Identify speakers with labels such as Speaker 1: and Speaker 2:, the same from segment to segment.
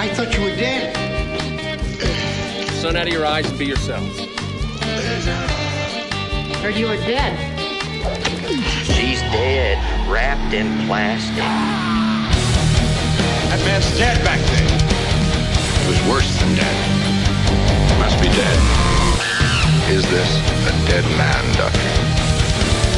Speaker 1: I thought you were dead.
Speaker 2: Sun out of your eyes and be yourselves.
Speaker 3: Heard you were dead.
Speaker 4: She's dead, wrapped in plastic.
Speaker 5: That man's dead back there. It was worse than dead. Must be dead. Is this a dead man, Doctor?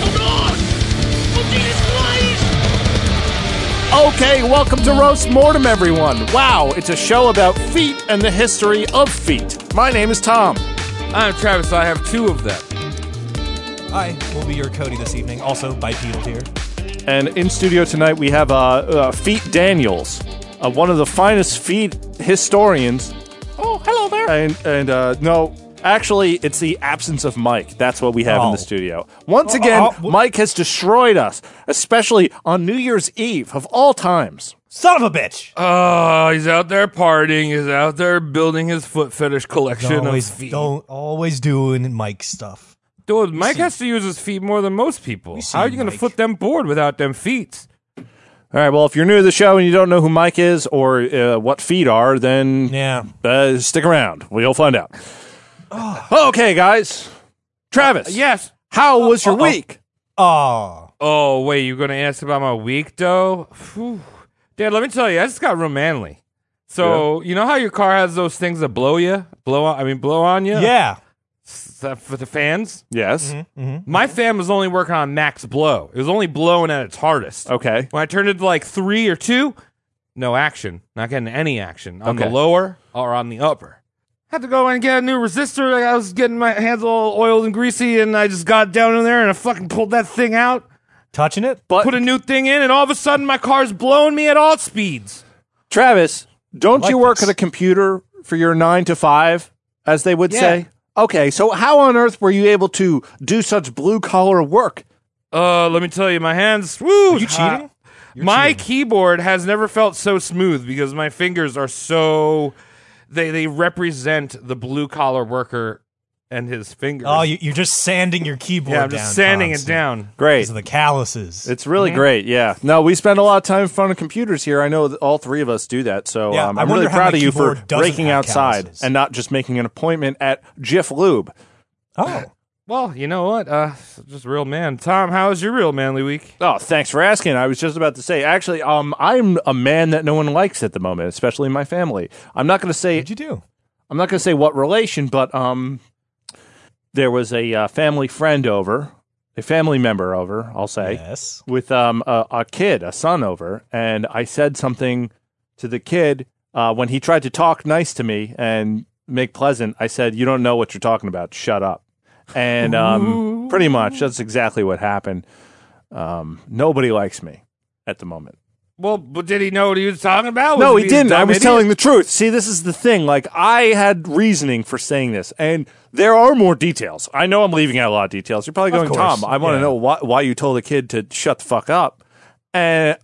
Speaker 6: Okay, welcome to Roast Mortem, everyone. Wow, it's a show about feet and the history of feet. My name is Tom.
Speaker 7: I'm Travis. I have two of them.
Speaker 8: I will be your Cody this evening, also bipedal here.
Speaker 6: And in studio tonight, we have uh, uh, Feet Daniels, uh, one of the finest feet historians. Oh, hello there. And, and uh, no, actually, it's the absence of Mike. That's what we have in
Speaker 8: Oh.
Speaker 6: the studio. Once again,
Speaker 8: oh, w-
Speaker 6: Mike has destroyed us, especially on New Year's Eve of all times.
Speaker 8: Son of a bitch!
Speaker 7: Oh, he's out there partying. He's out there building his foot fetish collection of
Speaker 8: always,
Speaker 7: feet.
Speaker 8: don't always doing Mike stuff.
Speaker 7: Dude, Mike has to use his feet more than most people.
Speaker 8: see
Speaker 7: How are
Speaker 8: you,
Speaker 7: you going to
Speaker 8: Mike.
Speaker 7: flip them board without them feet?
Speaker 6: All right, well, if you're new to the show and you don't know who Mike is or uh, what feet are, then
Speaker 8: Yeah.
Speaker 6: Uh, stick around. We'll find out. okay, guys. Travis.
Speaker 8: Uh,
Speaker 7: Yes.
Speaker 6: How was your
Speaker 8: uh-oh.
Speaker 6: week?
Speaker 8: Oh,
Speaker 7: Oh, wait, you're going to ask about my week, though? Phew. Dad, let me tell you, I just got real manly. So, you know how your car has those things that blow you? Blow on, I mean, blow on you?
Speaker 8: yeah.
Speaker 7: S- uh, For the fans?
Speaker 6: Yes.
Speaker 8: Mm-hmm.
Speaker 7: My fan was only working on max blow. It was only blowing at its hardest.
Speaker 6: Okay.
Speaker 7: When I turned it to like three or two, no action. Not getting any action on
Speaker 6: Okay.
Speaker 7: the lower or on the upper. Had to go and get a new resistor. Like, I was getting my hands all oiled and greasy, and I just got down in there and I fucking pulled that thing out,
Speaker 8: Touching it?
Speaker 6: But
Speaker 7: put a new thing in, and all of a sudden my car's blowing me at all speeds.
Speaker 6: Travis, don't
Speaker 8: Like
Speaker 6: you work
Speaker 8: this.
Speaker 6: at a computer for your nine to five, as they would
Speaker 7: Yeah.
Speaker 6: say? Okay, so how on earth were you able to do such blue collar work?
Speaker 7: Uh, let me tell you, my hands. Woo!
Speaker 8: you
Speaker 7: it's hot.
Speaker 8: cheating?
Speaker 7: my keyboard has never felt so smooth because my fingers are so. They they represent the blue collar worker and his fingers.
Speaker 8: Oh, you, you're just sanding your keyboard
Speaker 7: yeah, I'm
Speaker 8: down.
Speaker 7: just sanding it
Speaker 8: constantly.
Speaker 7: down.
Speaker 6: Great.
Speaker 8: These are the calluses.
Speaker 6: It's really great. Yeah. Mm-hmm. No, we spend a lot of time in front of computers here. I know that all three of us do that. So
Speaker 8: Yeah,
Speaker 6: um,
Speaker 8: I
Speaker 6: I'm
Speaker 8: wonder
Speaker 6: really
Speaker 8: how
Speaker 6: proud
Speaker 8: my
Speaker 6: of you for
Speaker 8: keyboard doesn't
Speaker 6: breaking
Speaker 8: have
Speaker 6: outside
Speaker 8: calluses.
Speaker 6: and not just making an appointment at Jiff Lube.
Speaker 8: oh,
Speaker 7: Well, you know what? Uh, just real man. Tom, how was your real manly week?
Speaker 6: Oh, thanks for asking. I was just about to say, actually, um, I'm a man that no one likes at the moment, especially my family. I'm not going to say
Speaker 8: what'd you do?
Speaker 6: I'm not going to say what relation, but um, there was a uh, family friend over, a family member over, I'll say,
Speaker 8: Yes.
Speaker 6: with um a, a kid, a son over, and I said something to the kid uh, when he tried to talk nice to me and make pleasant. I said, "You don't know what you're talking about. Shut up." And um, pretty much that's exactly what happened. Um, nobody likes me at the moment.
Speaker 7: Well, but did he know what he was talking about? Was
Speaker 6: No, he
Speaker 7: a
Speaker 6: didn't.
Speaker 7: dumb
Speaker 6: I was
Speaker 7: idiot?
Speaker 6: telling the truth. See, this is the thing. Like, I had reasoning for saying this, and there are more details. I know I'm leaving out a lot of details. You're probably
Speaker 8: Of
Speaker 6: going, Tom,
Speaker 8: course.
Speaker 6: I want to
Speaker 8: Yeah.
Speaker 6: know why, why you told the kid to shut the fuck up. And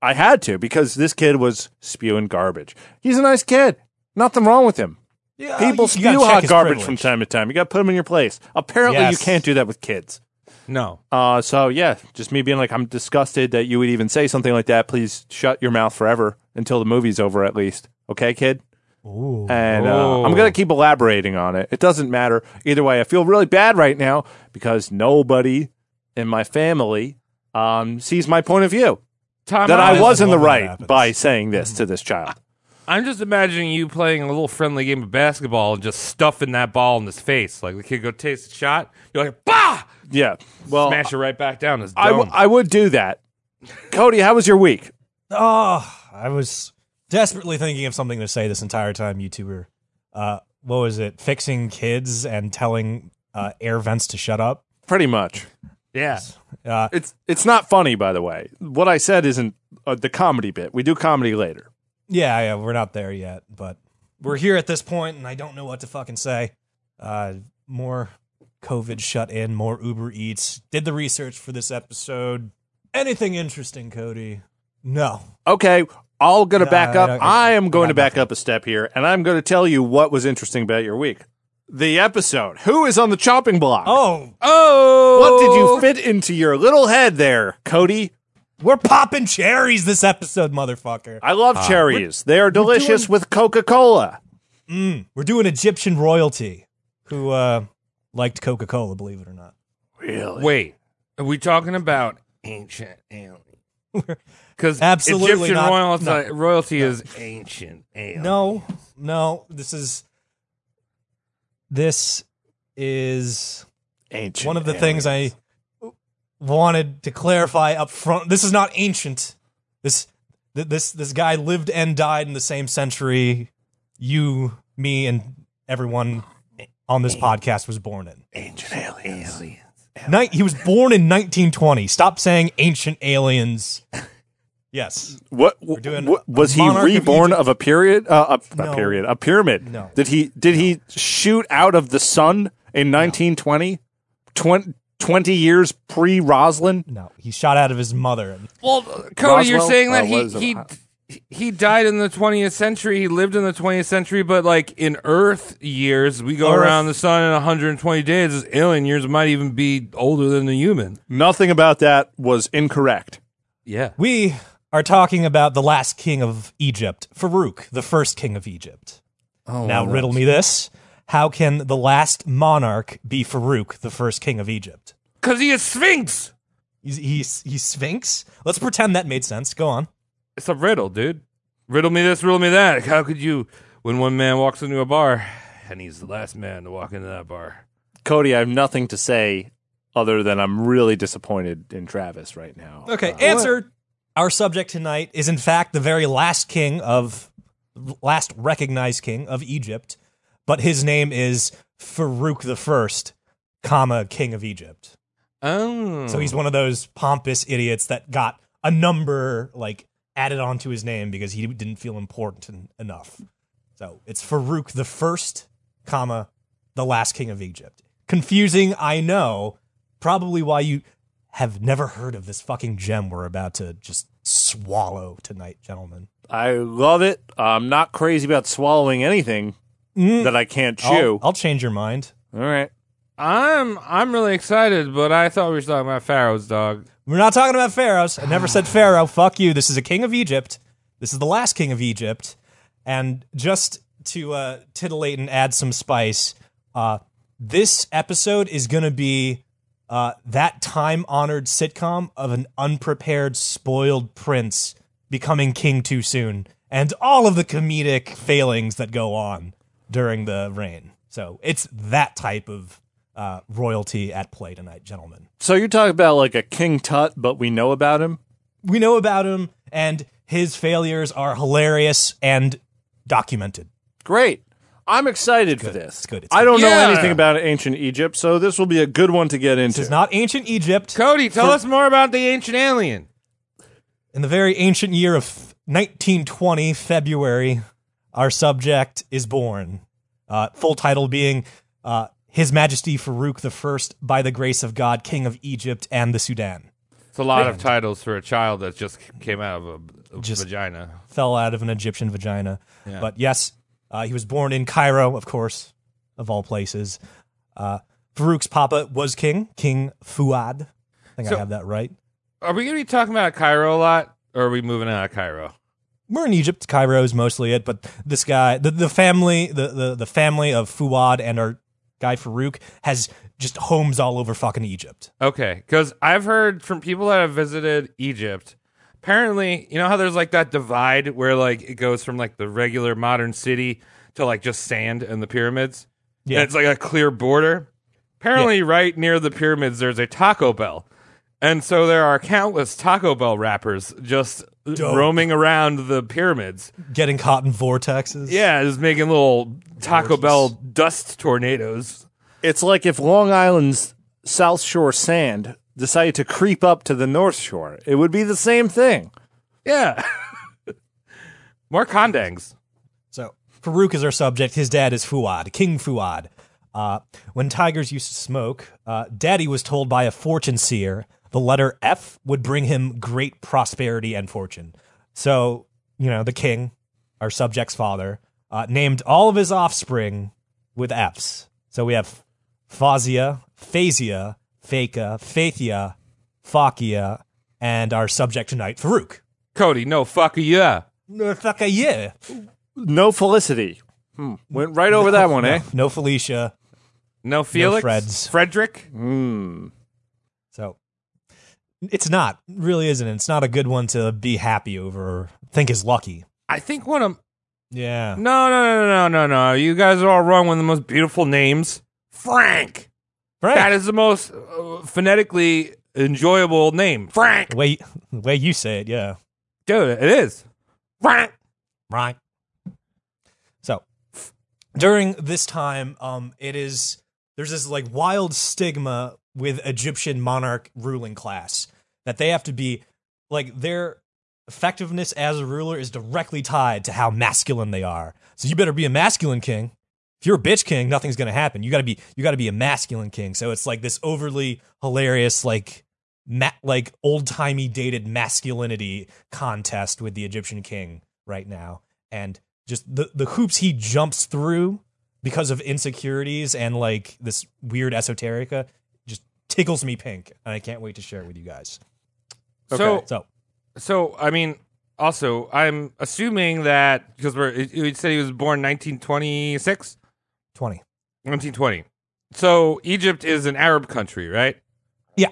Speaker 6: I had to because this kid was spewing garbage. He's a nice kid. Nothing wrong with him.
Speaker 8: Yeah,
Speaker 6: People
Speaker 8: you- you gotta
Speaker 6: spew
Speaker 8: check
Speaker 6: hot
Speaker 8: his
Speaker 6: garbage from
Speaker 8: privilege.
Speaker 6: time to time. You got to put them in your place. Apparently, you
Speaker 8: Yes.
Speaker 6: can't do that with kids.
Speaker 7: No.
Speaker 6: Uh, so yeah, just me being like, I'm disgusted that you would even say something like that. Please shut your mouth forever until the movie's over, at least. Okay, kid.
Speaker 8: Ooh.
Speaker 6: And uh,
Speaker 8: Oh.
Speaker 7: Ooh.
Speaker 6: I'm gonna keep elaborating on it. It doesn't matter either way. I feel really bad right now because nobody in my family um, sees my point of view
Speaker 7: Tom,
Speaker 6: that
Speaker 7: I'm
Speaker 6: I
Speaker 7: just-
Speaker 6: was in the
Speaker 8: love when that
Speaker 6: right
Speaker 8: happens.
Speaker 6: by saying this to this child.
Speaker 7: I'm just imagining you playing a little friendly game of basketball and just stuffing that ball in his face. Like the kid go taste the shot. You're like, bah!
Speaker 6: Yeah. Well,
Speaker 7: Smash it right back down his dome.
Speaker 6: I, w- I would do that. Cody, how was your week?
Speaker 8: Oh, I was desperately thinking of something to say this entire time you two were, uh, what was it? Fixing kids and telling uh, air vents to shut up.
Speaker 6: Pretty much.
Speaker 7: yeah.
Speaker 8: Uh,
Speaker 6: It's it's not funny, by the way. What I said isn't uh, the comedy bit. We do comedy later.
Speaker 8: yeah, yeah, we're not there yet, but we're here at this point, and I don't know what to fucking say. Uh, more COVID shut in, more Uber Eats. Did the research for this episode. Anything interesting, Cody? No.
Speaker 6: Okay, I'll gonna
Speaker 8: No,
Speaker 6: back
Speaker 8: I
Speaker 6: up.
Speaker 8: don't-
Speaker 6: I am going
Speaker 8: I
Speaker 6: to
Speaker 8: got
Speaker 6: back up a step here, and I'm going to tell you what was interesting about your week. The episode. Who is on the chopping block?
Speaker 8: Oh,
Speaker 7: Oh!
Speaker 6: What did you fit into your little head there, Cody?
Speaker 8: We're popping cherries this episode, motherfucker.
Speaker 6: I love cherries. They are delicious
Speaker 8: Uh, doing-
Speaker 6: with Coca Cola.
Speaker 8: Mm, we're doing Egyptian royalty who uh, liked Coca Cola, believe it or not.
Speaker 6: Really?
Speaker 7: Wait, are we talking about ancient alien? Because
Speaker 8: Absolutely
Speaker 7: Egyptian
Speaker 8: not.
Speaker 7: royalty,
Speaker 8: No.
Speaker 7: royalty is ancient alien.
Speaker 8: No, no. This is this is
Speaker 6: Ancient.
Speaker 8: one of the things I wanted to clarify up front. This is not ancient. This th- this this guy lived and died in the same century you, me, and everyone on this podcast was born in.
Speaker 6: Ancient aliens.
Speaker 8: Ni- he was born in 1920. Stop saying ancient aliens. Yes.
Speaker 6: What,
Speaker 8: doing
Speaker 6: what-
Speaker 8: a
Speaker 6: was he
Speaker 8: monarch of
Speaker 6: reborn of, a period? Uh, a,
Speaker 8: No.
Speaker 6: a period. A pyramid.
Speaker 8: No.
Speaker 6: Did he did he shoot out of the sun in 1920? Twen- 20 years pre Roslin?
Speaker 8: No. He shot out of his mother.
Speaker 7: Well, Cody, you're
Speaker 6: Roswell?
Speaker 7: saying that
Speaker 6: Uh, what is it?
Speaker 7: he he he died in the 20th century. He lived in the 20th century, but like in Earth years, we go
Speaker 8: Earth.
Speaker 7: around the sun in 120 days. His alien years might even be older than the human.
Speaker 6: Nothing about that was incorrect.
Speaker 7: Yeah.
Speaker 8: We are talking about the last king of Egypt, Farouk, the first king of Egypt.
Speaker 7: Oh,
Speaker 8: now, riddle me this. How can the last monarch be Farouk, the first king of Egypt?
Speaker 7: Because he is Sphinx.
Speaker 8: He's, he's, he's Sphinx? Let's pretend that made sense. Go on.
Speaker 7: It's a riddle, dude. Riddle me this, riddle me that. How could you, when one man walks into a bar and he's the last man to walk into that bar?
Speaker 6: Cody, I have nothing to say other than I'm really disappointed in Travis right now. Uh,
Speaker 8: Okay, answer. Our subject tonight is, in fact, the very last king of, last recognized king of Egypt, but his name is Farouk the First, comma, king of Egypt.
Speaker 7: Oh.
Speaker 8: So he's one of those pompous idiots that got a number like added onto his name because he didn't feel important en- enough. So it's Farouk the first, comma, the last king of Egypt. Confusing, I know. Probably why you have never heard of this fucking gem we're about to just swallow tonight, gentlemen.
Speaker 6: I love it. I'm not crazy about swallowing anything that I can't
Speaker 8: Mm. I'll-
Speaker 6: chew.
Speaker 8: I'll change your mind.
Speaker 6: All right.
Speaker 7: I'm I'm really excited, but I thought we were talking about Pharaoh's dog.
Speaker 8: We're not talking about pharaohs. I never said pharaoh. Fuck you. This is a king of Egypt. This is the last king of Egypt. And just to uh, titillate and add some spice, uh, this episode is going to be uh, that time honored sitcom of an unprepared, spoiled prince becoming king too soon and all of the comedic failings that go on during the reign. So it's that type of uh, royalty at play tonight, gentlemen.
Speaker 6: So you're talking about like a King Tut, but we know about him?
Speaker 8: we know about him and his failures are hilarious and documented.
Speaker 6: Great. I'm excited for this.
Speaker 8: It's good. It's
Speaker 6: I don't
Speaker 7: Yeah.
Speaker 6: know anything about ancient Egypt, so this will be a good one to get into.
Speaker 8: This is not ancient Egypt.
Speaker 7: Cody, tell us more about the ancient alien.
Speaker 8: In the very ancient year of 1920, February, our subject is born. Uh, full title being uh, His Majesty Farouk the First, by the grace of God, King of Egypt and the Sudan.
Speaker 7: It's a lot of titles for a child that just came out of a, a
Speaker 8: Just-
Speaker 7: vagina.
Speaker 8: Fell out of an Egyptian vagina. But yes, uh, he was born in Cairo, of course, of all places. Uh, Farouk's papa was king, King Fuad. I think
Speaker 7: So-
Speaker 8: I have that right.
Speaker 7: Are we going to be talking about Cairo a lot, or are we moving out of Cairo?
Speaker 8: we're in Egypt. Cairo is mostly it, but this guy, the, the family, the, the, the family of Fuad and our guy Farouk has just homes all over fucking Egypt.
Speaker 7: Okay, because I've heard from people that have visited Egypt. Apparently, you know how there's like that divide where like it goes from like the regular modern city to like just sand and the pyramids.
Speaker 8: Yeah.
Speaker 7: and it's like a clear border. Apparently, right near the pyramids, there's a Taco Bell, and so there are countless Taco Bell wrappers just roaming around the pyramids.
Speaker 8: Getting caught in vortexes.
Speaker 7: Yeah, just making little Taco Bell dust tornadoes.
Speaker 6: It's like if Long Island's South Shore sand decided to creep up to the North Shore, it would be the same thing.
Speaker 7: Yeah, more condangs.
Speaker 8: So Farouk is our subject. His dad is Fuad, King Fuad. Uh, when tigers used to smoke, uh, daddy was told by a fortune seer the letter F would bring him great prosperity and fortune. So, you know, the king, our subject's father, uh, named all of his offspring with Fs. So we have Fazia, Phasia, Faca, Faithia, Fakia, and our subject tonight, Farouk.
Speaker 7: Cody, no fuck yeah.
Speaker 8: No, fuck a yeah.
Speaker 6: No Felicity. Hmm. Went right over that one, eh?
Speaker 8: No Felicia.
Speaker 7: No Felix.
Speaker 8: Freds.
Speaker 7: Frederick.
Speaker 6: Hmm.
Speaker 8: So it's not, really isn't. It's not a good one to be happy over or think is lucky.
Speaker 7: I think one of
Speaker 8: Yeah.
Speaker 7: No, no, no, no, no, no. You guys are all wrong. One of the most beautiful names, Frank.
Speaker 8: Frank.
Speaker 7: That is the most uh, phonetically enjoyable name, Frank.
Speaker 8: the way, the way you say it, yeah.
Speaker 7: Dude, it is. Frank.
Speaker 8: Right. So during this time, um, it is there's this like wild stigma with Egyptian monarch ruling class that they have to be like their effectiveness as a ruler is directly tied to how masculine they are. So you better be a masculine king. If you're a bitch king, nothing's gonna happen. You gotta be you gotta be a masculine king. So it's like this overly hilarious like ma- like old timey dated masculinity contest with the Egyptian king right now, and just the the hoops he jumps through because of insecurities and like this weird esoterica just tickles me pink, and I can't wait to share it with you guys.
Speaker 7: So,
Speaker 8: So
Speaker 7: so I mean, also, I'm assuming that because we're, you you said he was born 1926,
Speaker 8: twenty,
Speaker 7: 1920. So Egypt is an Arab country, right?
Speaker 8: yeah,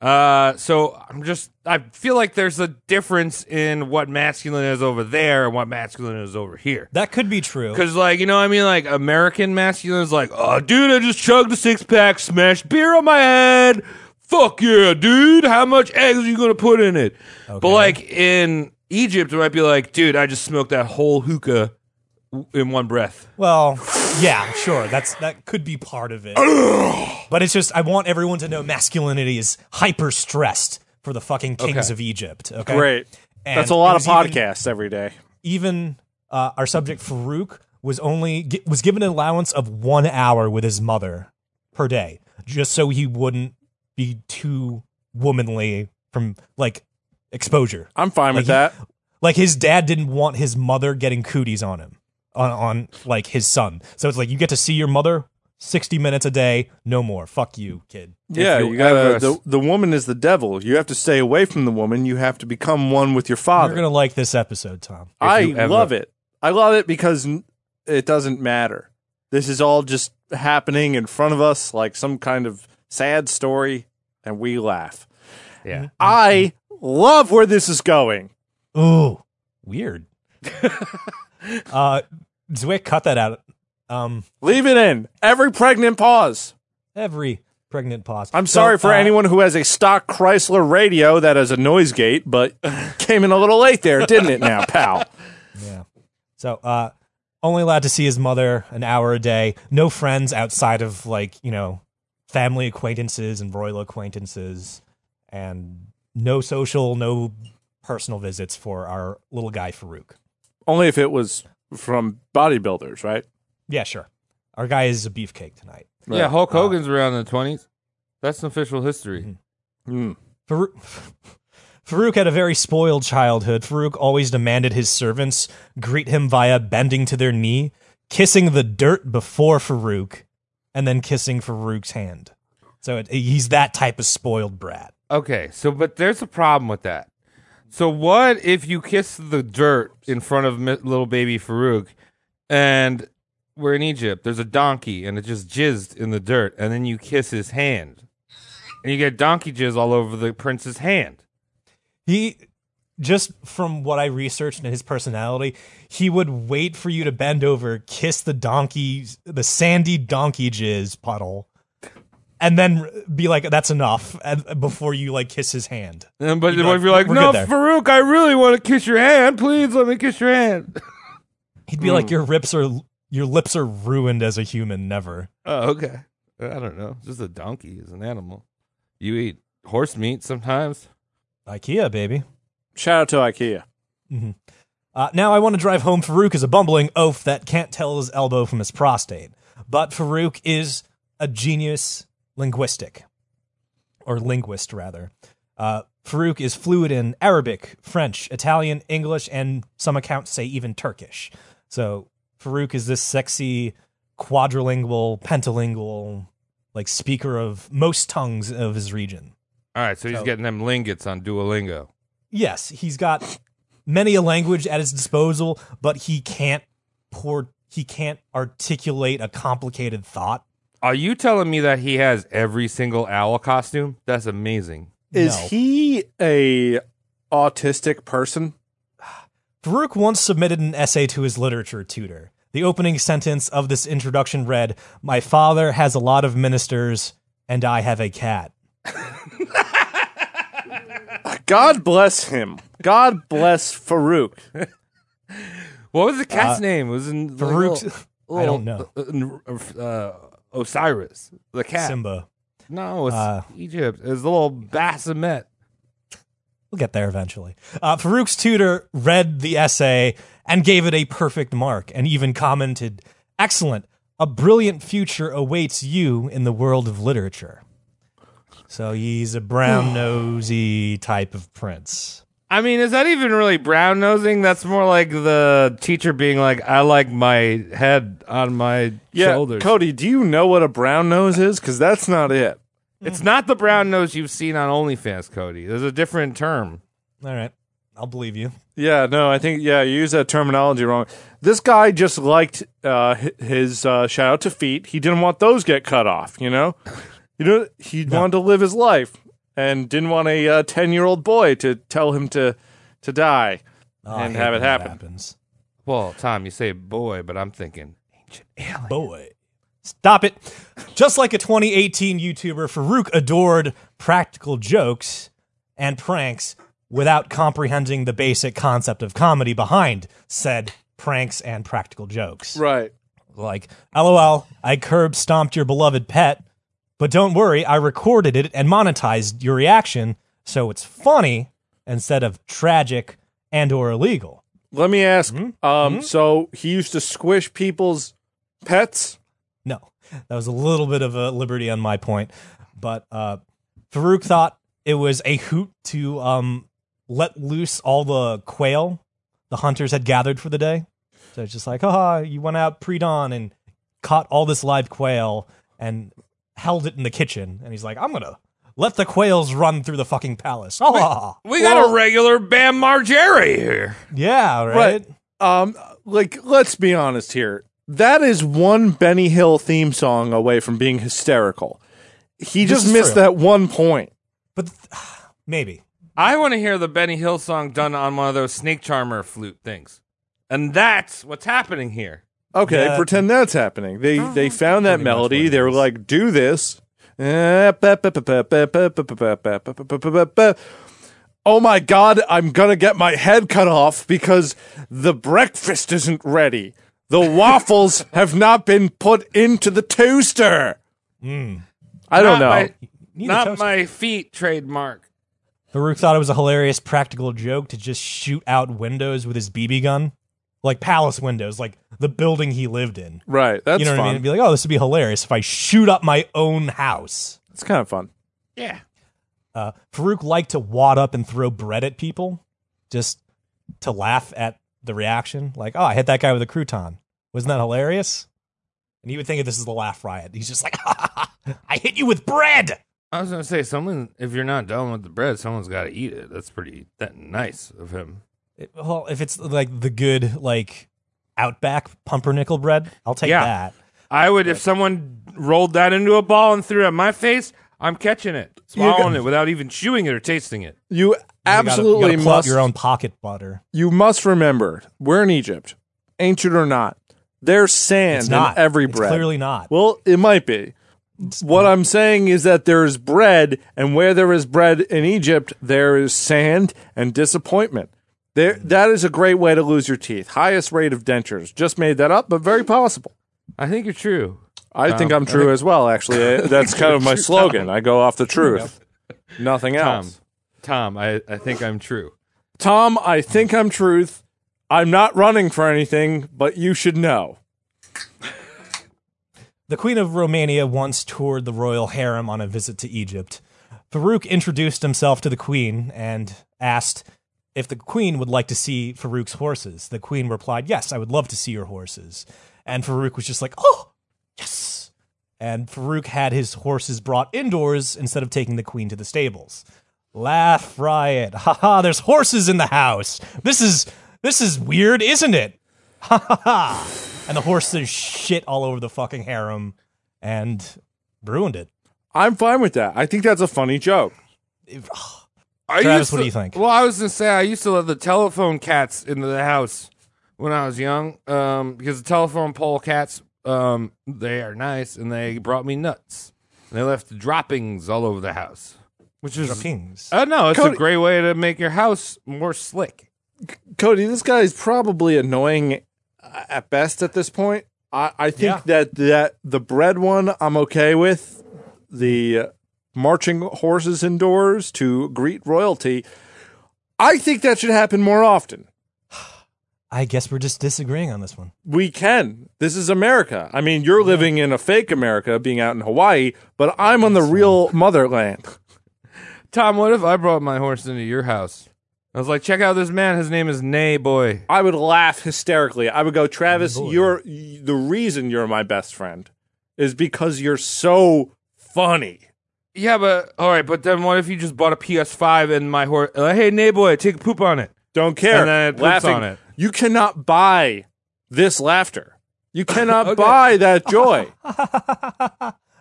Speaker 7: Uh, so I'm just I feel like there's a difference in what masculine is over there and what masculine is over here.
Speaker 8: that could be true.
Speaker 7: Cause like you know what I mean like American masculine is like oh dude I just chugged a six pack smashed beer on my head fuck yeah dude how much eggs are you gonna put in it but
Speaker 8: Okay.
Speaker 7: like in Egypt it might be like dude I just smoked that whole hookah w- in one breath
Speaker 8: Well, yeah, sure. That's that could be part of it. but it's just I want everyone to know masculinity is hyper stressed for the fucking kings
Speaker 7: Okay.
Speaker 8: of Egypt. Okay,
Speaker 6: Great.
Speaker 8: And
Speaker 6: That's a lot of
Speaker 8: it was even-
Speaker 6: podcasts every day.
Speaker 8: even uh, our subject Farouk was only gi- was given an allowance of one hour with his mother per day, just so he wouldn't be too womanly from like exposure.
Speaker 6: I'm fine with
Speaker 8: Like,
Speaker 6: that.
Speaker 8: he- Like his dad didn't want his mother getting cooties on him on on like his son. So it's like you get to see your mother sixty minutes a day, no more. Fuck you, kid.
Speaker 6: Yeah,
Speaker 7: you
Speaker 6: you gotta.
Speaker 7: ever-
Speaker 6: The, the woman is the devil. You have to stay away from the woman. You have to become one with your father.
Speaker 8: You're gonna like this episode, Tom.
Speaker 6: I
Speaker 7: you ever-
Speaker 6: love it. I love it because n- it doesn't matter. This is all just happening in front of us, like some kind of sad story, and we laugh.
Speaker 7: yeah
Speaker 6: Mm-hmm. I love where this is going.
Speaker 8: Ooh, weird. uh, Zwick, cut that out. Um,
Speaker 6: Leave it in every pregnant pause.
Speaker 8: every pregnant pause.
Speaker 6: I'm
Speaker 8: So,
Speaker 6: sorry for
Speaker 8: uh,
Speaker 6: anyone who has a stock Chrysler radio that has a noise gate, but came in a little late there, didn't it? Now, pal.
Speaker 8: Yeah. So, uh, only allowed to see his mother an hour a day. No friends outside of like you know, family acquaintances and royal acquaintances, and no social, no personal visits for our little guy Farouk.
Speaker 6: Only if it was from bodybuilders, right?
Speaker 8: Yeah, sure. Our guy is a beefcake tonight.
Speaker 7: yeah Hulk Hogan's around in the 20s that's official history
Speaker 6: Mm.
Speaker 8: Farouk, Farouk had a very spoiled childhood. Farouk always demanded his servants greet him via bending to their knee, kissing the dirt before Farouk, and then kissing Farouk's hand. So it, he's that type of spoiled brat.
Speaker 7: okay so but there's a problem with that so what if you kiss the dirt in front of mi- little baby Farouk and we're in Egypt there's a donkey and it just jizzed in the dirt and then you kiss his hand and you get donkey jizz all over the prince's hand
Speaker 8: He just from what I researched and his personality, he would wait for you to bend over, kiss the donkey, the sandy donkey jizz puddle, and then be like, "That's enough," and, before you like kiss his hand.
Speaker 7: and, but
Speaker 8: You'd be
Speaker 7: then what
Speaker 8: like,
Speaker 7: if you're like
Speaker 8: "We're
Speaker 7: no
Speaker 8: good there."
Speaker 7: Farouk I really want to kiss your hand please let me kiss your hand
Speaker 8: He'd be like, "Your rips are your lips are ruined as a human. Never."
Speaker 7: oh okay I don't know just a donkey is an animal you eat horse meat sometimes
Speaker 8: IKEA, baby.
Speaker 6: Shout out to IKEA.
Speaker 8: Uh, now I want to drive home. Farouk is a bumbling oaf that can't tell his elbow from his prostate, but Farouk is a genius linguistic, or linguist rather. Uh, Farouk is fluid in Arabic, French, Italian, English, and some accounts say even Turkish. So Farouk is this sexy quadrilingual, pentalingual, like speaker of most tongues of his region.
Speaker 7: All right, so he's
Speaker 8: So-
Speaker 7: getting them lingots on Duolingo.
Speaker 8: yes, he's got many a language at his disposal, but he can't pour he can't articulate a complicated thought.
Speaker 7: Are you telling me that he has every single owl costume? That's amazing.
Speaker 6: Is
Speaker 8: No.
Speaker 6: he a autistic person?
Speaker 8: Farouk once submitted an essay to his literature tutor. The opening sentence of this introduction read, "My father has a lot of ministers and I have a cat."
Speaker 6: God bless him. God bless Farouk.
Speaker 7: What was the cat's name? It was in the
Speaker 8: Uh, Farouk-
Speaker 7: little-
Speaker 8: I don't
Speaker 7: little, uh, uh, Osiris, the cat.
Speaker 8: Simba.
Speaker 7: No, it's
Speaker 8: Uh,
Speaker 7: Egypt. It's the little Basimet.
Speaker 8: We'll get there eventually. Uh, Farouk's tutor read the essay and gave it a perfect mark and even commented, Excellent. A brilliant future awaits you in the world of literature. So he's a brown nosy type of prince.
Speaker 7: I mean, is that even really brown nosing? That's more like the teacher being like, "I like my head on my
Speaker 6: Yeah,
Speaker 7: shoulders."
Speaker 6: Cody, do you know what a brown nose is? Because that's not it.
Speaker 7: It's not the brown nose you've seen on OnlyFans, Cody. There's a different term.
Speaker 8: All right. I'll believe you.
Speaker 6: Yeah, no, I think yeah, you use that terminology wrong. This guy just liked uh, hi- his uh, shout out to feet. He didn't want those get cut off. You know, you know, he wanted to live his life and didn't want a ten year old boy to tell him to to die.
Speaker 8: Oh, I
Speaker 6: And
Speaker 8: hate
Speaker 6: have it
Speaker 8: when that
Speaker 6: happen.
Speaker 8: Happens.
Speaker 7: Well, Tom, you say boy, but I'm thinking ancient alien.
Speaker 8: Boy. Stop it. Just like a 2018 YouTuber, Farouk adored practical jokes and pranks without comprehending the basic concept of comedy behind said pranks and practical jokes.
Speaker 6: Right.
Speaker 8: Like, lol, I curb stomped your beloved pet, but don't worry, I recorded it and monetized your reaction, so it's funny instead of tragic and or illegal.
Speaker 6: Let me ask. Um, so he used to squish people's pets.
Speaker 8: No, that was a little bit of a liberty on my point, but uh, Farouk thought it was a hoot to um, let loose all the quail the hunters had gathered for the day. So it's just like, haha, you went out pre dawn and caught all this live quail and held it in the kitchen. And he's like, I'm gonna let the quails run through the fucking palace. Ah, Ha, ha, ha.
Speaker 7: We got a regular Bam Margera here.
Speaker 8: yeah, right.
Speaker 6: Right. Um, like let's be honest here. That is one Benny Hill theme song away from being hysterical. He
Speaker 8: This
Speaker 6: just
Speaker 8: is
Speaker 6: missed
Speaker 8: true.
Speaker 6: that one point.
Speaker 8: But th- maybe
Speaker 7: I want to hear the Benny Hill song done on one of those snake charmer flute things. And that's what's happening here.
Speaker 6: Okay,
Speaker 8: That- Oh,
Speaker 6: pretend that's happening. They they found that
Speaker 8: Pretty much what
Speaker 6: melody.
Speaker 8: it
Speaker 6: They were
Speaker 8: is.
Speaker 6: like, "Do this." Eh, Oh my god, I'm gonna get my head cut off because the breakfast isn't ready. The waffles have not been put into the toaster.
Speaker 8: Hmm.
Speaker 6: I don't know.
Speaker 7: Not my,
Speaker 8: Need a
Speaker 7: not
Speaker 8: toaster.
Speaker 7: my feet trademark.
Speaker 8: Farouk thought it was a hilarious practical joke to just shoot out windows with his BB gun, like palace windows, like the building he lived in.
Speaker 6: right, that's
Speaker 8: you know what
Speaker 6: fun.
Speaker 8: I mean? It'd be like, oh, this would be hilarious if I shoot up my own house.
Speaker 6: It's kind of fun.
Speaker 7: Yeah.
Speaker 8: Uh, Farouk liked to wad up and throw bread at people just to laugh at the reaction. Like, oh, I hit that guy with a crouton. Wasn't that hilarious? And he would think of this as the laugh riot. He's just like, I hit you with bread.
Speaker 7: I was gonna say someone if you're not done with the bread, someone's gotta eat it. That's pretty that nice of him.
Speaker 8: It- well, if it's like the good, like, Outback pumpernickel bread, I'll take
Speaker 7: Yeah.
Speaker 8: that.
Speaker 7: I would if someone rolled that into a ball and threw it at my face, I'm catching it. Swallowing it without even chewing it or tasting it.
Speaker 6: You
Speaker 8: You gotta-
Speaker 6: absolutely
Speaker 8: you gotta plug
Speaker 6: must
Speaker 8: your own pocket butter.
Speaker 6: you must remember we're in Egypt, ancient or not. There's sand
Speaker 8: It's not
Speaker 6: in every
Speaker 8: It's
Speaker 6: bread.
Speaker 8: clearly not.
Speaker 6: Well, it might be. What I'm saying is that there is bread, and where there is bread in Egypt, there is sand and disappointment. There, that is a great way to lose your teeth. Highest rate of dentures. Just made that up, but very possible.
Speaker 7: I think you're true.
Speaker 6: I
Speaker 8: Um,
Speaker 6: think I'm true as well. Actually, I- that's kind of my slogan. I go off the truth, nothing
Speaker 7: Tom.
Speaker 6: else.
Speaker 7: Tom, I, I think I'm true.
Speaker 6: Tom, I think I'm truth. I'm not running for anything, but you should know.
Speaker 8: The Queen of Romania once toured the royal harem on a visit to Egypt. Farouk introduced himself to the Queen and asked if the Queen would like to see Farouk's horses. The Queen replied, Yes, I would love to see your horses. And Farouk was just like, Oh, yes. and Farouk had his horses brought indoors instead of taking the queen to the stables. Laugh riot. Ha ha, there's horses in the house. This is this is weird, isn't it? Ha ha ha. And the horses shit all over the fucking harem and ruined it.
Speaker 6: I'm fine with that. I think that's a funny joke.
Speaker 7: I
Speaker 8: Travis,
Speaker 7: used
Speaker 8: what
Speaker 7: to-
Speaker 8: do you think?
Speaker 7: Well, I was gonna say I used to let the telephone cats into the house when I was young, um, because the telephone pole cats, um, they are nice and they brought me nuts. And they left droppings all over the house, which is
Speaker 8: Kings.
Speaker 7: I know it's
Speaker 6: Cody-
Speaker 7: a great way to make your house more slick.
Speaker 6: Cody, this guy is probably annoying uh, at best at this point. I, I think
Speaker 8: Yeah.
Speaker 6: that that the bread one I'm okay with. The uh, marching horses indoors to greet royalty. I think that should happen more often.
Speaker 8: I guess we're just disagreeing on this one.
Speaker 6: We can. This is America. I mean, you're living in a fake America, being out in Hawaii, but I'm on the real motherland.
Speaker 7: Tom, what if I brought my horse into your house? I was like, check out this man. His name is Nay Boy.
Speaker 6: I would laugh hysterically. I would go, Travis,
Speaker 8: Boy.
Speaker 6: you're y- the reason you're my best friend is because you're so funny.
Speaker 7: Yeah, but all right. But then what if you just bought a PS5 and my horse? Uh, hey, Nay Boy, take a poop on it.
Speaker 6: Don't care.
Speaker 7: And then it poops
Speaker 6: laughing.
Speaker 7: on it.
Speaker 6: You cannot buy this laughter. You cannot
Speaker 7: Okay.
Speaker 6: buy that joy.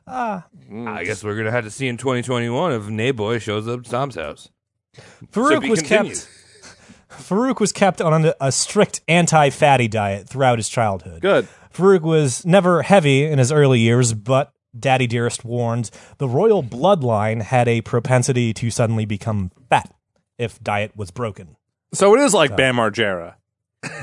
Speaker 7: I guess we're gonna have to see in 2021 if Nayboy shows up to Tom's house.
Speaker 8: Farouk
Speaker 7: be
Speaker 8: was
Speaker 7: continued.
Speaker 8: kept. Farouk was kept on a- a strict anti-fatty diet throughout his childhood.
Speaker 6: Good.
Speaker 8: Farouk was never heavy in his early years, but Daddy Dearest warned the royal bloodline had a propensity to suddenly become fat if diet was broken.
Speaker 6: So it is like Bam Margera.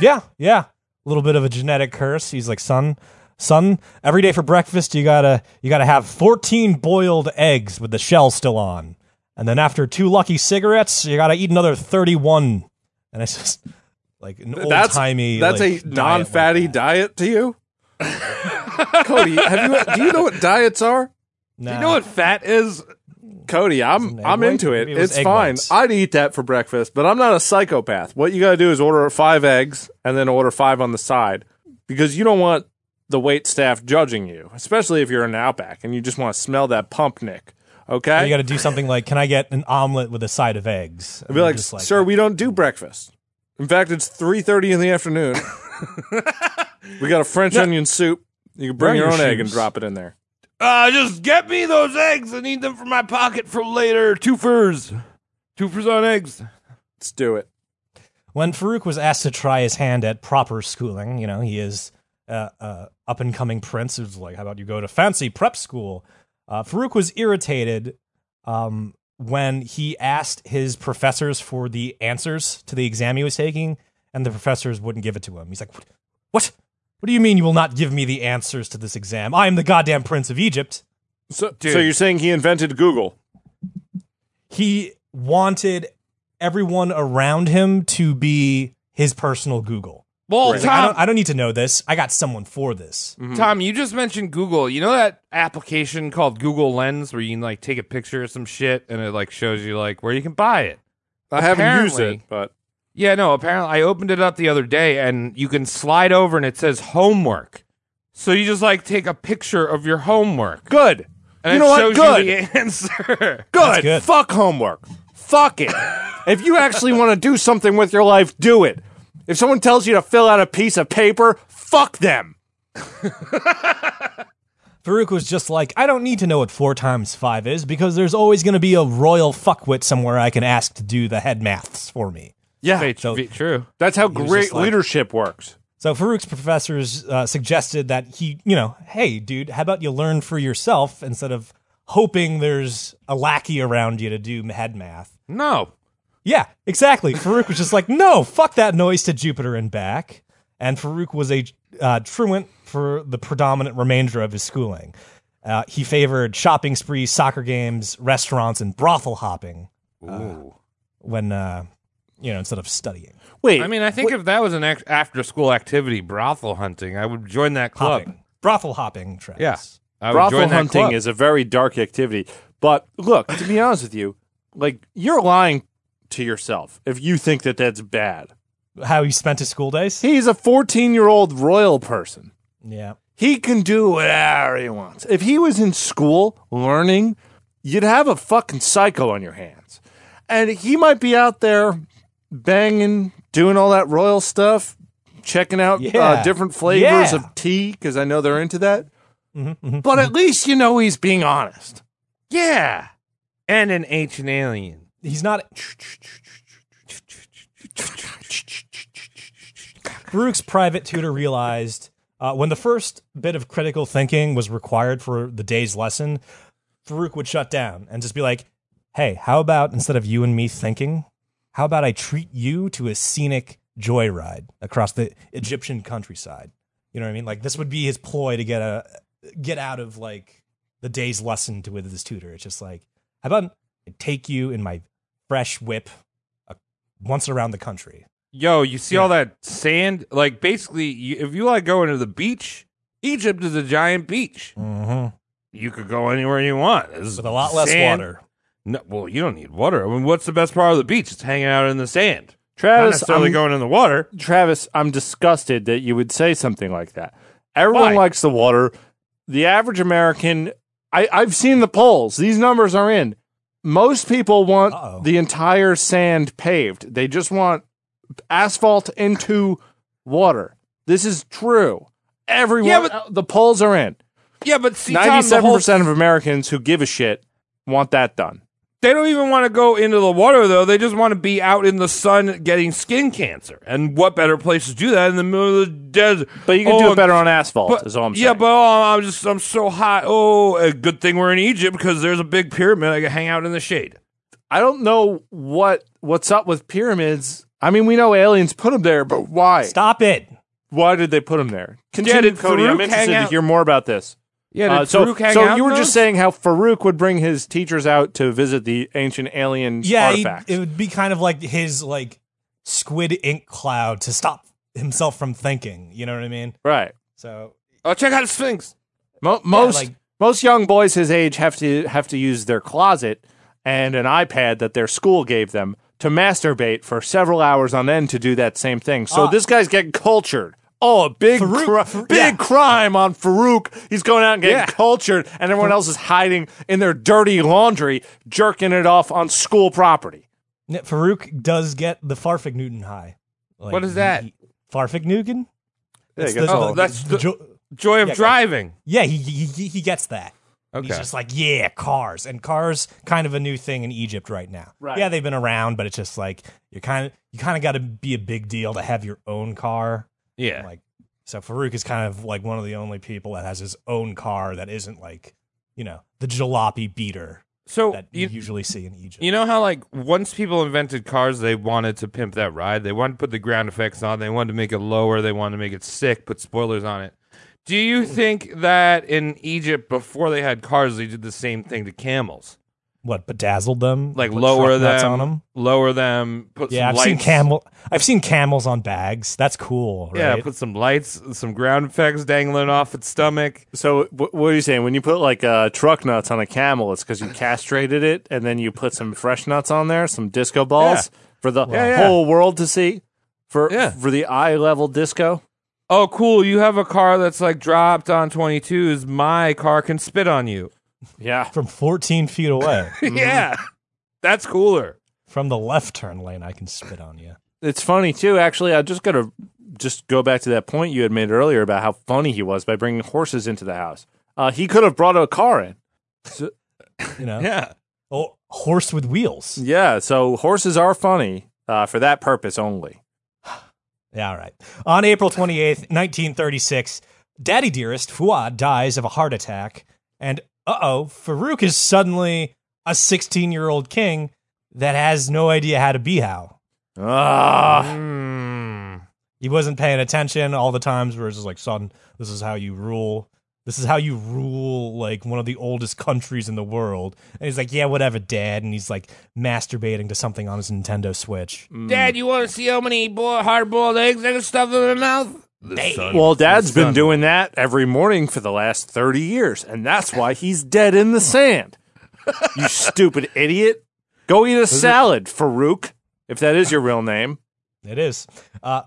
Speaker 8: Yeah, yeah. A little bit of a genetic curse. He's like, son, son, every day for breakfast you gotta you gotta have fourteen boiled eggs with the shell still on. And then after two lucky cigarettes, you gotta eat another thirty one. And it's just like an old
Speaker 6: That's
Speaker 8: timey
Speaker 6: That's
Speaker 8: like, diet
Speaker 6: a
Speaker 8: like
Speaker 6: non-fatty
Speaker 8: that.
Speaker 6: diet to you, Cody. Have you? Do you know what diets are?
Speaker 8: Nah.
Speaker 7: You know what fat is?
Speaker 6: Cody, I'm
Speaker 8: an egg
Speaker 6: I'm
Speaker 8: white?
Speaker 6: into it.
Speaker 8: Maybe it was
Speaker 6: it's
Speaker 8: egg
Speaker 6: fine.
Speaker 8: whites.
Speaker 6: I'd eat that for breakfast, but I'm not a psychopath. What you got to do is order five eggs and then order five on the side because you don't want the wait staff judging you, especially if you're in Outback and you just want to smell that pump, Nick.
Speaker 8: Or
Speaker 6: Okay,
Speaker 8: you gotta do something like, can I get an omelet with a side of eggs?
Speaker 6: I'd be
Speaker 8: And they're
Speaker 6: like,
Speaker 8: just
Speaker 6: sir, we don't do breakfast. In fact, it's three thirty in the afternoon. we got a French onion soup. You can bring
Speaker 7: Wear
Speaker 6: your own
Speaker 7: your
Speaker 6: egg and
Speaker 7: shoes.
Speaker 6: drop it in there.
Speaker 7: Uh, just get me those eggs. I need them for my pocket for later. Twofers, twofers on eggs.
Speaker 6: Let's do it.
Speaker 8: When Farouk was asked to try his hand at proper schooling, you know, he is uh, uh, up and coming prince. Who's like, how about you go to fancy prep school? Uh, Farouk was irritated um, when he asked his professors for the answers to the exam he was taking, and the professors wouldn't give it to him. He's like, what? What, what do you mean you will not give me the answers to this exam? I am the goddamn prince of Egypt.
Speaker 6: So,
Speaker 7: Dude.
Speaker 6: so you're saying he invented Google?
Speaker 8: He wanted everyone around him to be his personal Google.
Speaker 7: Well,
Speaker 8: It's like, I,
Speaker 7: Tom, Mm-hmm.
Speaker 8: don't, I don't need to know this. I got someone for this.
Speaker 7: Tom, you just mentioned Google. You know that application called Google Lens where you can like take a picture of some shit and it like shows you like where you can buy it.
Speaker 6: I haven't used it,
Speaker 7: Apparently-
Speaker 6: but
Speaker 7: Yeah, no, apparently I opened it up the other day and you can slide over and it says homework. So you just like take a picture of your homework.
Speaker 6: good.
Speaker 7: And
Speaker 6: you
Speaker 7: it
Speaker 6: know what?
Speaker 7: shows
Speaker 6: Good.
Speaker 7: you the answer.
Speaker 6: good.
Speaker 8: good.
Speaker 6: Fuck homework. Fuck it. if you actually want to do something with your life, do it. If someone tells you to fill out a piece of paper, fuck them.
Speaker 8: Farouk was just like, I don't need to know what four times five is because there's always going to be a royal fuckwit somewhere I can ask to do the head maths for me.
Speaker 6: Yeah.
Speaker 7: Wait, be true.
Speaker 6: That's how
Speaker 8: was
Speaker 6: great
Speaker 8: just like-
Speaker 6: leadership works.
Speaker 8: So Farouk's professors uh, suggested that he, you know, hey, dude, how about you learn for yourself instead of hoping there's a lackey around you to do head math?
Speaker 7: No.
Speaker 8: Yeah, exactly. Farouk was just like, no, fuck that noise to Jupiter and back. And Farouk was a uh, truant for the predominant remainder of his schooling. Uh, he favored shopping sprees, soccer games, restaurants, and brothel hopping
Speaker 7: Ooh.
Speaker 8: when, uh, you know, instead of studying.
Speaker 6: Wait.
Speaker 7: I mean, I think if that was an act- after school activity, brothel hunting, I would join that club.
Speaker 8: Hopping. Brothel hopping, Travis.
Speaker 7: Yeah. I would
Speaker 6: brothel
Speaker 7: join that
Speaker 6: hunting
Speaker 7: club.
Speaker 6: is a very dark activity. But look, to be honest with you, like you're lying to yourself if you think that that's bad.
Speaker 8: How he spent his school days?
Speaker 6: He's a 14 year old royal person.
Speaker 8: Yeah.
Speaker 6: He can do whatever he wants. If he was in school learning, you'd have a fucking psycho on your hands. And he might be out there banging, doing all that royal stuff, checking out uh,
Speaker 8: Yeah.
Speaker 6: different flavors
Speaker 8: Yeah. Mm-hmm,
Speaker 6: of tea, because I know they're into that. But at least you know he's being honest. Yeah.
Speaker 7: and an ancient alien.
Speaker 8: He's not. Baruch's private tutor realized uh, when the first bit of critical thinking was required for the day's lesson, Farouk would shut down and just be like, hey, how about instead of you and me thinking, how about I treat you to a scenic joyride across the Egyptian countryside? You know what I mean? Like this would be his ploy to get a get out of like the day's lesson to with his tutor. It's just like, how about I take you in my fresh whip uh, once around the country?
Speaker 7: Yo, you see all that sand? Like basically, you, if you like going to the beach, Egypt is a giant beach.
Speaker 8: Mm-hmm.
Speaker 7: You could go anywhere you want. There's
Speaker 8: With a lot less
Speaker 7: sand.
Speaker 8: water.
Speaker 7: No, well, you don't need water. I mean, what's the best part of the beach? It's hanging out in the sand. Not
Speaker 6: Travis,
Speaker 7: necessarily
Speaker 6: I'm-
Speaker 7: going in the water.
Speaker 6: Travis, I'm disgusted that you would say something like that. Everyone
Speaker 7: Why?
Speaker 6: likes the water. The average American, I, I've seen the polls. These numbers are in. Most people want
Speaker 8: Uh-oh.
Speaker 6: the entire sand paved. They just want asphalt into water. This is true. Everyone,
Speaker 7: Yeah, but-
Speaker 6: uh, the polls are in.
Speaker 7: Yeah, but see, Tom, the
Speaker 6: Ninety-seven
Speaker 7: whole-
Speaker 6: percent of Americans who give a shit want that done.
Speaker 7: they don't even want to go into the water though. They just want to be out in the sun getting skin cancer. And what better place to do that in the middle of the desert?
Speaker 6: But you can
Speaker 7: Oh,
Speaker 6: do it
Speaker 7: and-
Speaker 6: better on asphalt.
Speaker 7: But,
Speaker 6: is all I'm saying.
Speaker 7: yeah, but oh, I'm just I'm so hot. Oh, a good thing we're in Egypt because there's a big pyramid. I can hang out in the shade.
Speaker 6: I don't know what what's up with pyramids. I mean, we know aliens put them there, but why?
Speaker 8: Stop it.
Speaker 6: Why did they put them there?
Speaker 7: Yeah,
Speaker 6: Continue,
Speaker 7: did
Speaker 6: Cody. I'm
Speaker 7: Farouk
Speaker 6: interested
Speaker 7: hang
Speaker 6: to
Speaker 7: out-
Speaker 6: hear more about this.
Speaker 7: Yeah,
Speaker 6: Uh, so, so you were just saying how Farouk would bring his teachers out to visit the ancient alien
Speaker 8: Yeah, he-
Speaker 6: artifacts.
Speaker 8: it would be kind of like his like squid ink cloud to stop himself from thinking. You know what I mean?
Speaker 6: right.
Speaker 8: So
Speaker 7: Oh, check out the Sphinx.
Speaker 6: Mo- most
Speaker 8: like-
Speaker 6: most young boys his age have to have to use their closet and an iPad that their school gave them to masturbate for several hours on end to do that same thing. So
Speaker 8: Ah.
Speaker 6: this guy's getting cultured. Oh, a big
Speaker 8: Farouk-
Speaker 6: cri-
Speaker 8: Far-
Speaker 6: big
Speaker 8: yeah.
Speaker 6: crime on Farouk. He's going out and getting
Speaker 7: Yeah.
Speaker 6: cultured, and everyone else is hiding in their dirty laundry, jerking it off on school property.
Speaker 8: yeah, Farouk does get the Farfig Newton high. Like,
Speaker 7: What is that?
Speaker 8: he- Farfig Newton?
Speaker 6: There you
Speaker 8: It's
Speaker 6: go.
Speaker 8: the-
Speaker 7: Oh, that's the-
Speaker 8: jo-
Speaker 7: Joy of
Speaker 8: Yeah, go.
Speaker 7: driving.
Speaker 8: yeah, he, he he- he gets that.
Speaker 7: Okay.
Speaker 8: He's just like, yeah, cars. And cars kind of a new thing in Egypt right now.
Speaker 6: Right.
Speaker 8: Yeah, they've been around, but it's just like you kind of you kind of got to be a big deal to have your own car.
Speaker 7: yeah.
Speaker 8: Like so Farouk is kind of like one of the only people that has his own car that isn't like, you know, the jalopy beater
Speaker 7: so
Speaker 8: that you,
Speaker 7: Oh, you,
Speaker 8: usually see in Egypt.
Speaker 7: you know how like once people invented cars, they wanted to pimp that ride. They wanted to put the ground effects on. They wanted to make it lower. They wanted to make it sick. Put spoilers on it. Do you think that in Egypt before they had cars, they did the same thing to camels?
Speaker 8: what bedazzled them?
Speaker 7: Like
Speaker 8: Put
Speaker 7: lower
Speaker 8: truck nuts
Speaker 7: them,
Speaker 8: on them.
Speaker 7: lower them. Put
Speaker 8: Yeah,
Speaker 7: some
Speaker 8: I've seen
Speaker 7: lights-
Speaker 8: camel. I've seen camels on bags. That's cool, right?
Speaker 7: Yeah, put some lights, some ground effects dangling off its stomach.
Speaker 6: So wh- what are you saying? When you put like uh, truck nuts on a camel, it's because you castrated it, and then you put some fresh nuts on there, some disco balls for the
Speaker 7: Yeah, yeah.
Speaker 6: whole world to see, for
Speaker 7: Yeah.
Speaker 6: for the eye level disco.
Speaker 7: Oh, cool! You have a car that's like dropped on twenty twos. My car can spit on you.
Speaker 6: Yeah,
Speaker 8: From 14 feet away,
Speaker 7: yeah, that's cooler.
Speaker 8: from the left turn lane, I can spit on you.
Speaker 6: it's funny too. Actually, I just gotta just go back to that point you had made earlier about how funny he was by bringing horses into the house. Uh, he could have brought a car in.
Speaker 8: You know,
Speaker 7: Yeah,
Speaker 8: oh, horse with wheels.
Speaker 6: Yeah, so horses are funny uh, for that purpose only.
Speaker 8: Yeah, all right. On April 28th, 1936, Daddy Dearest Fuad dies of a heart attack. And uh oh, Farouk is suddenly a 16 year old king that has no idea how to be how.
Speaker 6: Ah,
Speaker 8: He wasn't paying attention all the times where it's just like, son, this is how you rule. This is how you rule like one of the oldest countries in the world. And he's like, yeah, whatever, dad. And he's like masturbating to something on his Nintendo Switch.
Speaker 7: Dad, you want to see how many bo- hard-boiled eggs I can stuff in my mouth?
Speaker 6: Well, Dad's been doing that every morning for the last 30 years, and that's why he's dead in the sand. You stupid idiot. Go eat a salad, Farouk, if that is your real name.
Speaker 8: It is. Uh,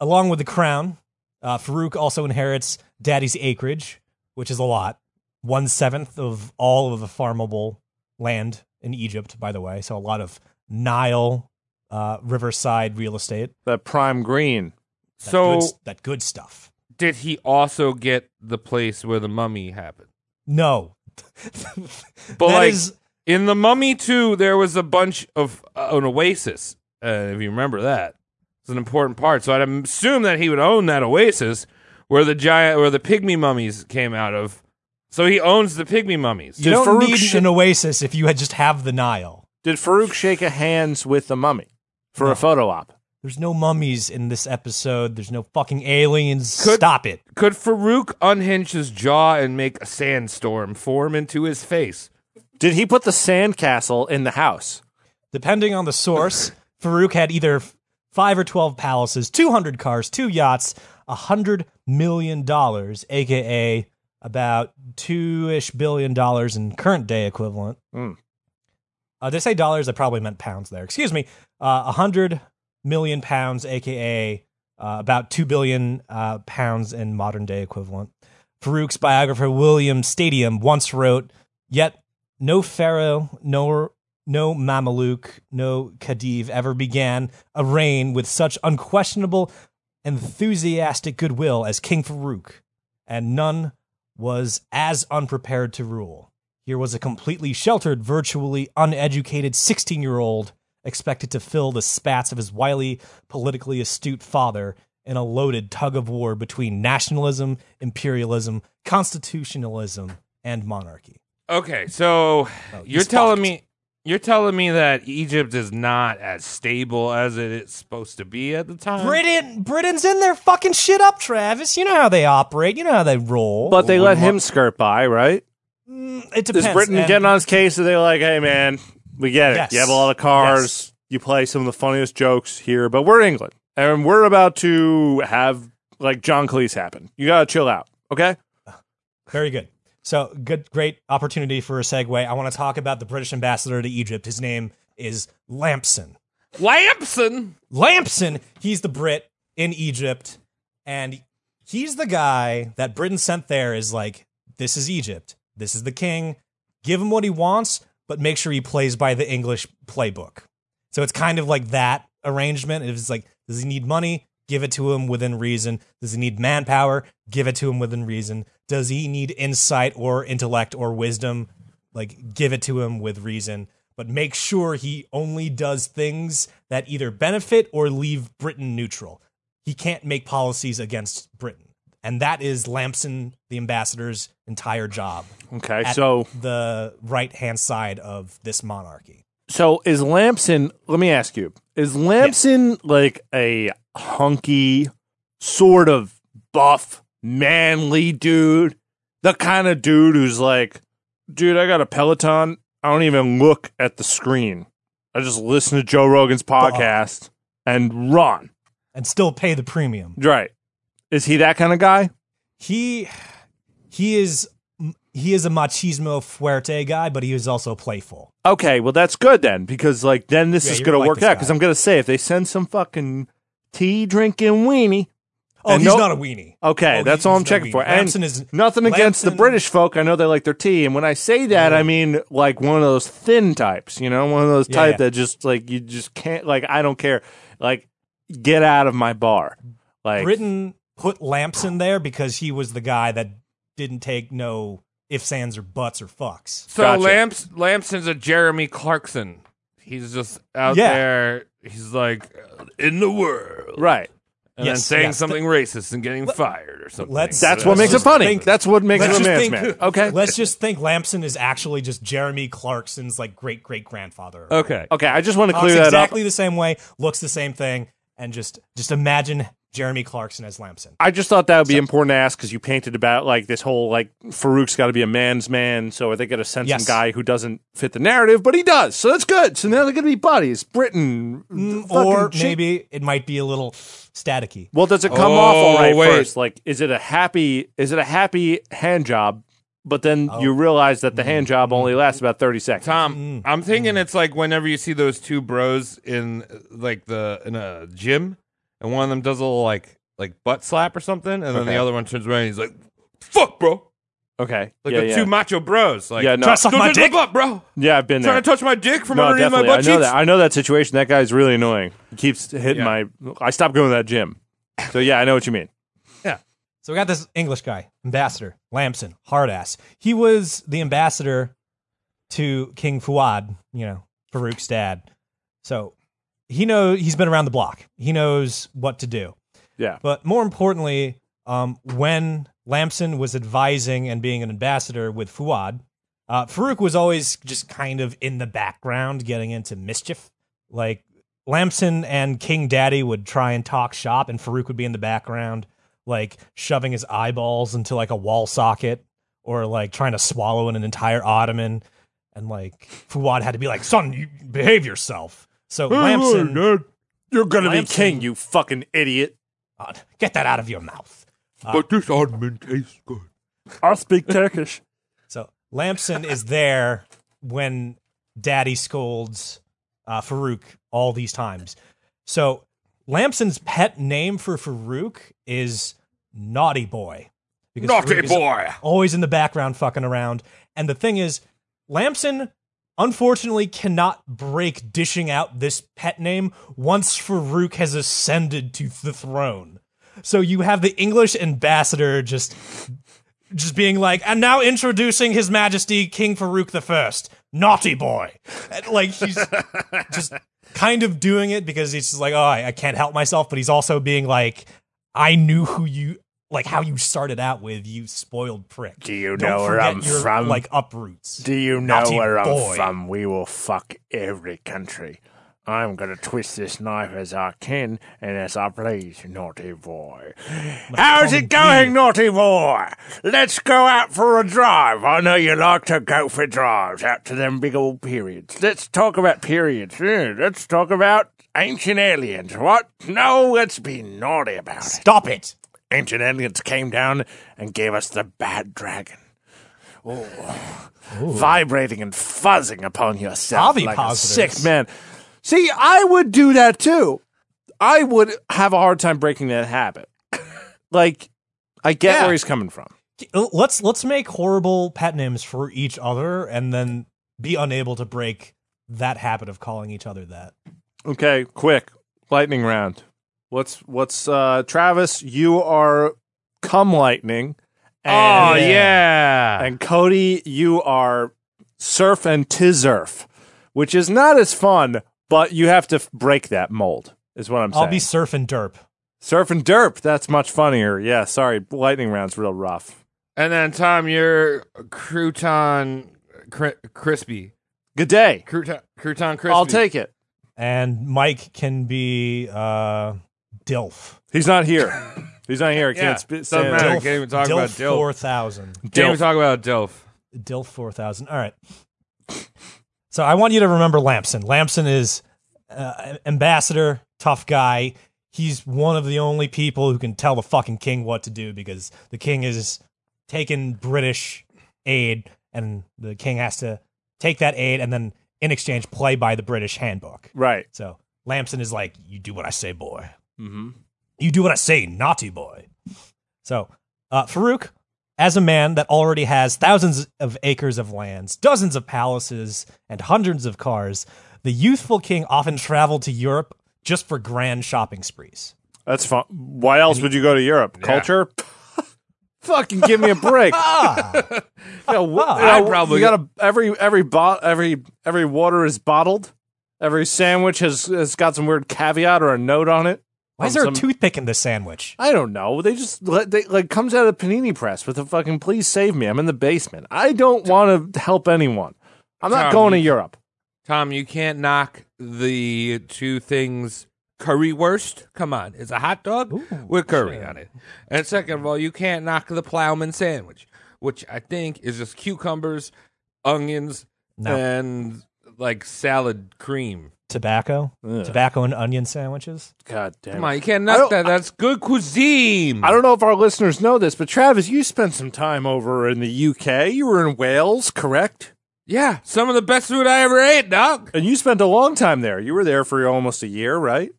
Speaker 8: along with the crown, uh, Farouk also inherits daddy's acreage, which is a lot, one seventh of all of the farmable land in Egypt, by the way. So a lot of Nile uh, riverside real estate.
Speaker 6: The prime green.
Speaker 8: That
Speaker 7: So
Speaker 8: good, s- that good stuff.
Speaker 7: did he also get the place where the mummy happened?
Speaker 8: No,
Speaker 7: But
Speaker 8: That
Speaker 7: like
Speaker 8: is-
Speaker 7: in the Mummy too, there was a bunch of uh, an oasis. Uh, if you remember that, it's an important part. So I'd assume that he would own that oasis where the giant, where the pygmy mummies came out of. So he owns the pygmy mummies.
Speaker 8: you don't
Speaker 6: Farouk
Speaker 8: need
Speaker 6: sh-
Speaker 8: an oasis if you had just have the Nile.
Speaker 6: Did Farouk shake a hands with the mummy for a photo op?
Speaker 8: There's no mummies in this episode. There's no fucking aliens.
Speaker 7: Could-
Speaker 8: Stop it.
Speaker 7: Could Farouk unhinge his jaw and make a sandstorm form into his face?
Speaker 6: Did he put the sandcastle in the house?
Speaker 8: Depending on the source, Farouk had either f- five or 12 palaces, 200 cars, two yachts, $100 million, aka about two ish billion dollars in current day equivalent.
Speaker 6: Mm.
Speaker 8: Uh, they say dollars, I probably meant pounds there. Excuse me. Uh, 100 million pounds, aka uh, about 2 billion uh, pounds in modern day equivalent. Farouk's biographer William Stadium once wrote, Yet no pharaoh, nor no Mameluke, no Khedive ever began a reign with such unquestionable, enthusiastic goodwill as King Farouk, and none was as unprepared to rule. Here was a completely sheltered, virtually uneducated 16 year old expected to fill the spats of his wily, politically astute father in a loaded tug of war between nationalism, imperialism, constitutionalism, and monarchy.
Speaker 7: Okay, so you're
Speaker 8: Oh, he's
Speaker 7: telling
Speaker 8: fucked.
Speaker 7: me you're telling me that Egypt is not as stable as it is supposed to be at the time.
Speaker 8: Britain, Britain's in their fucking shit up, Travis. You know how they operate. You know how they roll.
Speaker 6: But they let him skirt by, right?
Speaker 8: Mm, it
Speaker 6: Does
Speaker 8: depends.
Speaker 6: Britain
Speaker 8: and-
Speaker 6: get on his case? Are they like, hey, man, we get it.
Speaker 8: Yes.
Speaker 6: You have a lot of cars.
Speaker 8: Yes.
Speaker 6: You play some of the funniest jokes here, but we're England. And we're about to have, like, John Cleese happen. You got to chill out, okay?
Speaker 8: Very good. So good, great opportunity for a segue. I want to talk about the British ambassador to Egypt. His name is Lampson.
Speaker 7: Lampson.
Speaker 8: Lampson. He's the Brit in Egypt, and he's the guy that Britain sent there. Is like, this is Egypt. This is the king. Give him what he wants, but make sure he plays by the English playbook. So it's kind of like that arrangement. It's like, does he need money? Give it to him within reason. Does he need manpower? Give it to him within reason. Does he need insight or intellect or wisdom? Like, give it to him with reason. But make sure he only does things that either benefit or leave Britain neutral. He can't make policies against Britain. And that is Lampson, the ambassador's entire job.
Speaker 6: Okay,
Speaker 8: at
Speaker 6: so
Speaker 8: the right hand side of this monarchy.
Speaker 6: so is Lampson? Let me ask you: Is Lampson like a hunky, sort of buff, manly dude? The kind of dude who's like, dude, I got a Peloton. I don't even look at the screen. I just listen to Joe Rogan's podcast and run.
Speaker 8: And still pay the premium.
Speaker 6: Right? Is he that kind of guy?
Speaker 8: he he is he is a machismo fuerte guy, but he is also playful.
Speaker 6: Okay, well that's good then because like then this
Speaker 8: Yeah,
Speaker 6: is
Speaker 8: you're
Speaker 6: gonna
Speaker 8: like
Speaker 6: work
Speaker 8: this
Speaker 6: out
Speaker 8: guy.
Speaker 6: because I'm gonna say if they send some fucking tea drinking weenie.
Speaker 8: Oh,
Speaker 6: And
Speaker 8: he's
Speaker 6: no-
Speaker 8: not a weenie.
Speaker 6: Okay,
Speaker 8: Oh,
Speaker 6: that's
Speaker 8: he-
Speaker 6: all
Speaker 8: he's
Speaker 6: I'm
Speaker 8: no
Speaker 6: checking
Speaker 8: weenie.
Speaker 6: for.
Speaker 8: Lampson
Speaker 6: and
Speaker 8: is-
Speaker 6: nothing against the
Speaker 8: Lampson-
Speaker 6: British folk. I know they like their tea, and when I say that, I mean like one of those thin types. You know, one of those
Speaker 8: Yeah,
Speaker 6: type
Speaker 8: yeah.
Speaker 6: that just like you just can't. Like I don't care. Like get out of my bar. Like
Speaker 8: Britain put Lampson there because he was the guy that didn't take no ifs, ands, or buts or fucks.
Speaker 7: So
Speaker 6: Gotcha.
Speaker 7: Lamps Lampson's a Jeremy Clarkson. He's just out
Speaker 8: Yeah.
Speaker 7: there. He's like uh, in the world,
Speaker 6: right.
Speaker 7: and then
Speaker 8: Yes,
Speaker 7: saying
Speaker 8: yes.
Speaker 7: something racist and getting fired or something.
Speaker 8: let's-
Speaker 7: So
Speaker 6: That's what makes it
Speaker 8: just
Speaker 6: funny.
Speaker 8: think-
Speaker 6: that's what makes
Speaker 8: let's
Speaker 6: it a
Speaker 8: just
Speaker 6: man's
Speaker 8: think-
Speaker 6: man. Okay.
Speaker 8: Let's just think Lampson is actually just Jeremy Clarkson's like great great grandfather.
Speaker 7: Okay.
Speaker 6: Okay. I just want to
Speaker 8: Talks
Speaker 6: clear that
Speaker 8: exactly
Speaker 6: up.
Speaker 8: the same way, looks the same thing, and just just imagine Jeremy Clarkson as Lampson.
Speaker 6: I just thought that would be important to ask because you painted about like this whole like Farouk's got to be a man's man. So are they going to send
Speaker 8: Yes.
Speaker 6: some guy who doesn't fit the narrative, but he does? So that's good. So now they're going to be buddies. Britain,
Speaker 7: Mm,
Speaker 6: fucking
Speaker 8: Or
Speaker 6: shit.
Speaker 8: maybe it might be a little staticky.
Speaker 6: Well, does it come off all
Speaker 7: Oh,
Speaker 6: right
Speaker 7: wait.
Speaker 6: first? Like, is it a happy? Is it a happy hand job? But then
Speaker 7: Oh.
Speaker 6: you realize that the
Speaker 7: Mm-hmm.
Speaker 6: hand job only lasts about thirty seconds.
Speaker 7: Tom,
Speaker 6: Mm-hmm.
Speaker 7: I'm thinking it's like whenever you see those two bros in uh, like the in a gym, and one of them does a little like like butt slap or something, and then the other one turns around and he's like, fuck, bro.
Speaker 6: Okay.
Speaker 7: Like
Speaker 6: yeah,
Speaker 7: the
Speaker 6: yeah.
Speaker 7: two macho bros. Like,
Speaker 6: Yeah, no.
Speaker 8: Try to suck
Speaker 7: don't
Speaker 8: my
Speaker 7: touch
Speaker 8: dick?
Speaker 7: my butt, bro.
Speaker 6: yeah, I've been there.
Speaker 7: Trying to touch my dick from
Speaker 6: no,
Speaker 7: underneath my
Speaker 6: definitely.
Speaker 7: butt
Speaker 6: I know
Speaker 7: cheeks.
Speaker 6: that. I know that situation. That guy's really annoying. He keeps hitting
Speaker 7: Yeah.
Speaker 6: my. I stopped going to that gym. So yeah, I know what you mean.
Speaker 8: So we got this English guy, ambassador Lamson, hard ass. He was the ambassador to King Fuad, you know, Farouk's dad. So he knows he's been around the block. He knows what to do.
Speaker 6: Yeah.
Speaker 8: But more importantly, um, when Lamson was advising and being an ambassador with Fuad, uh, Farouk was always just kind of in the background getting into mischief. Like Lamson and King Daddy would try and talk shop, and Farouk would be in the background, like shoving his eyeballs into like a wall socket or like trying to swallow in an entire ottoman. And like Fuad had to be like, son, you behave yourself. So Lamson.
Speaker 6: You're gonna
Speaker 8: be king,
Speaker 6: you fucking idiot.
Speaker 8: God, Get that out of your mouth.
Speaker 7: But this oddman tastes good.
Speaker 6: I speak Turkish.
Speaker 8: So Lampson is there when Daddy scolds uh, Farouk all these times. So Lampson's pet name for Farouk is Naughty Boy. Because
Speaker 7: Naughty
Speaker 8: Farouk is
Speaker 7: boy.
Speaker 8: Always in the background fucking around. And the thing is, Lampson unfortunately cannot break dishing out this pet name once Farouk has ascended to the throne. So you have the English ambassador just just being like, and now introducing His Majesty King Farouk the First, naughty boy. And, like he's just kind of doing it because he's just like, oh, I, I can't help myself, but he's also being like, I knew who you like how you started out with, you spoiled prick. Do
Speaker 6: you
Speaker 8: Don't
Speaker 6: know where
Speaker 8: forget
Speaker 6: I'm
Speaker 8: your,
Speaker 6: from?
Speaker 8: Like uproots.
Speaker 6: Do you know
Speaker 8: Naughty
Speaker 6: where
Speaker 8: boy.
Speaker 6: I'm from? We will fuck every country. I'm gonna twist this knife as I can and as I please, naughty boy. How's it going, naughty boy? Let's go out for a drive. I know you like to go for drives out to them big old periods. Let's talk about periods. Yeah, let's talk about ancient aliens. What? No, let's be naughty about it.
Speaker 8: Stop it.
Speaker 6: Ancient aliens came down and gave us the bad dragon Oh, vibrating and fuzzing upon yourself
Speaker 8: I'll be
Speaker 6: like
Speaker 8: positive.
Speaker 6: a sick man. See, I would do that too. I would have a hard time breaking that habit. like, I get
Speaker 8: Yeah.
Speaker 6: where he's coming from.
Speaker 8: Let's let's make horrible pet names for each other and then be unable to break that habit of calling each other that.
Speaker 6: Okay, quick lightning round. What's what's uh Travis? You are cum lightning.
Speaker 7: Oh,
Speaker 6: And,
Speaker 7: yeah.
Speaker 6: and Cody, you are surf and tizurf, which is not as fun, but you have to f- break that mold. Is what I'm saying.
Speaker 8: I'll be surf and derp.
Speaker 6: Surf and derp. That's much funnier. Yeah, sorry. Lightning round's real rough.
Speaker 7: And then, Tom, your crouton cri- crispy.
Speaker 6: Good day.
Speaker 7: Crouton, crouton crispy.
Speaker 6: I'll take it.
Speaker 8: And Mike can be uh Dilf.
Speaker 6: He's not here. He's not here. I
Speaker 7: Yeah,
Speaker 6: can't sp-
Speaker 7: doesn't
Speaker 6: stand
Speaker 7: matter.
Speaker 6: it.
Speaker 7: I can't even talk about Dilf.
Speaker 8: four thousand.
Speaker 7: Can't even
Speaker 6: Dilf.
Speaker 7: talk about Dilf.
Speaker 8: Dilf four thousand. All right. So I want you to remember Lampson. Lampson is uh, ambassador, tough guy. He's one of the only people who can tell the fucking king what to do because the king is taking British aid, and the king has to take that aid and then in exchange play by the British handbook.
Speaker 6: Right.
Speaker 8: So Lampson is like, "You do what I say, boy."
Speaker 6: Mm-hmm.
Speaker 8: You do what I say, naughty boy. So, uh, Farouk, as a man that already has thousands of acres of lands, dozens of palaces, and hundreds of cars, the youthful king often traveled to Europe just for grand shopping sprees.
Speaker 6: That's fun. Why else would you go to Europe? Culture? Fucking give me a break. Yeah, wh- you
Speaker 7: I'd
Speaker 6: know,
Speaker 7: probably-
Speaker 6: you gotta every every bo- every every water is bottled. Every sandwich has has got some weird caveat or a note on it.
Speaker 8: Why is
Speaker 6: From
Speaker 8: there a
Speaker 6: some-
Speaker 8: toothpick in this sandwich?
Speaker 6: I don't know. They just let they like comes out of the panini press with a fucking please save me. I'm in the basement. I don't want to help anyone. I'm not
Speaker 7: Tom,
Speaker 6: going to
Speaker 7: you-
Speaker 6: Europe.
Speaker 7: Tom, you can't knock the two things currywurst. Come on, it's a hot dog with curry on it. And second of all, you can't knock the plowman sandwich, which I think is just cucumbers, onions,
Speaker 8: No.
Speaker 7: and like salad cream.
Speaker 8: Tobacco?
Speaker 6: Ugh.
Speaker 8: Tobacco and onion sandwiches?
Speaker 6: God damn.
Speaker 7: Come on, you can't
Speaker 6: I
Speaker 7: knock
Speaker 6: don't-
Speaker 7: that. That's good cuisine.
Speaker 6: I don't know if our listeners know this, but Travis, you spent some time over in the UK. You were in Wales, correct?
Speaker 7: yeah, some of the best food I ever ate, dog.
Speaker 6: And you spent a long time there. You were there for almost a year, right?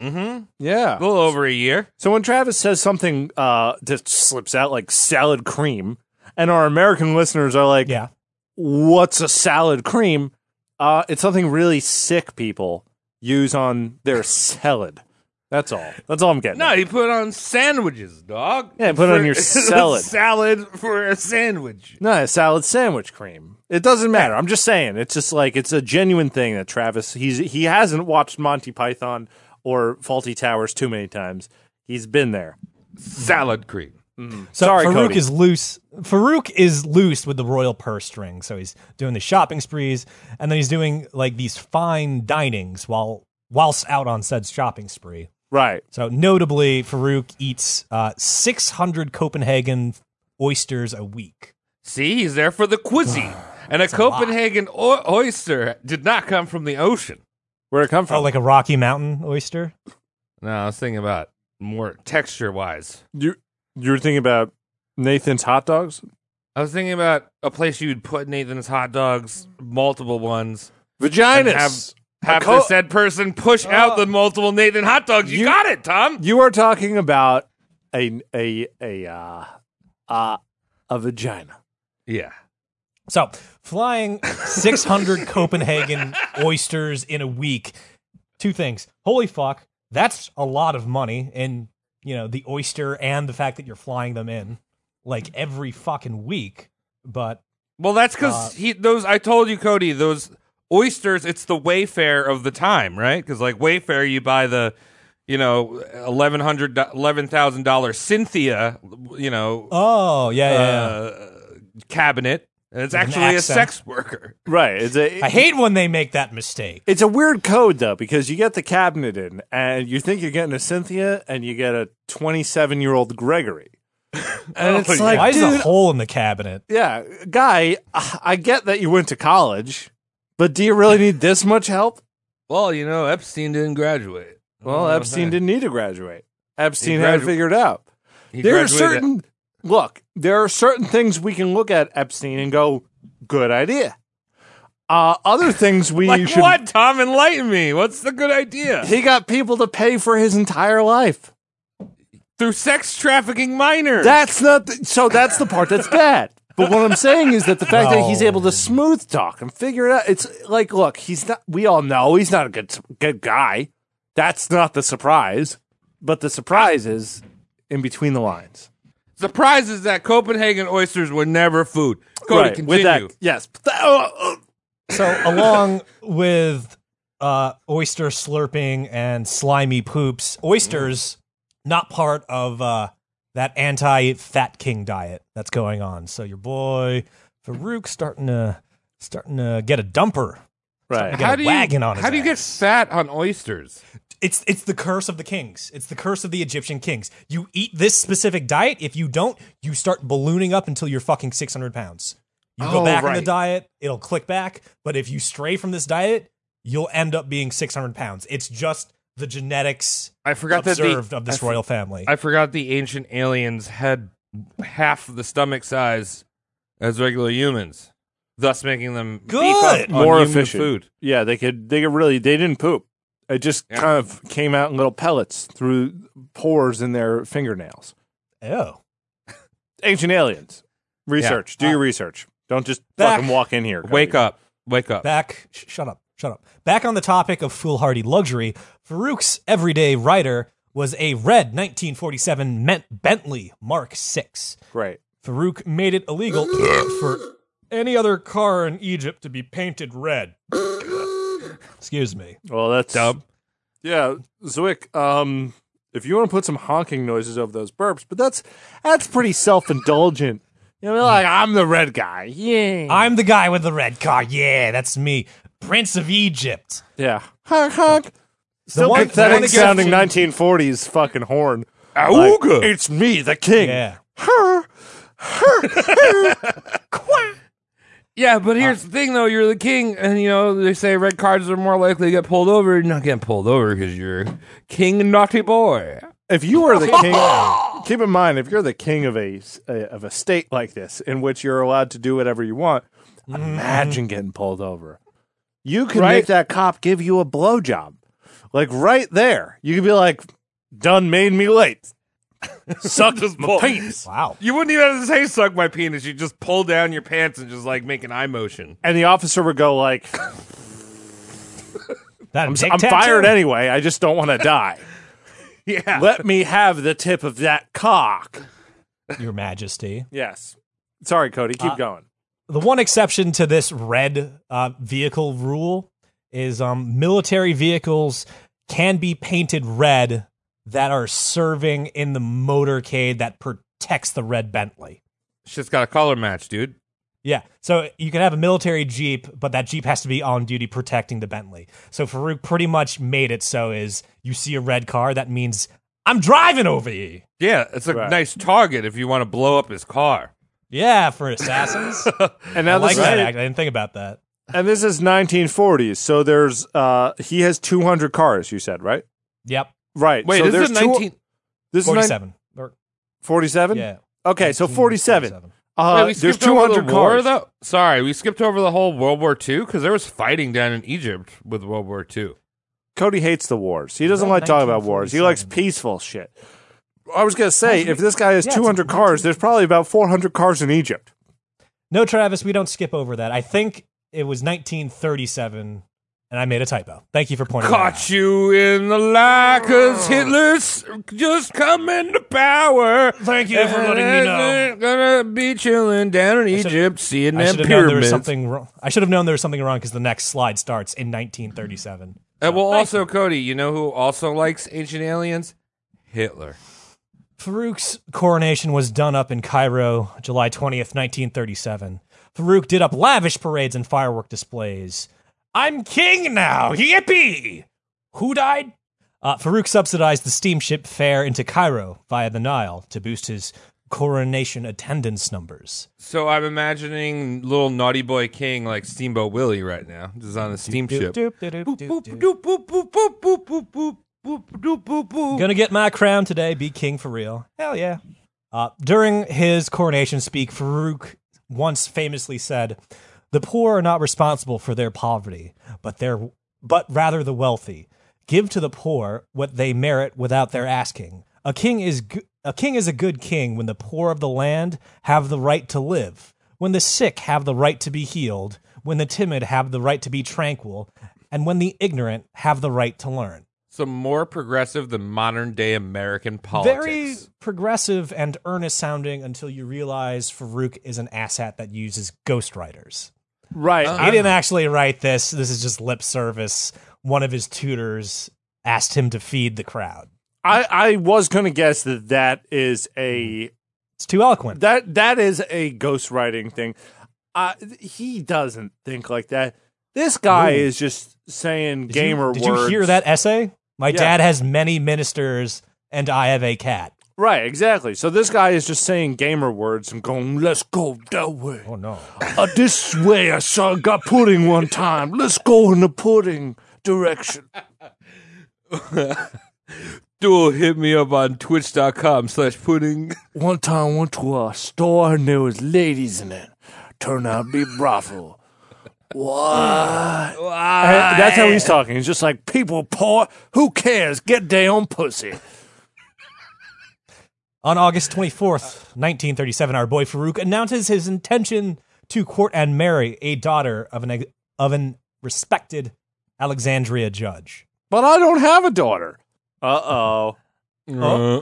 Speaker 7: Mm-hmm.
Speaker 6: Yeah.
Speaker 7: A little over a year.
Speaker 6: So when Travis says something uh, that slips out like salad cream, and our American listeners are like,
Speaker 8: Yeah.
Speaker 6: what's a salad cream? Uh, it's something really sick people use on their salad. That's all. That's all I'm getting.
Speaker 7: No,
Speaker 6: at.
Speaker 7: you put it on sandwiches, dog.
Speaker 6: Yeah, put it on your salad.
Speaker 7: salad for a sandwich.
Speaker 6: No, a salad sandwich cream. It doesn't matter. I'm just saying. It's just like it's a genuine thing that Travis he's he hasn't watched Monty Python or Faulty Towers too many times. He's been there.
Speaker 7: Salad cream.
Speaker 8: So
Speaker 6: Sorry,
Speaker 8: Farouk
Speaker 6: Cody.
Speaker 8: is loose. Farouk is loose with the royal purse string. So he's doing the shopping sprees, and then he's doing like these fine dinings while whilst out on said shopping spree.
Speaker 6: Right.
Speaker 8: So notably, Farouk eats uh, 600 Copenhagen oysters a week.
Speaker 7: See, he's there for the cuisine. and a Copenhagen o- oyster did not come from the ocean.
Speaker 6: Where'd it come from?
Speaker 8: Oh, like a Rocky Mountain oyster?
Speaker 7: No, I was thinking about more texture wise.
Speaker 6: you you were thinking about Nathan's hot dogs?
Speaker 7: I was thinking about a place you'd put Nathan's hot dogs, multiple ones. and
Speaker 6: Vaginas.
Speaker 7: Have, have
Speaker 6: co-
Speaker 7: the said person push out the multiple Nathan hot dogs. Oh. You,
Speaker 6: You-
Speaker 7: got it, Tom.
Speaker 6: you are talking about a a a uh, uh, a vagina.
Speaker 7: Yeah.
Speaker 8: So flying 600 Copenhagen oysters in a week. Two things. Holy fuck, that's a lot of money. And, you know, the oyster and the fact that you're flying them in like every fucking week. But
Speaker 7: Well, that's because he those. I told you, Cody. Those oysters. It's the Wayfair of the time, right? Because like Wayfair, you buy the, you know, eleven hundred, eleven thousand dollar Cynthia, you know,
Speaker 8: oh, yeah, yeah, yeah.
Speaker 7: uh, cabinet, and it's
Speaker 8: With an
Speaker 7: actually a
Speaker 8: accent.
Speaker 7: sex worker.
Speaker 6: Right. It's a
Speaker 8: I hate when they make that mistake.
Speaker 6: it's a weird code though because you get the cabinet in and you think you're getting a Cynthia and you get a 27 year old Gregory. And
Speaker 7: Oh,
Speaker 6: it's like,
Speaker 8: Why is
Speaker 6: dude,
Speaker 8: a hole in the cabinet?
Speaker 6: yeah, guy, I I get that you went to college, but do you really need this much help?
Speaker 7: Well, you know, Epstein didn't graduate.
Speaker 6: Well,
Speaker 7: Okay.
Speaker 6: Epstein didn't need to graduate. Epstein
Speaker 7: Uh-huh. He
Speaker 6: had it
Speaker 7: gradu-
Speaker 6: figured out.
Speaker 7: He
Speaker 6: there are
Speaker 7: graduated-
Speaker 6: certain look there are certain things we can look at epstein and go good idea uh, other things we
Speaker 7: Like
Speaker 6: should
Speaker 7: what, Tom? Enlighten me. What's the good idea?
Speaker 6: he got people to pay for his entire life
Speaker 7: Through sex trafficking minors.
Speaker 6: that's not the, so that's the part that's bad but what i'm saying is that the fact that he's
Speaker 8: No.
Speaker 6: able to smooth talk and figure it out it's like look he's not we all know he's not a good good guy that's not the surprise but the surprise is in between the lines
Speaker 7: Surprise is that Copenhagen oysters were never food. Cody,
Speaker 6: right
Speaker 7: continue.
Speaker 6: with that yes
Speaker 8: So, along with uh, oyster slurping and slimy poops, oysters not part of uh, that anti-fat king diet that's going on. So your boy Farouk starting to starting to get a dumper.
Speaker 6: right
Speaker 8: Got a wagon on his
Speaker 7: how do you get
Speaker 8: ass.
Speaker 7: fat on oysters?
Speaker 8: It's it's the curse of the kings. It's the curse of the Egyptian kings. You eat this specific diet. If you don't, you start ballooning up until you're fucking six hundred pounds. You go
Speaker 6: Oh,
Speaker 8: back on the
Speaker 6: right.
Speaker 8: diet, it'll click back. But if you stray from this diet, you'll end up being six hundred pounds. It's just the genetics
Speaker 7: I forgot that
Speaker 8: observed
Speaker 7: the,
Speaker 8: of this
Speaker 7: I, f-
Speaker 8: royal family.
Speaker 7: I forgot the ancient aliens had half the stomach size as regular humans, thus making them beef up
Speaker 8: Good.
Speaker 7: on
Speaker 6: more
Speaker 7: human
Speaker 6: efficient
Speaker 7: food.
Speaker 6: Yeah, they could. They could really. They didn't poop. It just
Speaker 7: Yeah.
Speaker 6: kind of came out in little pellets through pores in their fingernails.
Speaker 8: oh,
Speaker 6: Ancient aliens. Research. Do your research. Don't just
Speaker 8: Uh, Back-
Speaker 6: fucking walk in here. Cody.
Speaker 7: Wake up! Wake up!
Speaker 8: back. Sh- shut up. Shut up. Back on the topic of foolhardy luxury, Farouk's everyday rider was a red 1947 Ment- Bentley Mark Six.
Speaker 6: Right.
Speaker 8: Farouk made it illegal for any other car in Egypt to be painted red. Excuse me.
Speaker 6: Well, that's
Speaker 7: Dub.
Speaker 6: Yeah, Zwick. Um, if you want to put some honking noises over those burps, but that's that's pretty self indulgent. You know, like I'm the red guy. Yeah.
Speaker 8: I'm the guy with the red car. Yeah, that's me. Prince of Egypt.
Speaker 6: yeah. Honk honk. Still
Speaker 8: one- the
Speaker 6: pathetic
Speaker 8: one
Speaker 6: sounding
Speaker 8: exception-
Speaker 6: 1940s fucking horn. Like,
Speaker 7: Auga!
Speaker 6: it's me, the king.
Speaker 8: Yeah.
Speaker 7: yeah, but here's the thing, though. You're the king, and you know they say red cards are more likely to get pulled over. You're not getting pulled over because you're king naughty boy.
Speaker 6: if you are the king, keep in mind if you're the king of a, a of a state like this in which you're allowed to do whatever you want,
Speaker 8: Mm-hmm.
Speaker 6: imagine getting pulled over. You can
Speaker 7: Right?
Speaker 6: make that cop give you a blowjob, Like right there, you could be like, "Done made me late." Sucked my
Speaker 7: pull.
Speaker 6: penis.
Speaker 8: Wow.
Speaker 7: You wouldn't even have to say "suck my penis." You just pull down your pants and just like make an eye motion.
Speaker 6: And the officer would go like,
Speaker 8: That
Speaker 6: "I'm,
Speaker 8: dick
Speaker 6: I'm
Speaker 8: tattoo?
Speaker 6: fired anyway. I just don't want to die.
Speaker 7: Yeah.
Speaker 6: Let me have the tip of that cock."
Speaker 8: Your Majesty.
Speaker 6: Yes. Sorry, Cody. Keep
Speaker 8: Uh,
Speaker 6: going.
Speaker 8: The one exception to this red uh, vehicle rule is um, military vehicles can be painted red that are serving in the motorcade that protects the red Bentley.
Speaker 7: Shit's got a color match, dude.
Speaker 8: Yeah. So you can have a military Jeep, but that Jeep has to be on duty protecting the Bentley. So Farouk pretty much made it so is you see a red car, that means I'm driving over you.
Speaker 7: Yeah, it's a
Speaker 6: Right.
Speaker 7: nice target if you want to blow up his car.
Speaker 8: Yeah, for assassins.
Speaker 6: And
Speaker 8: I
Speaker 6: now
Speaker 8: like
Speaker 6: this,
Speaker 8: that act. I didn't think about that.
Speaker 6: and this is 1940s. So there's uh he has 200 cars. You said right,
Speaker 8: Yep.
Speaker 6: right.
Speaker 7: Wait,
Speaker 6: so
Speaker 7: this
Speaker 6: there's
Speaker 7: is a 19.
Speaker 6: This is
Speaker 8: 47. Or-
Speaker 6: 47.
Speaker 8: yeah.
Speaker 6: Okay, so 47.
Speaker 8: 1947.
Speaker 6: Uh,
Speaker 7: Wait, we
Speaker 6: there's
Speaker 7: skipped over
Speaker 6: 200
Speaker 7: the war,
Speaker 6: cars.
Speaker 7: though? Sorry, we skipped over the whole World War II because there was fighting down in Egypt with World War II.
Speaker 6: Cody hates the wars. He doesn't
Speaker 8: About
Speaker 6: like talking about wars. He likes
Speaker 8: 1947.
Speaker 6: peaceful shit. I was going to say, if this guy has
Speaker 8: Yeah, it's
Speaker 6: 200
Speaker 8: about
Speaker 6: cars, there's probably about 400 cars in Egypt.
Speaker 8: No, Travis, we don't skip over that. I think it was 1937, and I made a typo. Thank you for pointing that out.
Speaker 7: Caught you in the lie because Hitler's just coming to power.
Speaker 8: Thank you for letting me know.
Speaker 7: Gonna be chilling down in Egypt, seeing
Speaker 8: I
Speaker 7: them
Speaker 8: should have known there was
Speaker 7: pyramids.
Speaker 8: something wrong. I should have known there was something wrong because the next slide starts in 1937.
Speaker 7: And Uh, well,
Speaker 8: Thank
Speaker 7: also, Cody, you know who also likes ancient aliens? Hitler.
Speaker 8: Farouk's coronation was done up in Cairo, July 20th, 1937. Farouk did up lavish parades and firework displays. I'm king now! Yippee! Who died? Uh, Farouk subsidized the steamship fare into Cairo via the Nile to boost his coronation attendance numbers.
Speaker 7: So I'm imagining little naughty boy king like Steamboat Willie right now, just on a steamship.
Speaker 8: Doop, doop, doop, doop,
Speaker 7: Boop,
Speaker 8: doop.
Speaker 7: doop, boop, boop, boop, boop, boop, boop, boop, doop, boop, boop.
Speaker 8: Gonna get my crown today, be king for real. Hell yeah. Uh, during his coronation speak, Farouk once famously said, The poor are not responsible for their poverty, but their but rather the wealthy. Give to the poor what they merit without their asking. A king is go- a king is a good king when the poor of the land have the right to live, when the sick have the right to be healed, when the timid have the right to be tranquil, and when the ignorant have the right to learn.
Speaker 7: So more progressive than modern day American politics.
Speaker 8: Very progressive and earnest sounding until you realize Farouk is an asshat that uses ghostwriters.
Speaker 6: Right.
Speaker 8: He didn't actually write this. This is just lip service. One of his tutors asked him to feed the crowd.
Speaker 6: I, I was going to guess that that is a
Speaker 8: It's too eloquent.
Speaker 6: that that is a ghostwriting thing. Uh, he doesn't think like that. This guy
Speaker 8: No.
Speaker 6: is just saying
Speaker 8: Did you-
Speaker 6: gamer
Speaker 8: Did
Speaker 6: words.
Speaker 8: you hear that essay? My
Speaker 6: Yeah.
Speaker 8: dad has many ministers, and I have a cat.
Speaker 6: Right, exactly. So this guy is just saying gamer words and going, "Let's go that way."
Speaker 8: Oh no!
Speaker 6: Uh, this way, I saw a guy pudding one time. Let's go in the pudding direction.
Speaker 7: Duel hit me up on twitch.com slash pudding.
Speaker 6: One time, went to a store and there was ladies in it. Turned out to be brothel. What?
Speaker 7: Ah.
Speaker 6: That's how he's talking. He's just like, people poor. Who cares? Get their own pussy.
Speaker 8: On August 24th, 1937, our boy Farouk announces his intention to court and marry a daughter of an of an respected Alexandria judge.
Speaker 6: But I don't have a daughter. Uh oh.
Speaker 7: Uh,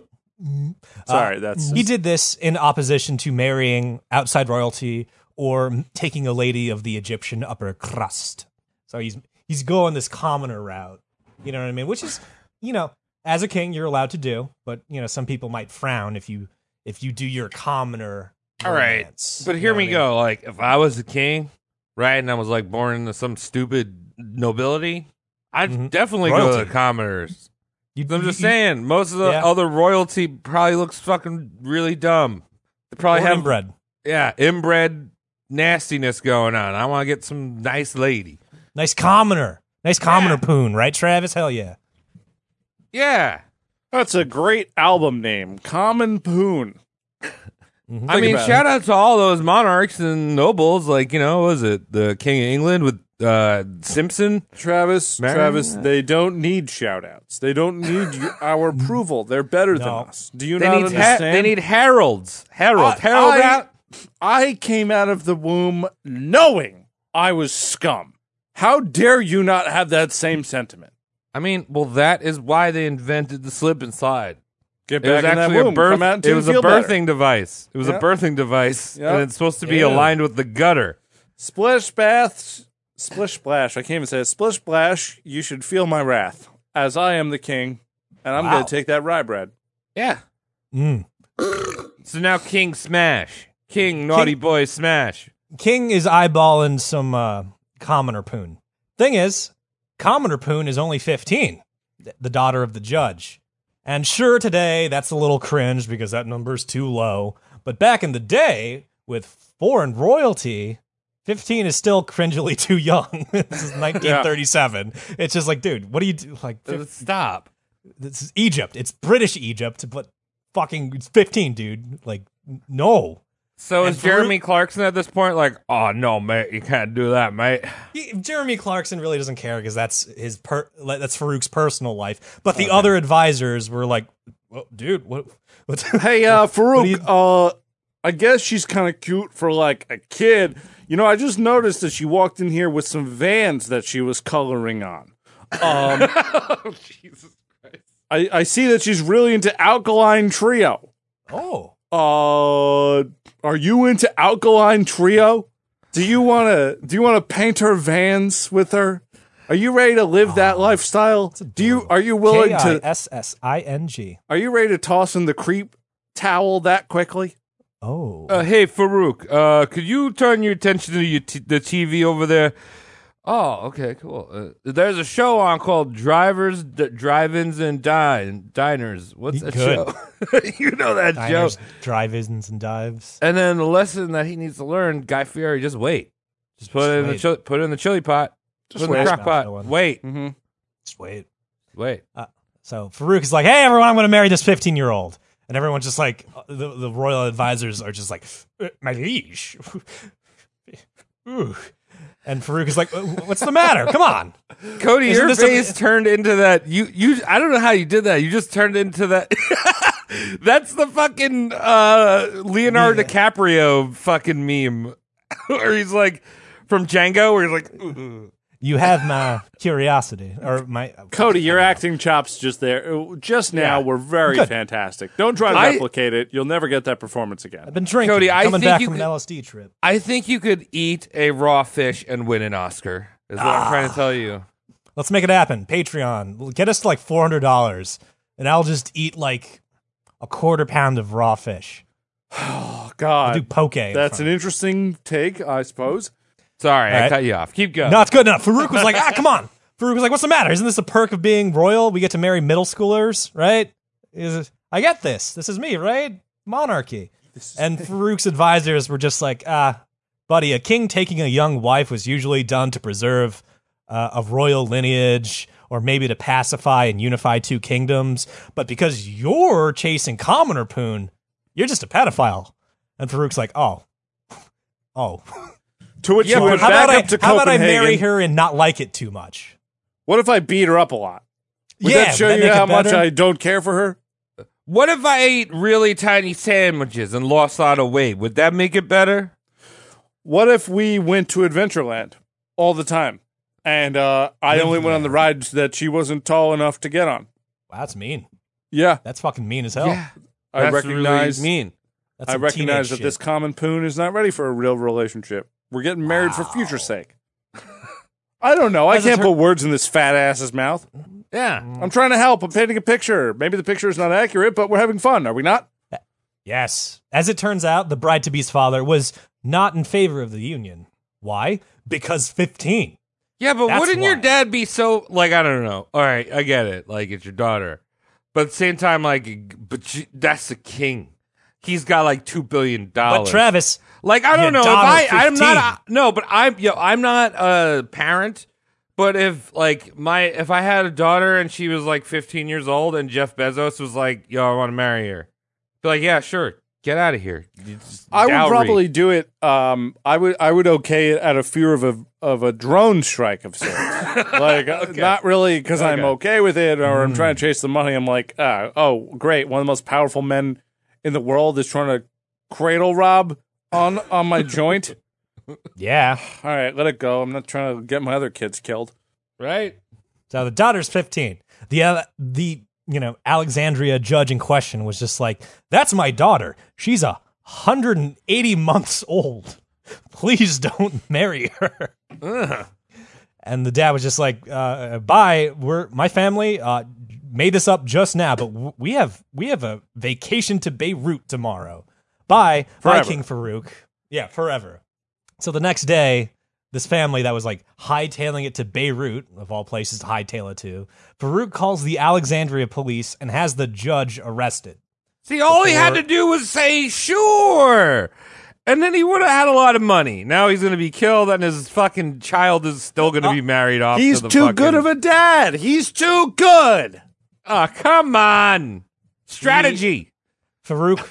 Speaker 6: Sorry, that's
Speaker 8: He did this in opposition to marrying outside royalty or m- taking a lady of the Egyptian upper crust. So he's he's going this commoner route. You know what I mean? Which is, you know, as a king you're allowed to do, but you know, some people might frown if you if you do your commoner
Speaker 7: All right,
Speaker 8: romance.
Speaker 7: but
Speaker 8: You
Speaker 7: here
Speaker 8: know
Speaker 7: we
Speaker 8: what I mean?
Speaker 7: go. Like, if I was a king, right, and I was like born into some stupid nobility, I'd
Speaker 8: Mhm.
Speaker 7: definitely go to
Speaker 8: Royalty.
Speaker 7: the commoners.
Speaker 8: You-
Speaker 7: I'm just
Speaker 8: you- you-
Speaker 7: saying, most of the
Speaker 8: Yeah.
Speaker 7: other royalty probably looks fucking really dumb. They probably
Speaker 8: or
Speaker 7: have
Speaker 8: inbred.
Speaker 7: yeah inbred nastiness going on. I want to get some nice lady.
Speaker 8: Nice commoner. Nice commoner poon, right, Travis? Hell yeah.
Speaker 7: Yeah,
Speaker 6: That's a great album name, Common Poon.
Speaker 7: I mean,
Speaker 6: about it.
Speaker 7: Mm-hmm. shout out to all those monarchs and nobles. Like you know, was it the King of England with uh, Simpson.
Speaker 6: Travis,
Speaker 7: Man.
Speaker 6: Travis, they don't need shout outs. They don't need y- our approval. They're better than
Speaker 8: No.
Speaker 6: us. Do you
Speaker 7: They
Speaker 6: not
Speaker 7: need ha-
Speaker 6: understand?
Speaker 7: they need heralds. Herald.
Speaker 6: I-
Speaker 7: Herald
Speaker 6: I-
Speaker 7: out.
Speaker 6: I came out of the womb knowing I was scum. How dare you not have that same sentiment?
Speaker 7: I mean, well, that is why they invented the slip and slide.
Speaker 6: Get
Speaker 7: It was
Speaker 6: back in that
Speaker 7: actually
Speaker 6: womb.
Speaker 7: a birth.
Speaker 6: Come out until
Speaker 7: it was
Speaker 6: you
Speaker 7: a
Speaker 6: feel
Speaker 7: birthing
Speaker 6: better.
Speaker 7: device. It was
Speaker 6: Yeah.
Speaker 7: a birthing device,
Speaker 6: Yeah.
Speaker 7: and it's supposed to be
Speaker 6: Ew.
Speaker 7: aligned with the gutter.
Speaker 6: Splish baths, splish splash. I can't even say it. Splish splash. You should feel my wrath, as I am the king, and I'm
Speaker 7: Wow.
Speaker 6: going to take that rye bread.
Speaker 7: Yeah.
Speaker 8: Mm.
Speaker 7: So now King Smash, King Naughty Boy Smash.
Speaker 8: King is eyeballing some uh, commoner poon. Thing is, commoner poon is only 15, th- the daughter of the judge. And sure, today that's a little cringe because that number's too low. But back in the day, with foreign royalty, 15 is still cringily too young. this is 1937. It's just like, dude, what do you do? Like,
Speaker 7: Uh, Stop.
Speaker 8: this is Egypt. It's British Egypt, but fucking it's 15, dude. Like, n- no.
Speaker 7: So
Speaker 8: And
Speaker 7: is Jeremy Clarkson at this point like, oh no, mate, you can't do that, mate.
Speaker 8: He- Jeremy Clarkson really doesn't care because that's his per like, that's Farouk's personal life. But the other advisors were like, well, dude, what? What's
Speaker 6: Hey, uh, Farouk,
Speaker 8: do you-
Speaker 6: uh, I guess she's kind of cute for like a kid. You know, I just noticed that she walked in here with some vans that she was coloring on. Um,
Speaker 7: Oh, Jesus.
Speaker 6: I, I see that she's really into Alkaline Trio.
Speaker 8: oh,
Speaker 6: Uh, are you into Alkaline Trio? Do you wanna do you wanna paint her vans with her? Are you ready to live that
Speaker 8: Oh,
Speaker 6: lifestyle? Do you are you willing
Speaker 8: K
Speaker 6: to
Speaker 8: I S S I N G.
Speaker 6: are you ready to toss in the creep towel that quickly?
Speaker 8: Oh,
Speaker 7: Uh, hey Farouk, uh, could you turn your attention to your t- the TV over there? Oh, okay, cool. Uh, there's a show on called Drivers, D- Drive-ins, and Dine Diners. What's that
Speaker 8: Good.
Speaker 7: show? you know that
Speaker 8: diners,
Speaker 7: show.
Speaker 8: drive-ins, and dives.
Speaker 7: And then the lesson that he needs to learn, Guy Fieri, just wait. Just put
Speaker 8: Just
Speaker 7: it in the
Speaker 8: wait.
Speaker 7: chili, put it in the chili pot. Just put it
Speaker 8: wait.
Speaker 7: in the crock
Speaker 8: No
Speaker 7: pot.
Speaker 8: one-
Speaker 7: Wait,
Speaker 8: Just wait.
Speaker 7: wait.
Speaker 8: So Farouk is like, hey, everyone, I'm going to marry this 15 year old. And everyone's just like, uh, the, the royal advisors are just like, "Uh, my liege. Ooh. And Farouk is like, "Uh, what's the matter? Come on.
Speaker 7: Cody,
Speaker 8: Isn't
Speaker 7: your
Speaker 8: this a-
Speaker 7: face turned into that. You, you. I don't know how you did that. You just turned into that. That's the fucking uh, Leonardo DiCaprio fucking meme, where he's like from Django, where he's like, "Ooh."
Speaker 8: You have my curiosity or my.
Speaker 6: Cody, your acting chops just there. Uh, Just now were very
Speaker 8: Good.
Speaker 6: fantastic. Don't try to
Speaker 7: I-
Speaker 6: replicate it. You'll never get that performance
Speaker 8: I've
Speaker 6: again.
Speaker 8: been drinking.
Speaker 7: Cody, I
Speaker 8: coming
Speaker 7: think
Speaker 8: back
Speaker 7: you
Speaker 8: from
Speaker 7: could-
Speaker 8: an LSD trip.
Speaker 7: I think you could eat a raw fish and win an Oscar. Is what I'm trying to tell you.
Speaker 8: Let's make it happen. Patreon. Get us to like $400 and I'll just eat like a quarter pound of raw fish.
Speaker 6: Oh, God.
Speaker 8: Do poke. in
Speaker 6: That's
Speaker 8: front.
Speaker 6: an interesting take, I suppose.
Speaker 7: Sorry, I
Speaker 8: Alright.
Speaker 7: cut you off. Keep going.
Speaker 8: No, it's good enough. Farouk was like, ah, come on. Farouk was like, what's the matter? Isn't this a perk of being royal? We get to marry middle schoolers, right? Is it, I get this. This is me, right? Monarchy. And Farouk's advisors were just like, ah, buddy, a king taking a young wife was usually done to preserve uh, a royal lineage or maybe to pacify and unify two kingdoms. But because you're chasing commoner poon, you're just a pedophile. And Farouk's like, oh, oh.
Speaker 6: To which
Speaker 7: Yeah,
Speaker 6: you
Speaker 7: but
Speaker 6: went
Speaker 8: How
Speaker 6: back
Speaker 8: about, I,
Speaker 6: up to
Speaker 8: how about I
Speaker 6: Copenhagen.
Speaker 8: marry her and not like it too much?
Speaker 6: What if I beat her up a lot? Would that show
Speaker 8: would
Speaker 6: you
Speaker 8: make it
Speaker 6: how much
Speaker 8: better?
Speaker 6: I don't care for her?
Speaker 7: What if I ate really tiny sandwiches and lost a lot of weight? Would that make it better?
Speaker 6: What if we went to Adventureland all the time? And uh, I only went on the rides that she wasn't tall enough to get on.
Speaker 8: Wow, that's mean.
Speaker 6: Yeah,
Speaker 8: That's fucking mean as hell.
Speaker 6: I
Speaker 7: That's
Speaker 6: recognize.
Speaker 7: really mean.
Speaker 8: That's
Speaker 6: I
Speaker 8: some
Speaker 6: recognize that
Speaker 8: teenage
Speaker 6: this
Speaker 8: shit.
Speaker 6: common poon is not ready for a real relationship. We're getting married for future's sake. I don't know. I
Speaker 8: As a
Speaker 6: can't
Speaker 8: tur-
Speaker 6: put words in this fat ass's mouth.
Speaker 7: Yeah.
Speaker 6: I'm trying to help. I'm painting a picture. Maybe the picture is not accurate, but we're having fun, are we not?
Speaker 8: Yes. As it turns out, the bride to be's father was not in favor of the union. Why? Because 15.
Speaker 7: Yeah, but
Speaker 8: That's
Speaker 7: wouldn't your
Speaker 8: why.
Speaker 7: dad be so like I don't know. All right, I get it. Like it's your daughter, but at the same time, like, but she, that's the king. He's got like two billion
Speaker 8: But
Speaker 7: dollars.
Speaker 8: Travis,
Speaker 7: like I
Speaker 8: your
Speaker 7: don't know. If I,
Speaker 8: daughter's
Speaker 7: I'm
Speaker 8: 15.
Speaker 7: not. A, no, but I'm. Yo, I'm not a parent. But if like my if I had a daughter and she was like 15 years old and Jeff Bezos was like, "Yo, I want to marry her," be like, "Yeah, sure, Get out of here. You just-
Speaker 6: I would
Speaker 7: dowry.
Speaker 6: probably do it. Um, I would I would okay it out of fear of a of a drone strike of sorts. like uh, not really because I'm okay with it or I'm
Speaker 8: Mm.
Speaker 6: trying to chase the money. I'm like, uh, oh great, one of the most powerful men in the world is trying to cradle rob on on my joint.
Speaker 8: Yeah.
Speaker 6: All right, let it go. I'm not trying to get my other kids killed.
Speaker 7: right.
Speaker 8: So the daughter's 15. The uh, the you know Alexandria judge in question was just like, "That's my daughter. She's a 180 months old. Please don't marry her." And the dad was just like, uh, "Bye. We're my family uh, made this up just now, but w- we have we have a vacation to Beirut tomorrow. Bye, bye,
Speaker 6: Forever.
Speaker 8: King Farouk. Yeah, forever." So the next day, this family that was like hightailing it to Beirut, of all places to hightail it to, Farouk calls the Alexandria police and has the judge arrested.
Speaker 7: See, all he had to do was say sure. And then he would have had a lot of money. Now he's going to be killed, and his fucking child is still going to be married off.
Speaker 6: Uh, He's
Speaker 7: to the
Speaker 6: too
Speaker 7: fucking-
Speaker 6: good of a dad. He's too good.
Speaker 7: Oh, come on. Strategy.
Speaker 8: Farouk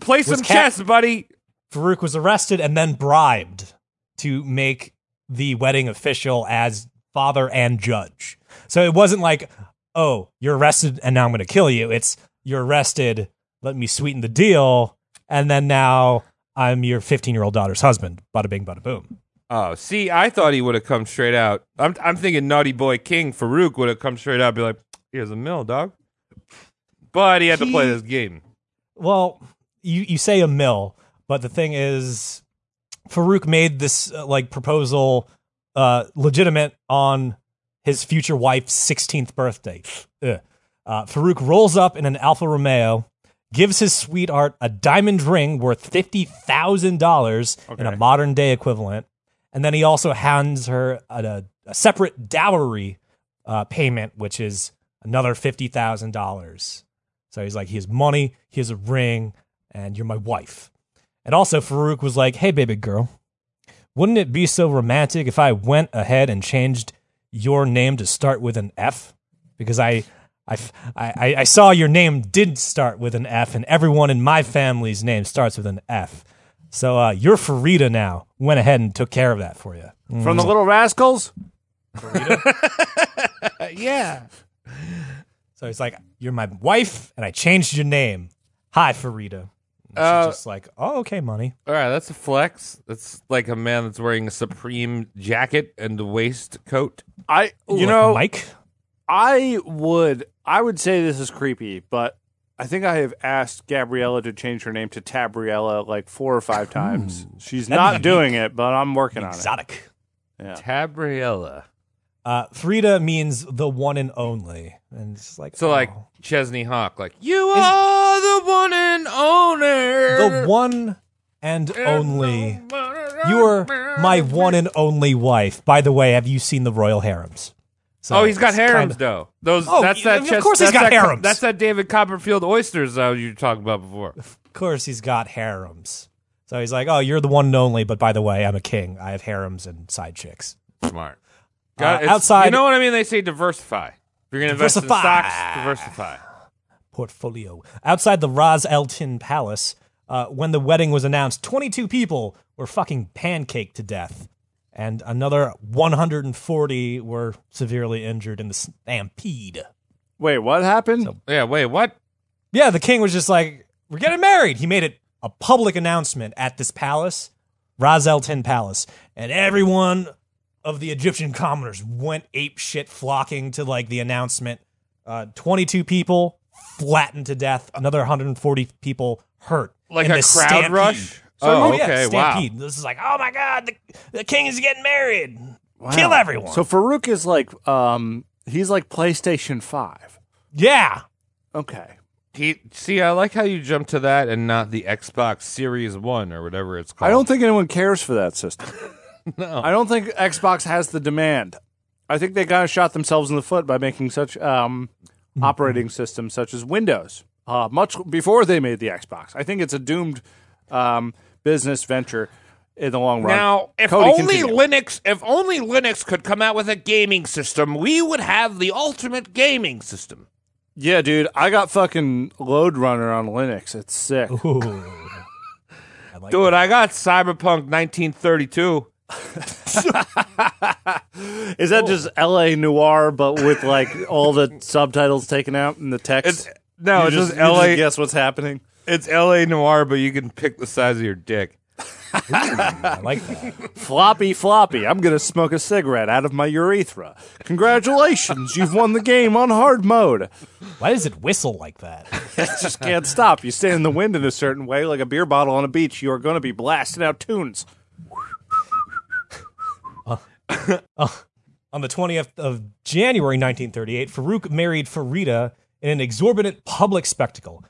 Speaker 7: Play some
Speaker 8: cat-
Speaker 7: chess, buddy.
Speaker 8: Farouk was arrested and then bribed to make the wedding official as father and judge. So it wasn't like, oh, you're arrested and now I'm going to kill you. It's you're arrested, let me sweeten the deal, and then now I'm your 15 year old daughter's husband. Bada bing, bada boom.
Speaker 7: Oh, see, I thought he would have come straight out. I'm, I'm thinking Naughty Boy King Farouk would have come straight out and be like, here's a mill, dog. But he had to play
Speaker 8: He-
Speaker 7: this game.
Speaker 8: Well, you you say a mill, but the thing is, Farouk made this uh, like proposal uh, legitimate on his future wife's 16th birthday. Ugh. Uh, Farouk rolls up in an Alfa Romeo, gives his sweetheart a diamond ring worth fifty thousand dollars in a modern day equivalent, and then he also hands her a, a- a separate dowry uh, payment, which is another fifty thousand dollars. So he's like, here's money, here's a ring, and you're my wife. And also, Farouk was like, hey, baby girl, wouldn't it be so romantic if I went ahead and changed your name to start with an F? Because I, I, I, I saw your name did start with an F, and everyone in my family's name starts with an F. So uh, you're Farida now. Went ahead and took care of that for you.
Speaker 6: From
Speaker 7: Mm.
Speaker 6: the Little Rascals.
Speaker 8: Uh, So he's like, you're my wife, and I changed your name. Hi, Farida. And she's
Speaker 7: Uh,
Speaker 8: just like, oh, okay, money.
Speaker 7: All right, that's a flex. That's like a man that's wearing a Supreme jacket and a waistcoat.
Speaker 6: I
Speaker 8: Ooh,
Speaker 6: you
Speaker 8: like
Speaker 6: know
Speaker 8: Mike.
Speaker 6: I would I would say this is creepy, but I think I have asked Gabriella to change her name to Tabriella like four or five times. She's
Speaker 8: that'd
Speaker 6: not
Speaker 8: be
Speaker 6: doing it, but I'm working on
Speaker 8: Exotic.
Speaker 7: Tabriella.
Speaker 8: Uh, Frida means the one and only, and it's like
Speaker 7: So, like
Speaker 8: oh.
Speaker 7: Chesney Hawk, like, you are the one and owner.
Speaker 8: the one and only. You're my one and only wife. By the way, have you seen the royal harems? So
Speaker 7: Oh, he's got
Speaker 8: it's
Speaker 7: harems
Speaker 8: kinda-
Speaker 7: though. Those
Speaker 8: Oh,
Speaker 7: that's that.
Speaker 8: of
Speaker 7: Chest,
Speaker 8: course he's
Speaker 7: that's
Speaker 8: got
Speaker 7: that,
Speaker 8: harems.
Speaker 7: That's that David Copperfield oysters uh, you were talking about before.
Speaker 8: of course, he's got harems. So he's like, oh, you're the one and only, but by the way, I'm a king. I have harems and side chicks.
Speaker 7: Smart.
Speaker 8: Uh,
Speaker 7: Got, it's-
Speaker 8: outside-
Speaker 7: you know what I mean? They say diversify. If you're gonna invest in
Speaker 8: Diversify.
Speaker 7: stocks, diversify.
Speaker 8: portfolio. Outside the Raz El Tin Palace, uh, when the wedding was announced, 22 people were fucking pancaked to death, and another 140 were severely injured in the stampede.
Speaker 6: it. Wait, what happened?
Speaker 7: Yeah. Wait. What?
Speaker 8: Yeah, the king was just like, "We're getting married." He made it a public announcement at this palace, Raz El Tin Palace, and everyone of the Egyptian commoners went ape shit, flocking to like the announcement. Uh, Twenty-two people flattened to death. Another 140 people hurt.
Speaker 7: Like
Speaker 8: in
Speaker 7: a
Speaker 8: the
Speaker 7: crowd
Speaker 8: stampede.
Speaker 7: rush?
Speaker 8: Oh,
Speaker 7: Oh,
Speaker 8: yeah,
Speaker 7: okay, wow.
Speaker 8: stampede. This is like, oh my god, the, the king is getting married. Kill everyone.
Speaker 6: So Farouk is like um he's like PlayStation five.
Speaker 8: yeah,
Speaker 6: Okay.
Speaker 7: He see. I like how you jump to that and not the Xbox Series One or whatever it's called.
Speaker 6: I don't think anyone cares for that system.
Speaker 7: No.
Speaker 6: I don't think Xbox has the demand. I think they kind of shot themselves in the foot by making such um,
Speaker 7: Mm-hmm.
Speaker 6: operating systems such as Windows uh, much before they made the Xbox. I think it's a doomed um, business venture in the long run.
Speaker 7: Now, if
Speaker 6: Cody,
Speaker 7: only
Speaker 6: continue.
Speaker 7: Linux, if only Linux could come out with a gaming system, we would have the ultimate gaming system.
Speaker 6: yeah, dude, I got fucking Load Runner on Linux. It's sick.
Speaker 8: Ooh. I like
Speaker 7: Dude, I got Cyberpunk 1932.
Speaker 3: Is that just L.A. noir, but with like all the subtitles taken out and the text?
Speaker 7: It's no,
Speaker 3: You
Speaker 7: it's just,
Speaker 3: you
Speaker 7: LA.
Speaker 3: guess what's happening.
Speaker 7: it's LA noir, but you can pick the size of your dick.
Speaker 8: I like that.
Speaker 3: Floppy, floppy. I'm gonna smoke a cigarette out of my urethra. Congratulations, you've won the game on hard mode.
Speaker 8: Why does it whistle like that?
Speaker 3: Just can't stop. You stand in the wind in a certain way, like a beer bottle on a beach. You are gonna be blasting out tunes.
Speaker 8: On the 20th of January 1938, Farouk married Farida in an exorbitant public spectacle.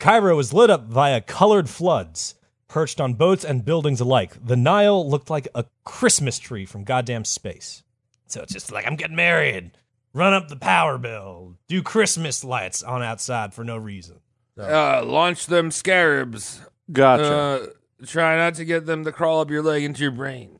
Speaker 8: Cairo was lit up via colored floods, perched on boats and buildings alike. The Nile looked like a Christmas tree from goddamn space. So it's just like, I'm getting married, run up the power bill, do Christmas lights on outside for no reason.
Speaker 7: Uh, launch them scarabs.
Speaker 6: Gotcha.
Speaker 7: Uh, try not to get them to crawl up your leg into your brain.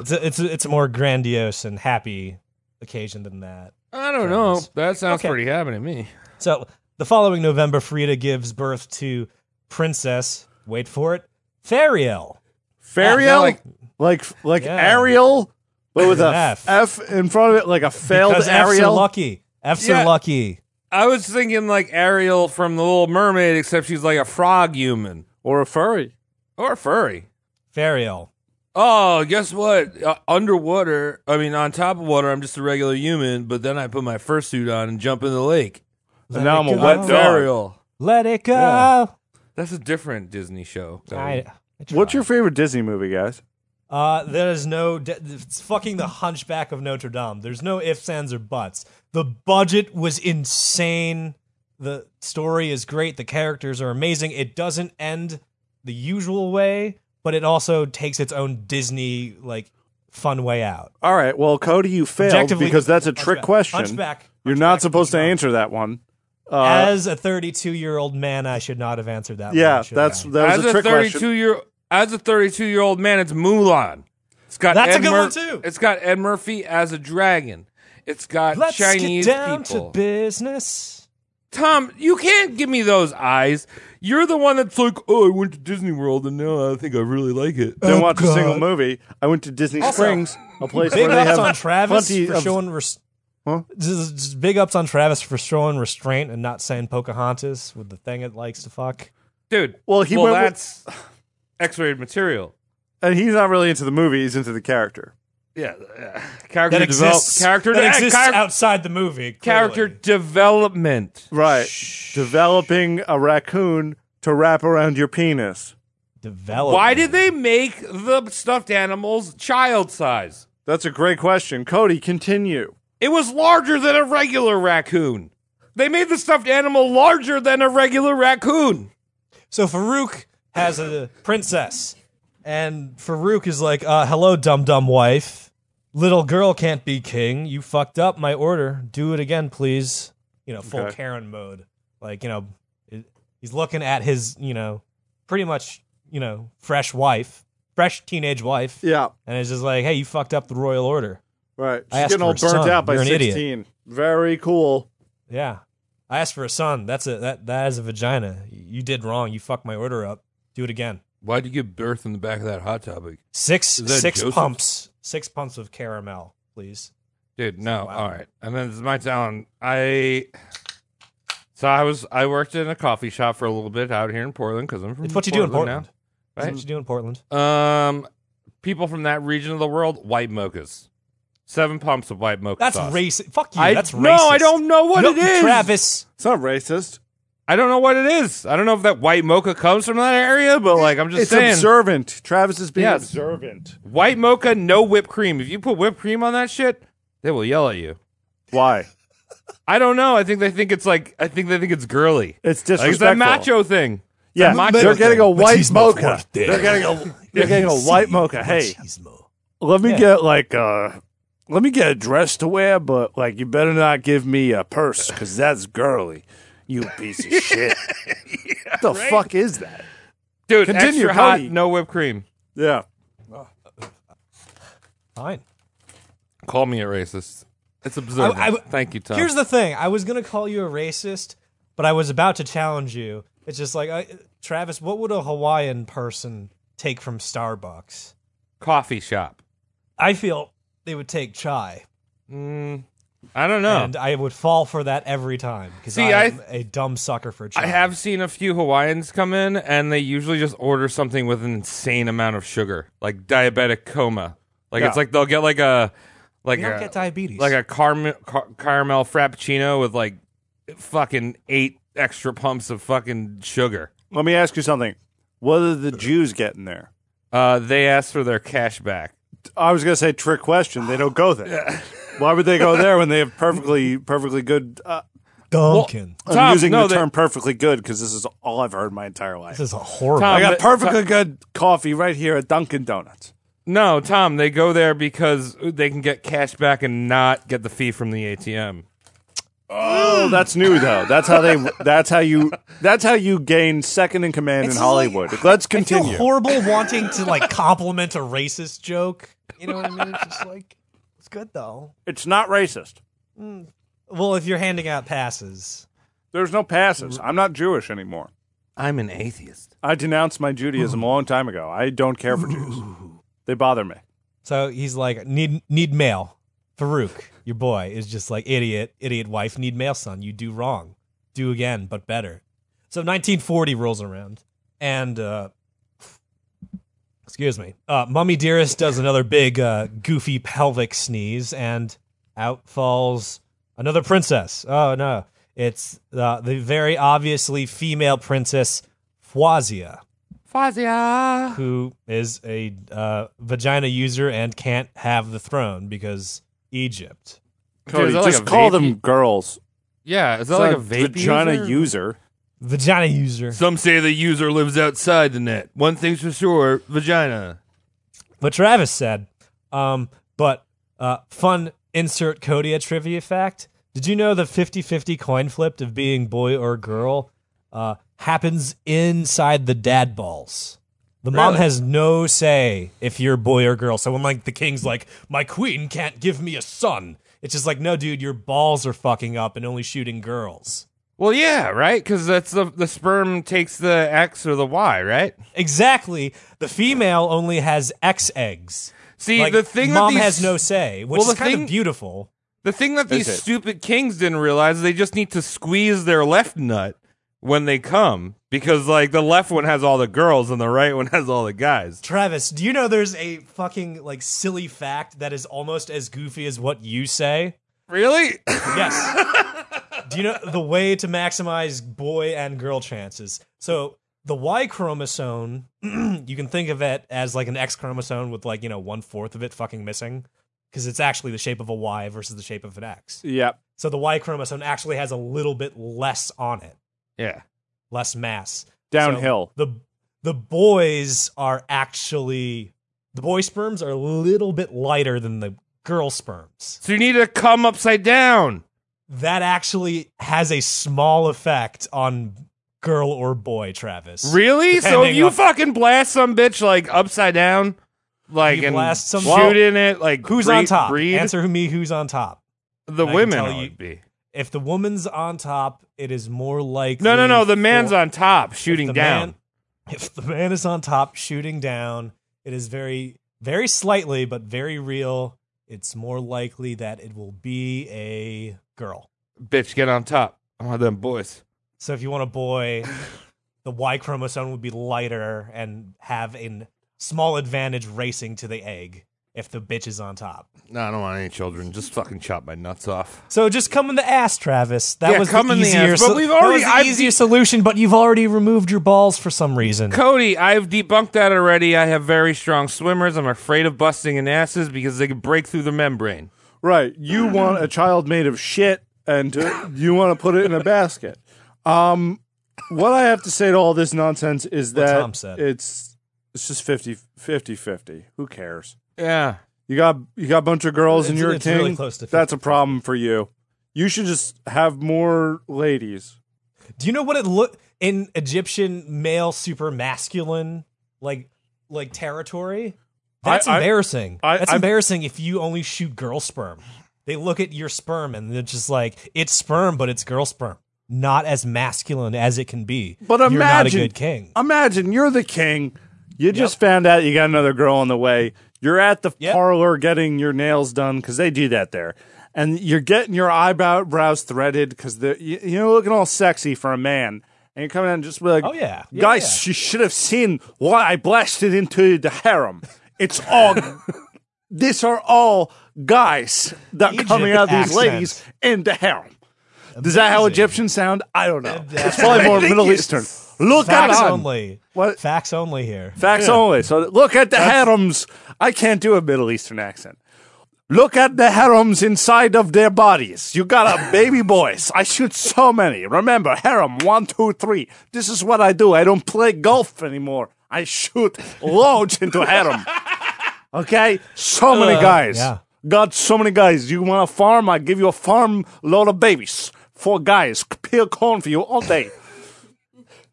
Speaker 8: It's a, it's a, it's a more grandiose and happy occasion than that.
Speaker 7: I don't know.
Speaker 8: Sounds-
Speaker 7: That sounds
Speaker 8: Okay.
Speaker 7: pretty happy to me.
Speaker 8: So the following November, Frida gives birth to Princess, wait for it, Fariel.
Speaker 6: Fariel?
Speaker 7: Yeah,
Speaker 6: like
Speaker 7: like-
Speaker 6: like,
Speaker 8: Yeah.
Speaker 6: Ariel, but with a
Speaker 8: F.
Speaker 6: F. in front of it, like a failed
Speaker 8: Because F's are
Speaker 6: Ariel.
Speaker 8: lucky. F's
Speaker 7: Yeah.
Speaker 8: are lucky.
Speaker 7: I was thinking like Ariel from The Little Mermaid, except she's like a frog human
Speaker 6: or a furry.
Speaker 7: or furry.
Speaker 8: Fariel.
Speaker 7: Oh, guess what? Uh, underwater, I mean, on top of water, I'm just a regular human, but then I put my fursuit on and jump in the lake.
Speaker 8: Let
Speaker 6: now
Speaker 8: it
Speaker 6: I'm a
Speaker 8: go.
Speaker 6: wet
Speaker 7: I'm
Speaker 6: dog.
Speaker 7: Ariel.
Speaker 8: Let it go.
Speaker 7: Yeah. That's a different Disney show. though.
Speaker 8: I- I tried.
Speaker 6: What's your favorite Disney movie, guys?
Speaker 8: Uh, there is no. De- it's fucking the Hunchback of Notre Dame. There's no ifs, ands, or buts. The budget was insane. The story is great. The characters are amazing. It doesn't end the usual way, but it also takes its own Disney like fun way out.
Speaker 6: All right, well, Cody, you failed
Speaker 8: Objectively-
Speaker 6: because that's a trick
Speaker 8: Hunchback.
Speaker 6: question.
Speaker 8: Hunchback.
Speaker 6: You're not
Speaker 8: Hunchback
Speaker 6: supposed to
Speaker 8: Notre Dame.
Speaker 6: answer that one. Uh,
Speaker 8: As a 32 year old man, I should not have answered that. one,
Speaker 6: yeah,
Speaker 8: should
Speaker 6: that's
Speaker 8: I?
Speaker 6: that was
Speaker 7: as
Speaker 6: a
Speaker 7: a,
Speaker 6: trick question.
Speaker 7: 32 year as a 32 year old man, it's Mulan. It's got
Speaker 8: That's a
Speaker 7: Ed
Speaker 8: good
Speaker 7: Mur-
Speaker 8: one, too.
Speaker 7: It's got Ed Murphy as a dragon. It's got
Speaker 8: Let's
Speaker 7: Chinese
Speaker 8: get down
Speaker 7: people.
Speaker 8: to business.
Speaker 7: Tom, you can't give me those eyes. You're the one that's like, oh, I went to Disney World and now I think I really like it.
Speaker 6: Didn't watch a single movie. I went to Disney Springs, a place
Speaker 8: Oh, Big
Speaker 6: where they have
Speaker 8: ups on Travis
Speaker 6: plenty
Speaker 8: for
Speaker 6: of
Speaker 8: showing. Res-
Speaker 6: Huh?
Speaker 8: Just- just big ups on Travis for showing restraint and not saying Pocahontas with the thing it likes to fuck.
Speaker 7: Dude,
Speaker 6: Well, he went with-
Speaker 7: that's X-rated material.
Speaker 6: and he's not really into the movie, he's into the character.
Speaker 7: Yeah, uh, character
Speaker 8: That
Speaker 7: develop-
Speaker 8: exists.
Speaker 7: character
Speaker 8: that
Speaker 7: eh,
Speaker 8: exists
Speaker 7: char-
Speaker 8: outside the movie. clearly.
Speaker 7: character development.
Speaker 6: Right. Developing a raccoon to wrap around your penis.
Speaker 8: development.
Speaker 7: Why did they make the stuffed animals child size?
Speaker 6: That's a great question. Cody, continue.
Speaker 7: It was larger than a regular raccoon. They made the stuffed animal larger than a regular raccoon.
Speaker 8: So Farouk has a princess, and Farouk is like, uh, "Hello, dumb dumb wife. Little girl can't be king. You fucked up my order. Do it again, please." You know, full
Speaker 6: Okay.
Speaker 8: Karen mode. Like you know, it, he's looking at his you know, pretty much you know, fresh wife, fresh teenage wife,
Speaker 6: Yeah.
Speaker 8: and it's just like, "Hey, you fucked up the royal order."
Speaker 6: Right. She's
Speaker 8: I asked
Speaker 6: getting
Speaker 8: for
Speaker 6: all
Speaker 8: a
Speaker 6: burnt
Speaker 8: son.
Speaker 6: out by
Speaker 8: You're an idiot.
Speaker 6: 16. Very cool.
Speaker 8: Yeah, I asked for a son. That's a that that is a vagina. You did wrong. You fucked my order up. Do it again.
Speaker 7: Why'd you give birth in the back of that hot topic?
Speaker 8: Six
Speaker 7: Is that
Speaker 8: six
Speaker 7: Joseph?
Speaker 8: pumps. Six pumps of caramel, please.
Speaker 7: Dude, no.
Speaker 8: Wow.
Speaker 7: All right. And then this is my town. I so I was I worked in a coffee shop for a little bit out here in Portland because I'm from.
Speaker 8: It's what you do in Portland.
Speaker 7: now,
Speaker 8: That's what you do in Portland.
Speaker 7: right? Um, people from that region of the world, white mochas, seven pumps of white mocha.
Speaker 8: That's
Speaker 7: sauce.
Speaker 8: racist. Fuck you.
Speaker 7: I,
Speaker 8: that's racist.
Speaker 7: no, I don't know what
Speaker 8: No,
Speaker 7: it is.
Speaker 8: Travis.
Speaker 6: It's not racist.
Speaker 7: I don't know what it is. I don't know if that white mocha comes from that area, but like I'm just
Speaker 6: it's
Speaker 7: saying,
Speaker 6: observant. Travis is being
Speaker 7: Yeah.
Speaker 6: observant.
Speaker 7: white mocha, no whipped cream. If you put whipped cream on that shit, they will yell at you.
Speaker 6: Why?
Speaker 7: I don't know. I think they think it's like I think they think it's girly.
Speaker 6: It's
Speaker 7: Like it's
Speaker 6: disrespectful.
Speaker 7: that macho thing.
Speaker 6: Yeah,
Speaker 7: That macho
Speaker 6: they're getting a
Speaker 7: thing.
Speaker 6: white
Speaker 8: Machismo
Speaker 6: mocha.
Speaker 8: forte.
Speaker 6: They're getting a they're getting a white mocha. Hey,
Speaker 8: Machismo.
Speaker 6: let me
Speaker 8: Yeah.
Speaker 6: get like uh let me get a dress to wear, but like you better not give me a purse because that's girly. You piece of shit. what the fuck is that?
Speaker 7: dude.
Speaker 6: Continue,
Speaker 7: extra hot,
Speaker 6: Cody.
Speaker 7: no whipped cream.
Speaker 6: Yeah.
Speaker 8: Fine.
Speaker 7: Call me a racist. It's absurd.
Speaker 8: I- I-
Speaker 7: Thank you, Tom.
Speaker 8: Here's the thing. I was gonna call you a racist, but I was about to challenge you. It's just like I, Travis. What would a Hawaiian person take from Starbucks.
Speaker 7: Coffee shop.
Speaker 8: I feel they would take chai,
Speaker 7: Mm, I don't know.
Speaker 8: and uh, I would fall for that every time because
Speaker 7: See,
Speaker 8: I
Speaker 7: I-
Speaker 8: am a dumb sucker for chai.
Speaker 7: I have seen a few Hawaiians come in, and they usually just order something with an insane amount of sugar, like diabetic coma. Like it's
Speaker 6: Yeah.
Speaker 7: like they'll get like a like
Speaker 8: You don't
Speaker 7: a,
Speaker 8: get diabetes.
Speaker 7: like a carme- car- caramel frappuccino with like fucking eight extra pumps of fucking sugar.
Speaker 6: Let me ask you something. What are the Jews getting there?
Speaker 7: Uh, they ask for their cash back.
Speaker 6: I was gonna say trick question. They don't go there. Why would they go there when they have perfectly perfectly good? Uh,
Speaker 8: Dunkin'.
Speaker 6: I'm
Speaker 7: Tom,
Speaker 6: using
Speaker 7: no,
Speaker 6: the
Speaker 7: they-
Speaker 6: term perfectly good because this is all I've heard my entire life.
Speaker 8: this is a horrible.
Speaker 7: Tom,
Speaker 6: I
Speaker 7: but-
Speaker 6: got perfectly good coffee right here at Dunkin' Donuts.
Speaker 7: No, Tom, they go there because they can get cash back and not get the fee from the ATM.
Speaker 6: Oh, that's new though. That's how they. That's how you. That's how you gain second in command
Speaker 8: It's
Speaker 6: in
Speaker 8: like-
Speaker 6: Hollywood. Let's
Speaker 8: I feel
Speaker 6: continue.
Speaker 8: horrible wanting to like compliment a racist joke. You know what I mean? It's just like it's good though.
Speaker 6: it's not racist.
Speaker 8: Well, if you're handing out passes,
Speaker 6: There's no passes. I'm not Jewish anymore.
Speaker 7: I'm an atheist.
Speaker 6: I denounced my Judaism a long time ago. I don't care for Jews. They bother me.
Speaker 8: so he's like, need need mail. Farouk, your boy, is just like idiot, idiot wife, need mail, son. You do wrong, do again, but better. So 1940 rolls around, and uh, excuse me, uh, Mummy Dearest does another big uh, goofy pelvic sneeze, and out falls another princess. Oh no, it's uh, the very obviously female princess Fwazia.
Speaker 7: Fazia.
Speaker 8: who is a uh, vagina user and can't have the throne because Egypt.
Speaker 7: is
Speaker 6: Cody,
Speaker 7: that like
Speaker 6: just
Speaker 7: a
Speaker 6: call
Speaker 7: vape-
Speaker 6: them girls.
Speaker 7: Yeah, is that like a vape
Speaker 6: vagina
Speaker 7: user?
Speaker 6: user?
Speaker 8: Vagina user.
Speaker 7: Some say the user lives outside the net. One thing's for sure, vagina.
Speaker 8: What Travis said. Um, but uh, fun insert Codia trivia fact. Did you know the 50 50 coin flip of being boy or girl uh, happens inside the dad balls? The mom
Speaker 7: Really?
Speaker 8: has no say if you're boy or girl. So when like the king's like, my queen can't give me a son, it's just like, no, dude, your balls are fucking up and only shooting girls.
Speaker 7: Well, yeah, right? Because that's the the sperm takes the X or the Y, right?
Speaker 8: Exactly. The female only has X eggs.
Speaker 7: See,
Speaker 8: Like,
Speaker 7: the thing
Speaker 8: mom
Speaker 7: that these,
Speaker 8: has no say, which
Speaker 7: Well,
Speaker 8: is
Speaker 7: the
Speaker 8: kind
Speaker 7: thing-
Speaker 8: of beautiful.
Speaker 7: the thing that these
Speaker 6: Is it?
Speaker 7: stupid kings didn't realize is they just need to squeeze their left nut when they come because like the left one has all the girls and the right one has all the guys.
Speaker 8: Travis, do you know there's a fucking like silly fact that is almost as goofy as what you say?
Speaker 7: Really?
Speaker 8: Yes. do you know the way to maximize boy and girl chances? So the Y chromosome, you can think of it as like an X chromosome with like, you know, one fourth of it fucking missing. Because it's actually the shape of a Y versus the shape of an X.
Speaker 6: Yep.
Speaker 8: So the Y chromosome actually has a little bit less on it,
Speaker 7: yeah.
Speaker 8: less mass.
Speaker 6: Downhill.
Speaker 8: So the the boys are actually the boy sperms are a little bit lighter than the girl sperms.
Speaker 7: So you need to come upside down.
Speaker 8: That actually has a small effect on girl or boy, Travis.
Speaker 7: Really? so
Speaker 8: Depending
Speaker 7: if you
Speaker 8: on-
Speaker 7: fucking blast some bitch like upside down, like
Speaker 8: You
Speaker 7: and
Speaker 8: blast some-
Speaker 7: shoot
Speaker 8: Well,
Speaker 7: in it, like
Speaker 8: Who's
Speaker 7: breed,
Speaker 8: on top?
Speaker 7: Breed
Speaker 8: Answer me who's on top.
Speaker 7: the
Speaker 8: I can
Speaker 7: women
Speaker 8: tell
Speaker 7: I
Speaker 8: you-
Speaker 7: would be.
Speaker 8: If the woman's on top, it is more likely
Speaker 7: No, no, no. The man's
Speaker 8: for-
Speaker 7: on top,
Speaker 8: if
Speaker 7: shooting
Speaker 8: the
Speaker 7: down.
Speaker 8: man- if the man is on top shooting down, it is very, very slightly, but very real. It's more likely that it will be a girl.
Speaker 7: Bitch, get on top. I'm one of them boys.
Speaker 8: So if you want a boy, the Y chromosome would be lighter and have a small advantage racing to the egg if the bitch is on top.
Speaker 7: No, I don't want any children. Just fucking chop my nuts off.
Speaker 8: So just come in the ass, Travis. That
Speaker 7: Yeah,
Speaker 8: was
Speaker 7: come
Speaker 8: the
Speaker 7: in the ass,
Speaker 8: easier.
Speaker 7: but
Speaker 8: so-
Speaker 7: we've
Speaker 8: that
Speaker 7: already-
Speaker 8: was the
Speaker 7: I've
Speaker 8: easier solution, but you've already removed your balls for some reason.
Speaker 7: Cody, I've debunked that already. I have very strong swimmers. I'm afraid of busting in asses because they can break through the membrane.
Speaker 6: Right. You want a child made of shit and to, you want to put it in a basket. Um, what I have to say to all this nonsense is that
Speaker 8: Tom said.
Speaker 6: it's it's just 50 50 50. Who cares?
Speaker 7: Yeah.
Speaker 6: You got you got a bunch of girls and
Speaker 8: It's-
Speaker 6: you're
Speaker 8: it's
Speaker 6: a king.
Speaker 8: really close to
Speaker 6: That's a problem for you. You should just have more ladies.
Speaker 8: Do you know what it look in Egyptian male super masculine like like territory? That's
Speaker 6: I- I-
Speaker 8: embarrassing.
Speaker 6: I-
Speaker 8: That's
Speaker 6: I've-
Speaker 8: embarrassing if you only shoot girl sperm. They look at your sperm and they're just like, it's sperm, but it's girl sperm. Not as masculine as it can be.
Speaker 6: But
Speaker 8: You're not a
Speaker 6: imagine Oh
Speaker 8: good king.
Speaker 6: Imagine you're the king. You just found out you got another girl on the way. You're at the
Speaker 8: Yep.
Speaker 6: parlor getting your nails done because they do that there. And you're getting your eyebrow brows threaded because you're looking all sexy for a man. And you're coming out and just be like,
Speaker 8: Oh, yeah. Yeah,
Speaker 6: Guys,
Speaker 8: yeah.
Speaker 6: you should have seen what I blasted into the harem. It's all, these are all guys that are
Speaker 8: Egypt
Speaker 6: coming out of these
Speaker 8: accent.
Speaker 6: ladies in the harem. Is that how Egyptians sound? I don't know. It's
Speaker 8: That's-
Speaker 6: probably more
Speaker 3: I think
Speaker 6: Middle
Speaker 3: it's
Speaker 6: Eastern. Look at
Speaker 8: Facts
Speaker 6: them.
Speaker 8: only.
Speaker 6: What?
Speaker 8: Facts only here.
Speaker 6: Facts only. So look at the harems. I can't do a Middle Eastern accent. Look at the harems inside of their bodies. You got a baby boys. I shoot so many. Remember, harem one, two, three. This is what I do. I don't play golf anymore. I shoot loads into harem. Okay, so many guys.
Speaker 8: yeah.
Speaker 6: Got so many guys. You want a farm? I give you a farm load of babies. Four guys peel corn for you all day.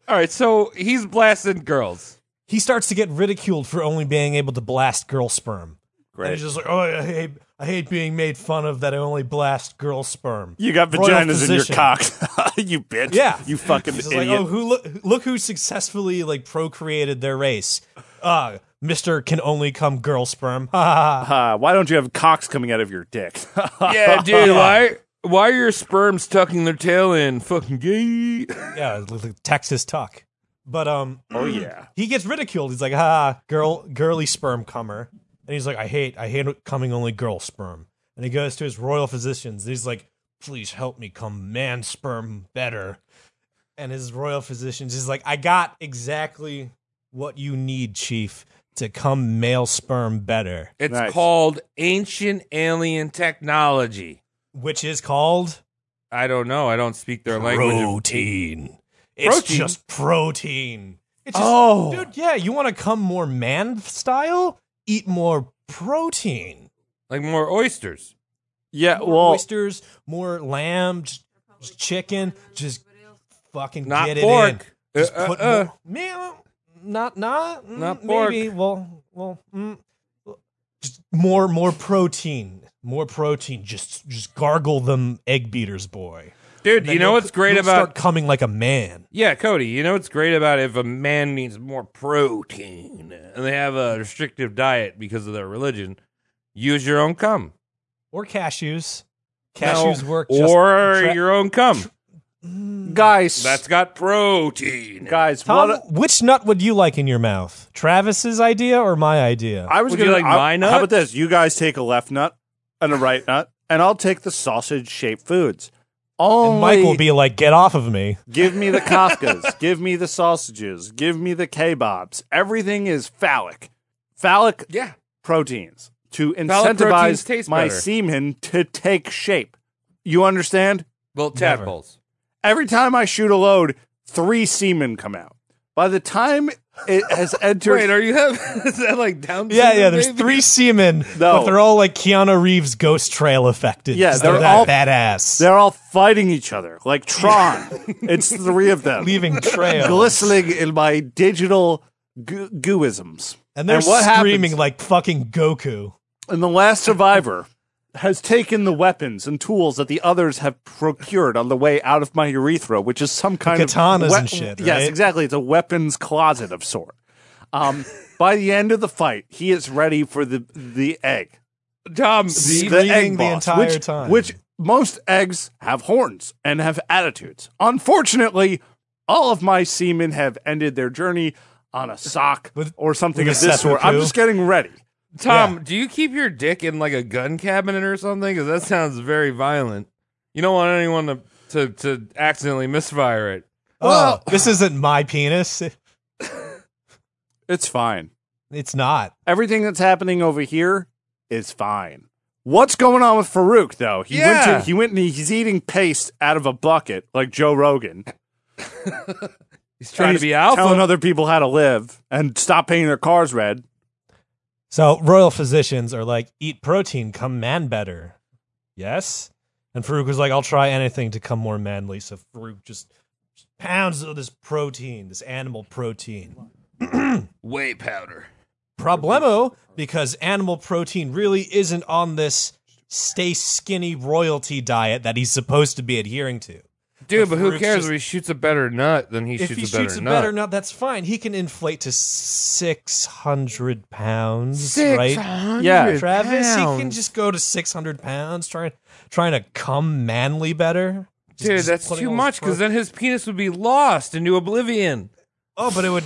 Speaker 7: All right, so he's blasting girls.
Speaker 8: He starts to get ridiculed for only being able to blast girl sperm. And he's just like, oh, I hate, I hate being made fun of that I only blast girl sperm.
Speaker 6: You got
Speaker 8: Royal
Speaker 6: vaginas in your
Speaker 8: physician.
Speaker 6: cock. you bitch.
Speaker 8: Yeah.
Speaker 6: You fucking
Speaker 8: He's just
Speaker 6: idiot.
Speaker 8: like, oh, who look, look who successfully like procreated their race. Uh, Mister can only come girl sperm. Ha, ha, ha.
Speaker 6: Uh, why don't you have cocks coming out of your dick? Oh,
Speaker 7: Yeah, dude. Why? Why are your sperms tucking their tail in? Fucking gay.
Speaker 8: yeah, it looks like Texas tuck. But um,
Speaker 6: oh, yeah.
Speaker 8: he gets ridiculed. He's like, ha, girl, girly sperm comer. And he's like, I hate, I hate coming only girl sperm. And he goes to his royal physicians. And he's like, please help me come man sperm better. And his royal physicians is like, I got exactly what you need, chief, to come male sperm better,
Speaker 7: It's
Speaker 6: Nice.
Speaker 7: called ancient alien technology.
Speaker 8: which is called
Speaker 7: I don't know. I don't speak their language.
Speaker 8: protein. It's
Speaker 7: Protein?
Speaker 8: just protein. It's just,
Speaker 7: Oh.
Speaker 8: dude, yeah, you want to come more man style? Eat more protein.
Speaker 7: Like more oysters.
Speaker 6: Yeah,
Speaker 8: more
Speaker 6: well,
Speaker 8: oysters, more lamb, just, just chicken, just fucking
Speaker 7: Not
Speaker 8: get it
Speaker 7: pork.
Speaker 8: in. Just
Speaker 7: Uh, uh,
Speaker 8: put
Speaker 7: uh.
Speaker 8: more- Meh, not not mm,
Speaker 7: Not
Speaker 8: Maybe. Well, well, mm, just more more protein, more protein. Just just gargle them egg beaters, boy.
Speaker 7: Dude, you know what's great
Speaker 8: You'll
Speaker 7: about
Speaker 8: start coming like a man.
Speaker 7: Yeah, Cody, you know what's great about if a man needs more protein and they have a restrictive diet because of their religion, use your own cum.
Speaker 8: Or cashews.
Speaker 7: No,
Speaker 8: Cashews work just
Speaker 7: Or
Speaker 8: tra- Mm.
Speaker 7: your own cum.
Speaker 6: guys,
Speaker 7: That's got protein.
Speaker 6: guys,
Speaker 8: Tom,
Speaker 6: what? a-
Speaker 8: which nut would you like in your mouth? Travis's idea or my idea?
Speaker 6: I was
Speaker 7: Would you
Speaker 6: gonna
Speaker 7: like
Speaker 6: I-
Speaker 7: my nut?
Speaker 6: How about this? You guys take a left nut and a right nut, and I'll take the sausage-shaped foods. Only
Speaker 8: and Mike will be like, "Get off of me."
Speaker 6: give me the Kafkas, give me the sausages, give me the kebabs. Everything is phallic, phallic
Speaker 7: Yeah.
Speaker 6: proteins to
Speaker 7: Phallic proteins
Speaker 6: incentivize
Speaker 7: taste
Speaker 6: my
Speaker 7: better.
Speaker 6: semen to take shape. You understand?
Speaker 7: Well, tadpoles.
Speaker 6: Every time I shoot a load, three semen come out. By the time it has entered,
Speaker 7: Wait, are you having is that like down?
Speaker 8: Yeah,
Speaker 7: syndrome,
Speaker 8: yeah. There's
Speaker 7: maybe?
Speaker 8: three seamen,
Speaker 6: No.
Speaker 8: but they're all like Keanu Reeves Ghost Trail affected.
Speaker 6: Yeah,
Speaker 8: Just
Speaker 6: they're
Speaker 8: that
Speaker 6: all-
Speaker 8: badass.
Speaker 6: they're all fighting each other like Tron. it's three of them
Speaker 8: leaving trail,
Speaker 6: glistening in my digital goo- gooisms.
Speaker 8: and they're
Speaker 6: and what
Speaker 8: screaming
Speaker 6: happens?
Speaker 8: like fucking Goku.
Speaker 6: And the last survivor has taken the weapons and tools that the others have procured on the way out of my urethra, which is some kind
Speaker 8: katanas
Speaker 6: of
Speaker 8: and shit,
Speaker 6: Yes,
Speaker 8: right?
Speaker 6: exactly. It's a weapons closet of sort. Um, by the end of the fight, he is ready for the the egg.
Speaker 7: Tom,
Speaker 6: the,
Speaker 7: the,
Speaker 6: the egg
Speaker 8: Screaming the
Speaker 6: boss,
Speaker 8: entire
Speaker 6: which,
Speaker 8: time.
Speaker 6: Which most eggs have horns and have attitudes. Unfortunately, all of my seamen have ended their journey on a sock
Speaker 8: With-
Speaker 6: or something
Speaker 8: with
Speaker 6: of
Speaker 8: a
Speaker 6: this sort. I'm
Speaker 8: seppuku.
Speaker 6: just getting ready.
Speaker 7: Tom, do you keep your dick in like a gun cabinet or something? Because that sounds very violent. You don't want anyone to to, to accidentally misfire it.
Speaker 8: Well, Oh, this isn't my penis.
Speaker 6: It's fine.
Speaker 8: It's not.
Speaker 6: Everything that's happening over here is fine. What's going on with Farouk though? He went
Speaker 7: Yeah.
Speaker 6: to, he went and he's eating paste out of a bucket like Joe Rogan.
Speaker 7: He's trying
Speaker 6: And
Speaker 7: to be
Speaker 6: he's
Speaker 7: alpha.
Speaker 6: telling other people how to live and stop painting their cars red.
Speaker 8: So royal physicians are like, "Eat protein, come man better." Yes. And Farouk was like, "I'll try anything to come more manly." So Farouk just pounds of this protein, this animal protein.
Speaker 7: Whey powder.
Speaker 8: problemo because animal protein really isn't on this stay skinny royalty diet that he's supposed to be adhering to.
Speaker 7: Dude, but who
Speaker 8: Farouk's
Speaker 7: cares?
Speaker 8: just-
Speaker 7: if he shoots a better nut, then he
Speaker 8: if
Speaker 7: shoots
Speaker 8: he
Speaker 7: a better
Speaker 8: shoots a
Speaker 7: nut.
Speaker 8: better nut, that's fine. He can inflate to six hundred pounds, right?
Speaker 7: 600
Speaker 6: Yeah.
Speaker 8: Travis, he can
Speaker 7: pounds.
Speaker 8: just go to six hundred pounds, trying trying to come manly better. Just-
Speaker 7: Dude,
Speaker 8: just
Speaker 7: that's
Speaker 8: putting
Speaker 7: too
Speaker 8: all
Speaker 7: much
Speaker 8: his
Speaker 7: because
Speaker 8: work-
Speaker 7: then his penis would be lost into oblivion.
Speaker 8: oh, but it would,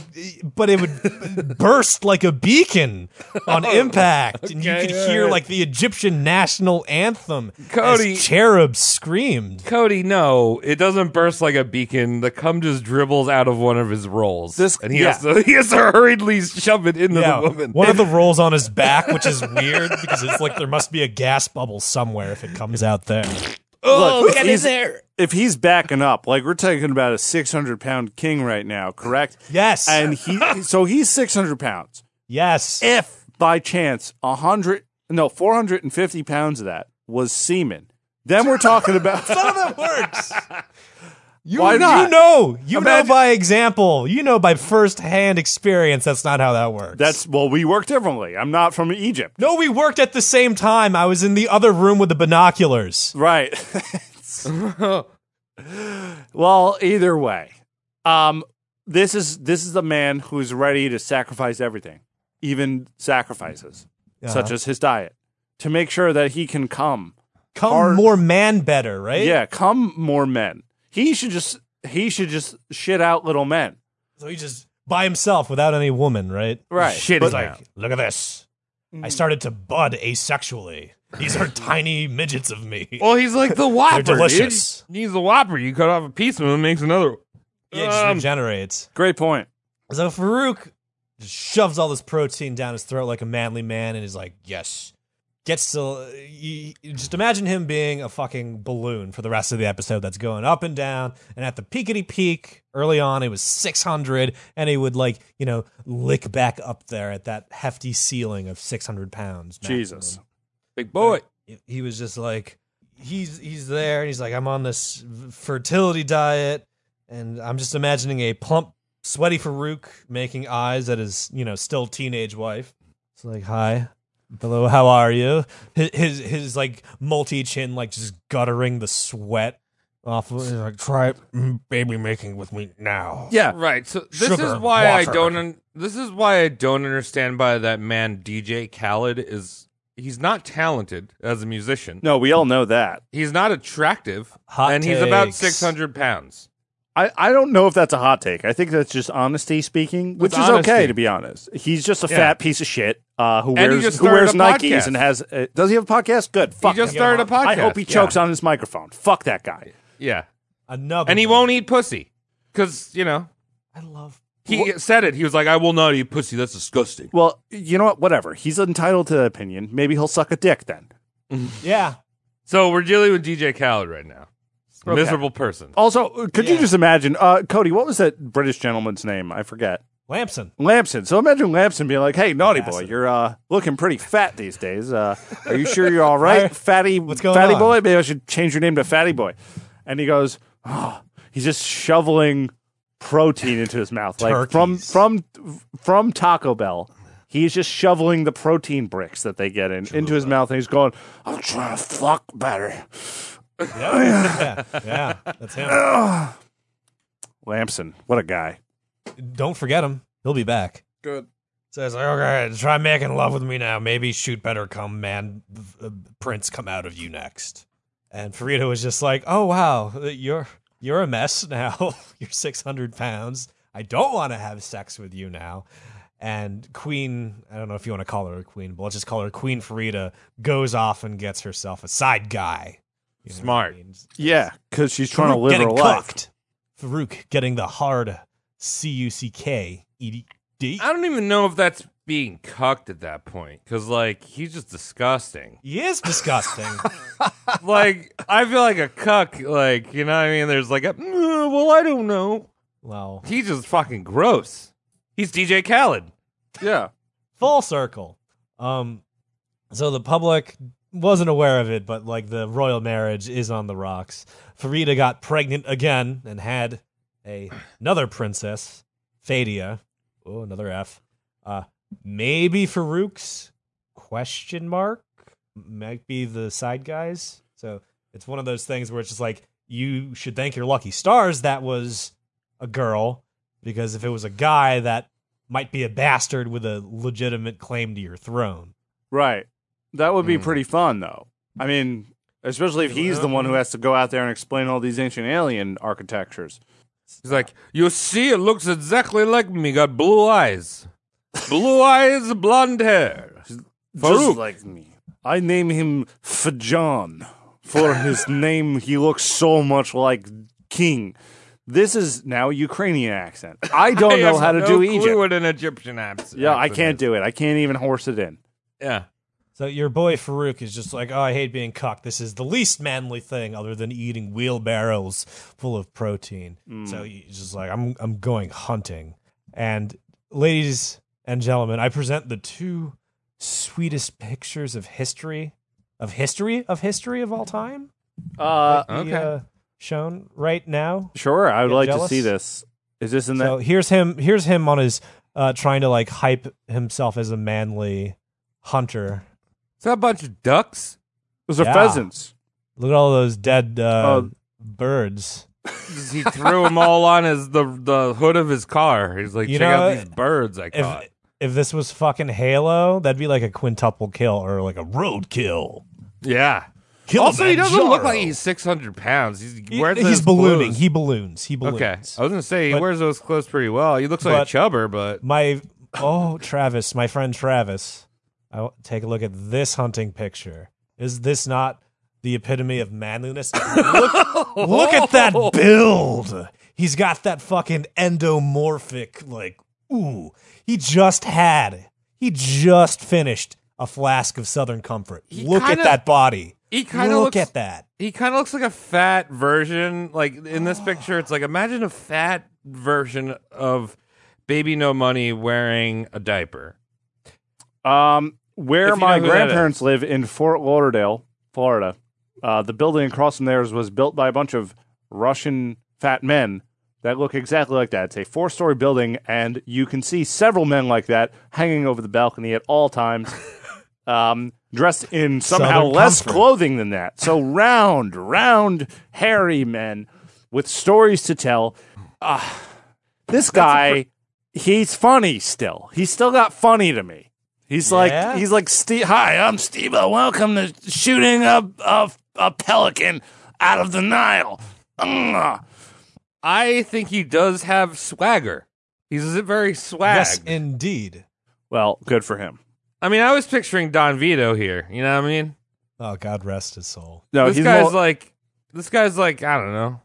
Speaker 8: but it would burst like a beacon on impact, and you
Speaker 7: Okay,
Speaker 8: could
Speaker 7: all
Speaker 8: hear
Speaker 7: right.
Speaker 8: like the Egyptian national anthem.
Speaker 7: Cody-
Speaker 8: as cherubs screamed.
Speaker 7: Cody, no, it doesn't burst like a beacon. The cum just dribbles out of one of his rolls,
Speaker 6: This-
Speaker 7: and he has
Speaker 6: yeah.
Speaker 7: to he has to hurriedly shove it into
Speaker 8: Yeah,
Speaker 7: the woman.
Speaker 8: one of the rolls on his back, which is weird because it's like there must be a gas bubble somewhere if it comes out there.
Speaker 6: Oh, look he's- If he's backing up, like we're talking about a 600 pound king right now, correct?
Speaker 8: Yes.
Speaker 6: And he, so he's 600 pounds.
Speaker 8: Yes.
Speaker 6: If by chance 100, no, 450 pounds of that was semen, then we're talking about.
Speaker 8: that works. You,
Speaker 6: Why
Speaker 8: you
Speaker 6: not?
Speaker 8: know, you
Speaker 6: Imagine-
Speaker 8: know by example, you know by firsthand experience. That's not how that works.
Speaker 6: That's, well, we work differently. I'm not from Egypt.
Speaker 8: no. We worked at the same time. I was in the other room with the binoculars.
Speaker 6: Right. well, either way, um, this is this is a man who is ready to sacrifice everything, even sacrifices such as his diet, to make sure that he can come.
Speaker 8: Come
Speaker 6: hard-
Speaker 8: more man better, right?
Speaker 6: Yeah, come more men. He should just he should just shit out little men.
Speaker 8: So he just by himself without any woman, right?
Speaker 6: Right. Mm.
Speaker 7: shit
Speaker 8: But
Speaker 7: is
Speaker 8: like,
Speaker 7: like
Speaker 8: look at this. I started to bud asexually. These are tiny midgets of me.
Speaker 7: well, he's like the Whopper. dude.
Speaker 8: delicious.
Speaker 7: He's the Whopper. You cut off a piece of him, makes another.
Speaker 8: Yeah, it just
Speaker 7: Um,
Speaker 8: regenerates.
Speaker 6: Great point.
Speaker 8: So Farouk just shoves all this protein down his throat like a manly man, and is like, "Yes." Gets to you, you just imagine him being a fucking balloon for the rest of the episode. That's going up and down, and at the peakity peak early on, it was six hundred, and he would like you know lick back up there at that hefty ceiling of six hundred pounds. maximum.
Speaker 6: Jesus.
Speaker 7: Big boy.
Speaker 8: he was just like he's he's there and he's like i'm on this v- fertility diet and i'm just imagining a plump sweaty farouk making eyes at his you know still teenage wife it's like hi hello how are you his his, his like multi chin like just guttering the sweat off of it like try mm, baby making with me now
Speaker 6: Yeah.
Speaker 7: Right. So this
Speaker 8: Sugar,
Speaker 7: is why I
Speaker 8: water.
Speaker 7: don't. Un- this is why I don't understand why that man DJ Khaled is. He's not talented as a musician.
Speaker 6: No, we all know that.
Speaker 7: He's not attractive,
Speaker 8: Hot
Speaker 7: and he's about
Speaker 8: takes.
Speaker 7: six hundred pounds.
Speaker 6: I, I don't know if that's a hot take. I think that's just honesty speaking, which
Speaker 7: It's
Speaker 6: is okay
Speaker 7: honesty.
Speaker 6: to be honest. He's just a
Speaker 7: Yeah.
Speaker 6: fat piece of shit uh, who
Speaker 7: he
Speaker 6: wears
Speaker 7: just
Speaker 6: who wears Nikes
Speaker 7: started a podcast.
Speaker 6: and has. Uh, does he have a podcast? Good. Fuck.
Speaker 7: he just
Speaker 6: him.
Speaker 7: started a podcast.
Speaker 6: I hope he
Speaker 7: Yeah.
Speaker 6: chokes on his microphone. Fuck that guy.
Speaker 7: Yeah,
Speaker 8: another
Speaker 7: and he
Speaker 8: one.
Speaker 7: won't e eat pussy because you know
Speaker 8: i love
Speaker 7: he said it. He was like, "I will not eat pussy. That's disgusting."
Speaker 6: Well, you know what? Whatever. He's entitled to that opinion. Maybe he'll suck a dick then.
Speaker 8: yeah
Speaker 7: So we're dealing with DJ Khaled right now.
Speaker 6: Okay.
Speaker 7: Miserable person.
Speaker 6: Also, uh, could you
Speaker 8: Yeah.
Speaker 6: just imagine, uh, Cody? What was that British gentleman's name? I forget.
Speaker 8: lampson
Speaker 6: Lampson. So imagine Lampson being like, "Hey, naughty boy,
Speaker 8: Lampson.
Speaker 6: you're uh, looking pretty fat these days. Uh, are you sure you're all right, fatty?
Speaker 8: What's going
Speaker 6: fatty
Speaker 8: on?
Speaker 6: boy? Maybe I should change your name to Fatty Boy." And he goes, "Oh," he's just shoveling protein into his mouth, like from
Speaker 8: Turkeys.
Speaker 6: from from Taco Bell. He's just shoveling the protein bricks that they get in into his mouth, and he's going, "I'm trying to fuck better."
Speaker 8: yeah, yeah, yeah that's him
Speaker 6: Lampson, what a guy.
Speaker 8: don't forget him he'll be back
Speaker 6: Good.
Speaker 8: So it's like, okay, try making love with me now. Maybe shoot better come, man. Uh, Prince come out of you next. And Farida was just like, oh wow, you're you're a mess now. you're six hundred pounds. I don't want to have sex with you now. And Queen, I don't know if you want to call her a queen, but let's just call her Queen Farida. Goes off and gets herself a side guy. You know what
Speaker 7: Smart.
Speaker 8: I mean?
Speaker 6: Yeah, because she's trying to
Speaker 8: Farouk
Speaker 6: live her
Speaker 8: getting
Speaker 6: life.
Speaker 8: cucked. Farouk getting the hard C U C K E D D.
Speaker 7: I don't even know if that's being cucked at that point because, like, he's just disgusting.
Speaker 8: He is disgusting.
Speaker 7: like, I feel like a cuck. Like, you know what I mean? There's like a "Mm, well, I don't know.
Speaker 8: Wow.
Speaker 7: He's just fucking gross. He's DJ Khaled.
Speaker 6: Yeah.
Speaker 8: Full circle. Um so the public wasn't aware of it, but like the royal marriage is on the rocks. Farida got pregnant again and had a another princess, Fadia. Oh, another F. Uh maybe Farouk's question mark might be the side guys. So it's one of those things where it's just like you should thank your lucky stars that was a girl, because if it was a guy, that might be a bastard with a legitimate claim to your throne.
Speaker 6: Right. That would be pretty fun, though. I mean, especially if he's the one who has to go out there and explain all these ancient alien architectures.
Speaker 7: He's like, you see, it looks exactly like me. Got blue eyes, blue eyes, blonde hair. Farouk.
Speaker 6: Just like me. I name him Fajon. For his name, he looks so much like King. This is now Ukrainian accent. I don't
Speaker 7: I
Speaker 6: know
Speaker 7: have
Speaker 6: how to
Speaker 7: no
Speaker 6: do
Speaker 7: clue
Speaker 6: Egypt.
Speaker 7: What an Egyptian abs-
Speaker 6: yeah, I
Speaker 7: accent
Speaker 6: can't
Speaker 7: is.
Speaker 6: do it. I can't even horse it in.
Speaker 7: Yeah,
Speaker 8: So your boy Farouk is just like, oh, I hate being cucked. This is the least manly thing other than eating wheelbarrows full of protein. So he's just like, I'm I'm going hunting. And ladies and gentlemen, I present the two sweetest pictures of history, of history, of history of all time.
Speaker 6: Uh,
Speaker 8: that we,
Speaker 7: okay.
Speaker 8: uh, shown right now.
Speaker 6: sure, I would
Speaker 8: Get
Speaker 6: like
Speaker 8: jealous?
Speaker 6: to see this. Is this in that?
Speaker 8: So here's him. Here's him on his uh, trying to like hype himself as a manly hunter.
Speaker 7: is that a bunch of ducks?
Speaker 6: Those are
Speaker 8: yeah.
Speaker 6: pheasants.
Speaker 8: Look at all those dead uh,
Speaker 6: Oh.
Speaker 8: birds.
Speaker 7: He threw them all on his the the hood of his car. He's like,
Speaker 8: You
Speaker 7: check
Speaker 8: know,
Speaker 7: out these birds I
Speaker 8: If
Speaker 7: caught.
Speaker 8: if this was fucking Halo, that'd be like a quintuple kill or like a road kill.
Speaker 7: yeah.
Speaker 8: Kill
Speaker 7: also, he doesn't look
Speaker 8: Manjaro.
Speaker 7: like he's six hundred pounds. He's
Speaker 8: He-
Speaker 7: wears
Speaker 8: he's
Speaker 7: those
Speaker 8: ballooning.
Speaker 7: clothes.
Speaker 8: He balloons. He balloons.
Speaker 7: okay, Oh. I was gonna say he
Speaker 8: But-
Speaker 7: wears those clothes pretty well. He looks like
Speaker 8: but-
Speaker 7: a chubber, but
Speaker 8: My oh Travis, my friend Travis. I w- take a look at this hunting picture. Is this not the epitome of manliness? Look, look at that
Speaker 7: Oh.
Speaker 8: build. He's got that fucking endomorphic like ooh. He just had. He just finished a flask of Southern Comfort.
Speaker 7: He
Speaker 8: look
Speaker 7: kinda-
Speaker 8: at that body.
Speaker 7: he kind of
Speaker 8: Look
Speaker 7: looks.
Speaker 8: at that.
Speaker 7: He kind of looks like a fat version. Like in this picture, it's like imagine a fat version of Baby No Money wearing a diaper.
Speaker 6: Um,
Speaker 7: If
Speaker 6: where
Speaker 7: you know
Speaker 6: my
Speaker 7: who that
Speaker 6: grandparents live in Fort Lauderdale, Florida. Uh, the building across from theirs was built by a bunch of Russian fat men that look exactly like that. It's a four story building, and you can see several men like that hanging over the balcony at all times, um, dressed in somehow
Speaker 8: Southern
Speaker 6: less
Speaker 8: comfort.
Speaker 6: clothing than that. So round, round, hairy men with stories to tell. Ah, this guy, he's funny still. He's still got funny to me. He's
Speaker 8: Yeah?
Speaker 6: like he's like Steve. Hi, I'm Steve. Welcome to shooting a, a a pelican out of the Nile. Ugh.
Speaker 7: I think he does have swagger. He's very swag.
Speaker 8: Yes, indeed.
Speaker 6: Well, good for him.
Speaker 7: I mean, I was picturing Don Vito here. You know what I mean?
Speaker 8: Oh God, rest his soul.
Speaker 6: No,
Speaker 7: this
Speaker 6: he's
Speaker 7: guy's
Speaker 6: more-
Speaker 7: like, this guy's like, I don't know.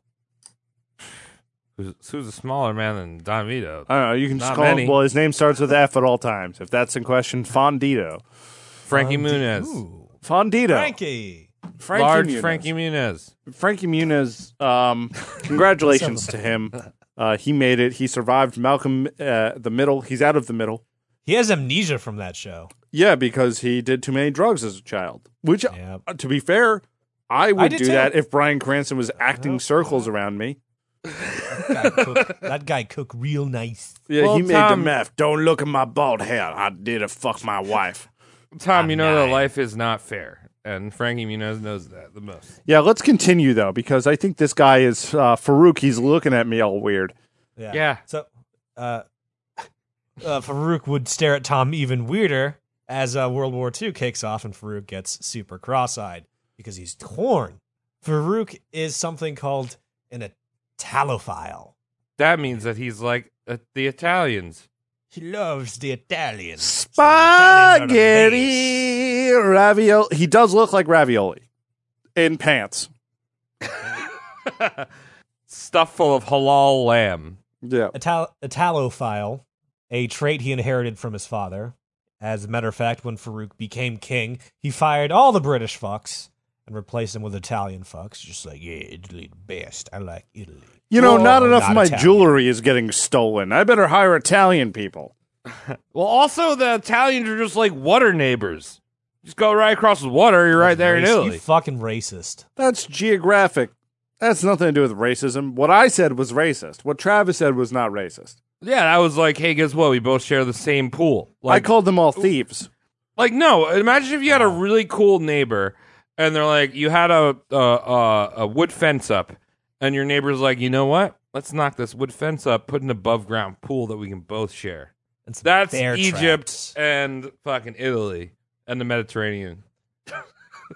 Speaker 7: Who's, who's a smaller man than Uh, Don Vito?
Speaker 6: I don't know. You can just
Speaker 7: Not
Speaker 6: call
Speaker 7: many.
Speaker 6: him. Well, his name starts with F at all times. If that's in question, Fondito.
Speaker 7: Frankie
Speaker 8: Um,
Speaker 7: Muniz.
Speaker 6: Oh.
Speaker 8: ooh,
Speaker 6: Fondito.
Speaker 8: Frankie.
Speaker 6: Frankie
Speaker 7: Large
Speaker 6: Muniz.
Speaker 7: Frankie Muniz.
Speaker 6: Frankie Muniz, um, congratulations to him. Uh, he made it. He survived Malcolm uh, the Middle. He's out of the middle.
Speaker 8: He has amnesia from that show.
Speaker 6: Yeah, because he did too many drugs as a child. Which,
Speaker 8: Yeah.
Speaker 6: uh, to be fair, I would
Speaker 8: did
Speaker 6: do
Speaker 8: too.
Speaker 6: that if Brian Cranston was acting circles around me.
Speaker 8: Guy cook- that guy cook real nice.
Speaker 6: Yeah,
Speaker 7: Well,
Speaker 6: he made
Speaker 7: Tom-
Speaker 6: the meth. Don't look at my bald head. I did it. Fuck my wife.
Speaker 7: Tom, you know that life is not fair, and Frankie Muniz knows that the most.
Speaker 6: Yeah, let's continue though, because I think this guy is uh, Farouk. He's looking at me all weird.
Speaker 8: Yeah.
Speaker 7: Yeah.
Speaker 8: So, uh, uh, Farouk would stare at Tom even weirder as uh, World War II kicks off and Farouk gets super cross-eyed because he's torn. Farouk is something called an Italophile.
Speaker 7: That means that he's like uh, the Italians.
Speaker 8: He loves the Italians.
Speaker 6: Spaghetti ravioli. He does look like ravioli in pants.
Speaker 7: Stuff full of halal lamb.
Speaker 6: Yeah.
Speaker 8: Ital- Italophile, a trait he inherited from his father. As a matter of fact, when Farouk became king, he fired all the British fucks and replaced them with Italian fucks. Just like, yeah, Italy the best. I like Italy.
Speaker 6: You know,
Speaker 8: Whoa,
Speaker 6: not enough of my
Speaker 8: Oh, Italian.
Speaker 6: jewelry is getting stolen. I better hire Italian people.
Speaker 7: Well, also the Italians are just like water neighbors. Just go right across the water. You're right there in
Speaker 8: Race-
Speaker 7: Italy.
Speaker 8: You fucking racist.
Speaker 6: That's geographic. That's nothing to do with racism. What I said was racist. What Travis said was not racist.
Speaker 7: yeah, I was like, hey, guess what? We both share the same pool. Like,
Speaker 6: I called them all thieves.
Speaker 7: like no. Imagine if you had a really cool neighbor, and they're like, you had a a, a, a wood fence up, and your neighbor's like, you know what? Let's knock this wood fence up, put an above ground pool that we can both share.
Speaker 8: It's
Speaker 7: That's
Speaker 8: bear
Speaker 7: Egypt
Speaker 8: traps.
Speaker 7: and fucking Italy and the Mediterranean.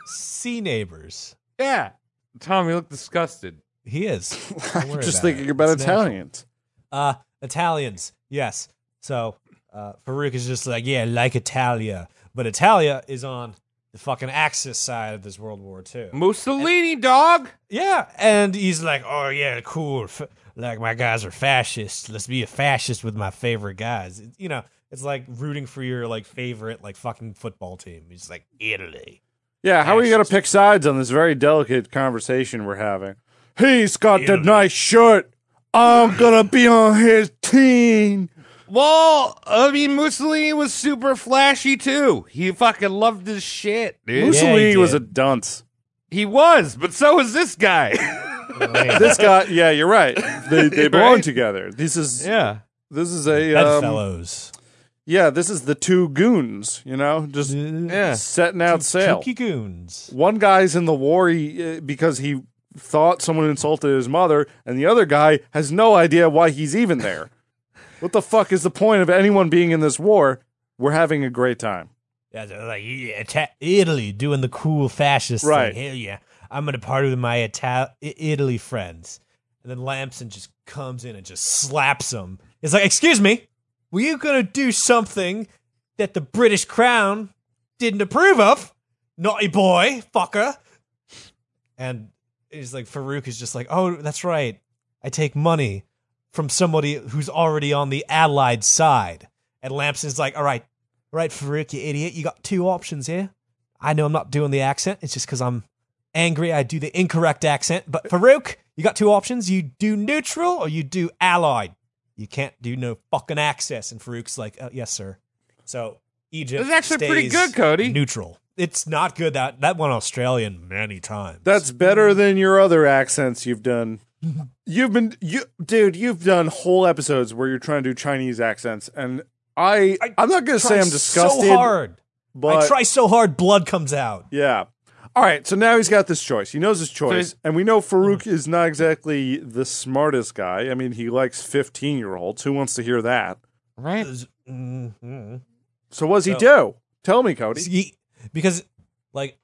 Speaker 8: Sea neighbors.
Speaker 7: Yeah. Tom, you look disgusted.
Speaker 8: He is. Don't
Speaker 6: I'm
Speaker 8: worry
Speaker 6: just
Speaker 8: about
Speaker 6: thinking
Speaker 8: it.
Speaker 6: about
Speaker 8: It's natural.
Speaker 6: Italians.
Speaker 8: Uh, Italians, yes. So uh, Farouk is just like, yeah, like Italia, but Italia is on the fucking Axis side of this World War II.
Speaker 7: Mussolini, dog.
Speaker 8: Yeah, and he's like, "Oh yeah, cool. F- like my guys are fascists. Let's be a fascist with my favorite guys." It- you know, it's like rooting for your like favorite like fucking football team. He's like Italy.
Speaker 6: Yeah, how are you going to pick sides on this very delicate conversation we're having? He's got the nice shirt. I'm going to be on his team.
Speaker 7: Well, I mean, Mussolini was super flashy too. He fucking loved his shit, dude.
Speaker 6: Mussolini
Speaker 8: he
Speaker 6: was a
Speaker 8: did.
Speaker 6: dunce.
Speaker 7: He was, but so was this guy.
Speaker 6: This guy, yeah, you're right. They, they belong
Speaker 7: Right?
Speaker 6: together. This is
Speaker 7: yeah.
Speaker 6: this is a um,
Speaker 8: Bedfellows.
Speaker 6: yeah. This is the two goons. You know, just
Speaker 7: Yeah.
Speaker 6: setting out sail.
Speaker 8: Tookie goons.
Speaker 6: one guy's in the war he, uh, because he thought someone insulted his mother, and the other guy has no idea why he's even there. what the fuck is the point of anyone being in this war? We're having a great time.
Speaker 8: Yeah, they're like yeah, Ita- Italy doing the cool fascist
Speaker 6: Right.
Speaker 8: thing. Hell yeah, I'm gonna party with my Ita- I- Italy friends. And then Lamson just comes in and just slaps him. It's like, excuse me, were you gonna do something that the British Crown didn't approve of? Naughty boy, fucker. And he's like, Farouk is just like, oh, that's right. I take money from somebody who's already on the Allied side. And Lampson's like, all right, all right, Farouk, you idiot. You got two options here. I know I'm not doing the accent. It's just because I'm angry. I do the incorrect accent. But Farouk, you got two options. You do neutral or you do allied. You can't do no fucking access. And Farouk's like, uh, yes, sir. So Egypt
Speaker 7: This is actually pretty
Speaker 8: stays
Speaker 7: good, Cody.
Speaker 8: Neutral. It's not good. That that one Australian many times.
Speaker 6: That's better than your other accents you've done. You've been you dude, you've done whole episodes where you're trying to do Chinese accents and I, I am not going to say
Speaker 8: Try
Speaker 6: I'm disgusted,
Speaker 8: So hard.
Speaker 6: but
Speaker 8: I try so hard, blood comes out.
Speaker 6: Yeah. All right. So now he's got this choice. He Mm. knows his choice.
Speaker 7: he's-
Speaker 6: and we know Farouk is not exactly the smartest guy. I mean, he likes 15 year olds. Who wants to hear that?
Speaker 7: Right. mm-hmm.
Speaker 8: Mhm.
Speaker 6: So what does he
Speaker 8: No.
Speaker 6: do? Tell me, Cody.
Speaker 8: He- because like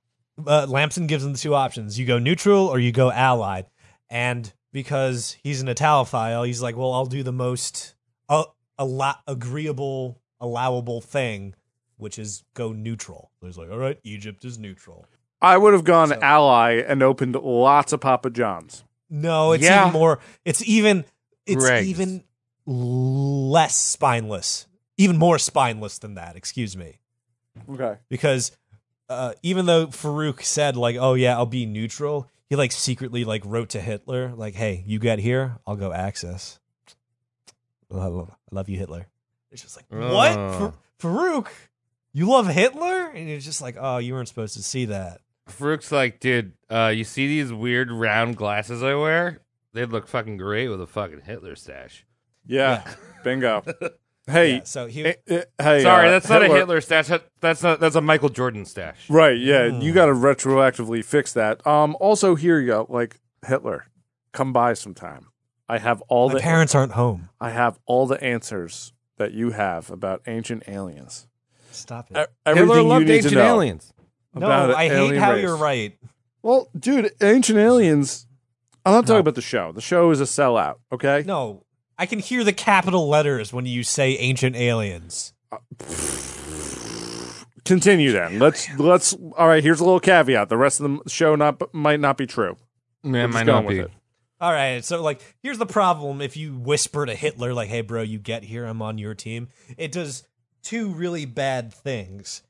Speaker 8: uh, Lampson gives him the two options: you go neutral or you go allied. And because he's an Italophile, he's like, "Well, I'll do the most uh, a lot agreeable, allowable thing, which is go neutral." He's like, "All right, Egypt is neutral."
Speaker 6: I would have gone
Speaker 8: So-
Speaker 6: ally and opened lots of Papa John's.
Speaker 8: No, it's
Speaker 7: Yeah.
Speaker 8: even more. It's even. It's
Speaker 7: Right.
Speaker 8: even less spineless. Even more spineless than that. Excuse me.
Speaker 6: Okay.
Speaker 8: because uh, even though Farouk said like, "Oh yeah, I'll be neutral," he like secretly like wrote to Hitler like, "Hey, you get here, I'll go access." Love, love you, Hitler. It's just like what
Speaker 7: Ugh.
Speaker 8: Fa- Farouk, you love Hitler, and you're just like, "Oh, you weren't supposed to see that."
Speaker 7: Farouk's like, dude, uh, you see these weird round glasses I wear? They'd look fucking great with a fucking Hitler stash.
Speaker 6: Yeah. Bingo. Hey.
Speaker 8: Yeah, so he
Speaker 6: eh, eh, hey.
Speaker 7: Sorry,
Speaker 6: uh,
Speaker 7: that's not a Hitler stash. That- That's not that's a Michael Jordan stash.
Speaker 6: Right. Yeah.
Speaker 8: Hmm.
Speaker 6: You got to retroactively fix that. Um. Also, here you go. Like Hitler, come by sometime. I have all
Speaker 8: my
Speaker 6: the
Speaker 8: parents aren't home.
Speaker 6: I have all the answers that you have about ancient aliens.
Speaker 8: Stop it.
Speaker 6: E- Everything
Speaker 7: Hitler
Speaker 6: you
Speaker 7: loved
Speaker 6: need
Speaker 7: ancient
Speaker 6: to know
Speaker 7: aliens.
Speaker 8: no,
Speaker 6: about
Speaker 8: I hate
Speaker 6: alien
Speaker 8: how
Speaker 6: race.
Speaker 8: you're right.
Speaker 6: Well, dude, ancient aliens. I'm not talking about the show. The show is a sellout. Okay.
Speaker 8: No, I can hear the capital letters when you say ancient aliens.
Speaker 6: Continue then. Let's let's. All right. Here's a little caveat. The rest of the show not might not be true.
Speaker 7: Man,
Speaker 6: We're just
Speaker 7: might not
Speaker 6: going with
Speaker 7: be.
Speaker 6: it.
Speaker 8: All right, so like, here's the problem: if you whisper to Hitler, like, "Hey, bro, you get here, I'm on your team," it does two really bad things.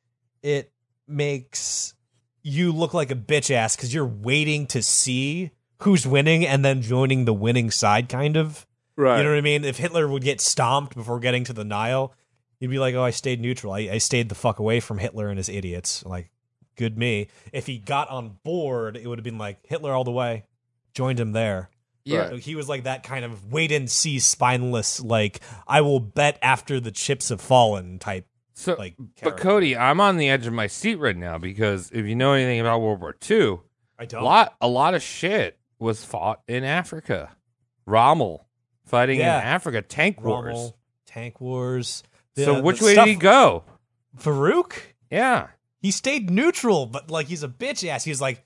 Speaker 8: It makes you look like a bitch ass because you're waiting to see who's winning and then joining the winning side, kind of.
Speaker 6: Right.
Speaker 8: You know what I mean? If Hitler would get stomped before getting to the Nile, you'd be like, "Oh, I stayed neutral. I, I stayed the fuck away from Hitler and his idiots." Like, good me. If he got on board, it would have been like Hitler all the way. Joined him there.
Speaker 7: Yeah.
Speaker 8: So he was like that kind of wait and see, spineless, like I will bet after the chips have fallen type.
Speaker 7: So,
Speaker 8: like,
Speaker 7: but
Speaker 8: character.
Speaker 7: Cody, I'm on the edge of my seat right now because if you know anything about World War II,
Speaker 8: I
Speaker 7: a
Speaker 8: don't.
Speaker 7: lot a lot of shit was fought in Africa. Rommel fighting
Speaker 8: Yeah.
Speaker 7: in Africa, tank wars.
Speaker 8: Rommel, tank wars.
Speaker 7: so
Speaker 8: the-
Speaker 7: which
Speaker 8: the
Speaker 7: way
Speaker 8: stuff-
Speaker 7: did he go?
Speaker 8: Farouk?
Speaker 7: Yeah.
Speaker 8: He stayed neutral, but like he's a bitch ass. He's like,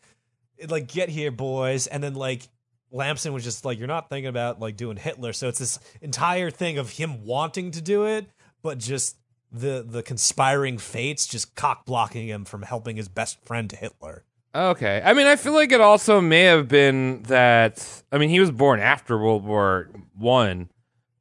Speaker 8: like get here, boys, and then like Lamson was just like, you're not thinking about like doing Hitler. So it's this entire thing of him wanting to do it, but just the the conspiring fates just cock blocking him from helping his best friend Hitler.
Speaker 7: Okay. I mean, I feel like it also may have been that. I mean, he was born after World War One,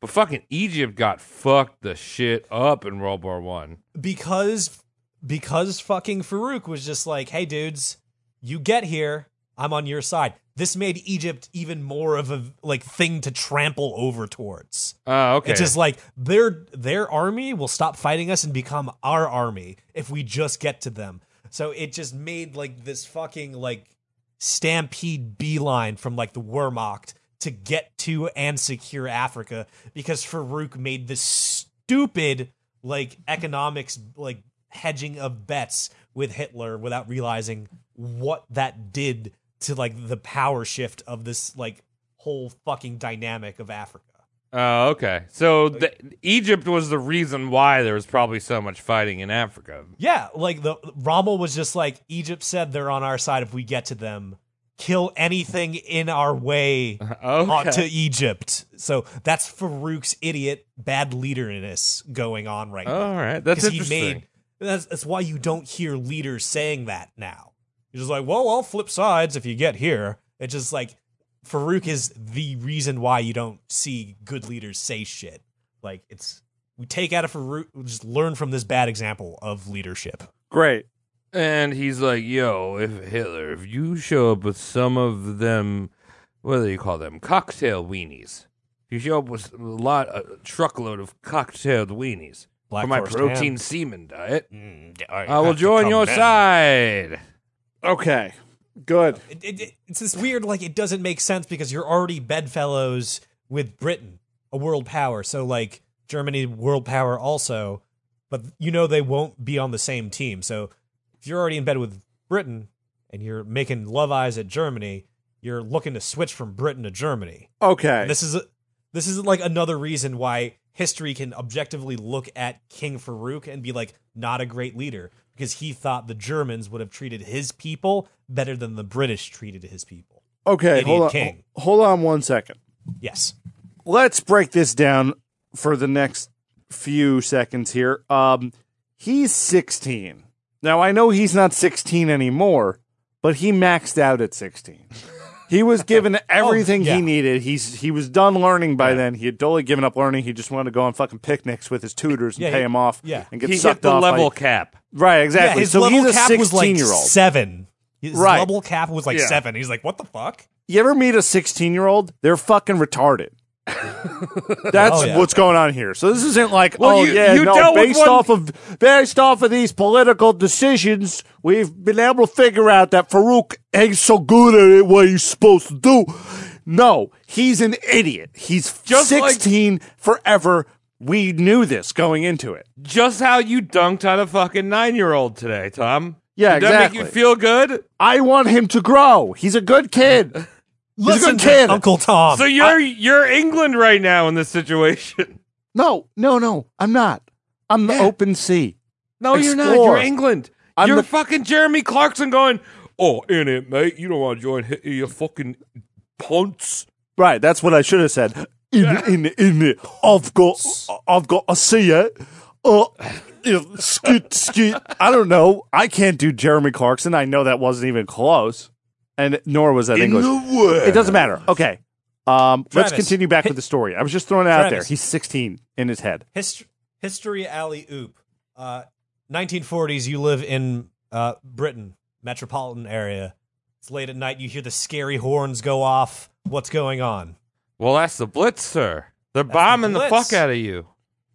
Speaker 7: but fucking Egypt got fucked the shit up in World War One.
Speaker 8: because because fucking Farouk was just like, "Hey dudes, you get here, I'm on your side." This made Egypt even more of a like thing to trample over towards.
Speaker 7: Oh, okay.
Speaker 8: It's just like their their army will stop fighting us and become our army if we just get to them. So it just made like this fucking like stampede beeline from like the Wehrmacht to get to and secure Africa because Farouk made this stupid like economics like hedging of bets with Hitler without realizing what that did to like the power shift of this like whole fucking dynamic of Africa.
Speaker 7: oh, okay. So the, Egypt was the reason why there was probably so much fighting in Africa.
Speaker 8: Yeah, like the Rommel was just like Egypt said they're on our side if we get to them. Kill anything in our way uh,
Speaker 7: Okay.
Speaker 8: to Egypt. So that's Farouk's idiot bad leaderness going on right now.
Speaker 7: All right. That's
Speaker 8: 'Cause
Speaker 7: interesting.
Speaker 8: that's, that's why you don't hear leaders saying that now. You're just like, well, I'll flip sides if you get here. It's just like Farouk is the reason why you don't see good leaders say shit. Like it's we take out of Farouk, we just learn from this bad example of leadership.
Speaker 6: Great.
Speaker 7: And he's like, yo, if Hitler, if you show up with some of them, what do you call them? Cocktail weenies. If you show up with a lot, a truckload of cocktailed weenies
Speaker 8: Black
Speaker 7: for my
Speaker 8: Forest
Speaker 7: protein
Speaker 8: ham. Mm.
Speaker 7: semen diet, I will join your side.
Speaker 6: Okay. Good.
Speaker 8: It, it, it- it's this weird, like it doesn't make sense because you're already bedfellows with Britain, a world power. So like Germany, world power also, but you know they won't be on the same team. So if you're already in bed with Britain and you're making love eyes at Germany, you're looking to switch from Britain to Germany.
Speaker 6: Okay.
Speaker 8: This is a, this is like another reason why history can objectively look at King Farouk and be like not a great leader because he thought the Germans would have treated his people better than the British treated his people.
Speaker 6: okay.
Speaker 8: Idiot
Speaker 6: Hold on.
Speaker 8: king.
Speaker 6: Hold on one second.
Speaker 8: Yes.
Speaker 6: let's break this down for the next few seconds here. Um, he's 16. Now, I know he's not 16 anymore, but he maxed out at 16. He was given everything
Speaker 8: Oh, yeah.
Speaker 6: he needed. He's he was done learning by then. He had totally given up learning. He just wanted to go on fucking picnics with his tutors and
Speaker 8: Yeah,
Speaker 6: pay
Speaker 8: he-
Speaker 6: him off
Speaker 8: yeah.
Speaker 6: and get
Speaker 7: he hit
Speaker 6: sucked
Speaker 7: the
Speaker 6: off by-
Speaker 7: level cap.
Speaker 6: right, exactly.
Speaker 8: his
Speaker 6: so
Speaker 8: level
Speaker 6: he's a
Speaker 8: cap was like
Speaker 6: 16 year old.
Speaker 8: seven. His
Speaker 6: Right.
Speaker 8: level cap was like
Speaker 6: Yeah.
Speaker 8: seven. He's like, what the fuck?
Speaker 6: you ever meet a 16 year old they're fucking retarded that's
Speaker 8: Oh, yeah.
Speaker 6: what's going on here so this isn't like
Speaker 7: Well,
Speaker 6: oh
Speaker 7: you-
Speaker 6: yeah
Speaker 7: you
Speaker 6: no
Speaker 7: dealt with
Speaker 6: based
Speaker 7: one-
Speaker 6: off of based off of these political decisions we've been able to figure out that farouk ain't so good at it what he's supposed to do no he's an idiot he's
Speaker 7: Just like-
Speaker 6: 16 forever we knew this going into it
Speaker 7: Just how you dunked on a fucking nine year old today, Tom.
Speaker 6: Yeah,
Speaker 7: Did that make you
Speaker 6: exactly.
Speaker 7: feel good?
Speaker 6: i want him to grow he's a good kid he's a good
Speaker 8: to
Speaker 6: kid
Speaker 8: Uncle Tom.
Speaker 7: So you're you're England right now in this situation.
Speaker 6: no no no i'm not i'm the open sea
Speaker 7: No, you're not.
Speaker 6: Explore.
Speaker 7: You're England.
Speaker 6: I'm
Speaker 7: you're
Speaker 6: the-
Speaker 7: fucking Jeremy Clarkson going, oh, in it, mate. You don't want to join Hitler, you fucking punts.
Speaker 6: Right, that's what I should have said. In in in it. I've got I've got I see it. Uh you know, skit skit. I don't know. I can't do Jeremy Clarkson. I know that wasn't even close. And nor was that English. It doesn't matter. Okay. Um, let's
Speaker 8: Travis.
Speaker 6: continue back with the story. I was just throwing it out
Speaker 8: Travis.
Speaker 6: there. He's 16 in his head.
Speaker 8: Hist- history alley oop. Uh, 1940s. You live in uh, Britain, metropolitan area. It's late at night. You hear the scary horns go off. What's going on?
Speaker 7: Well, that's the Blitz, sir. They're bombing the
Speaker 8: Blitz.
Speaker 7: fuck out of you.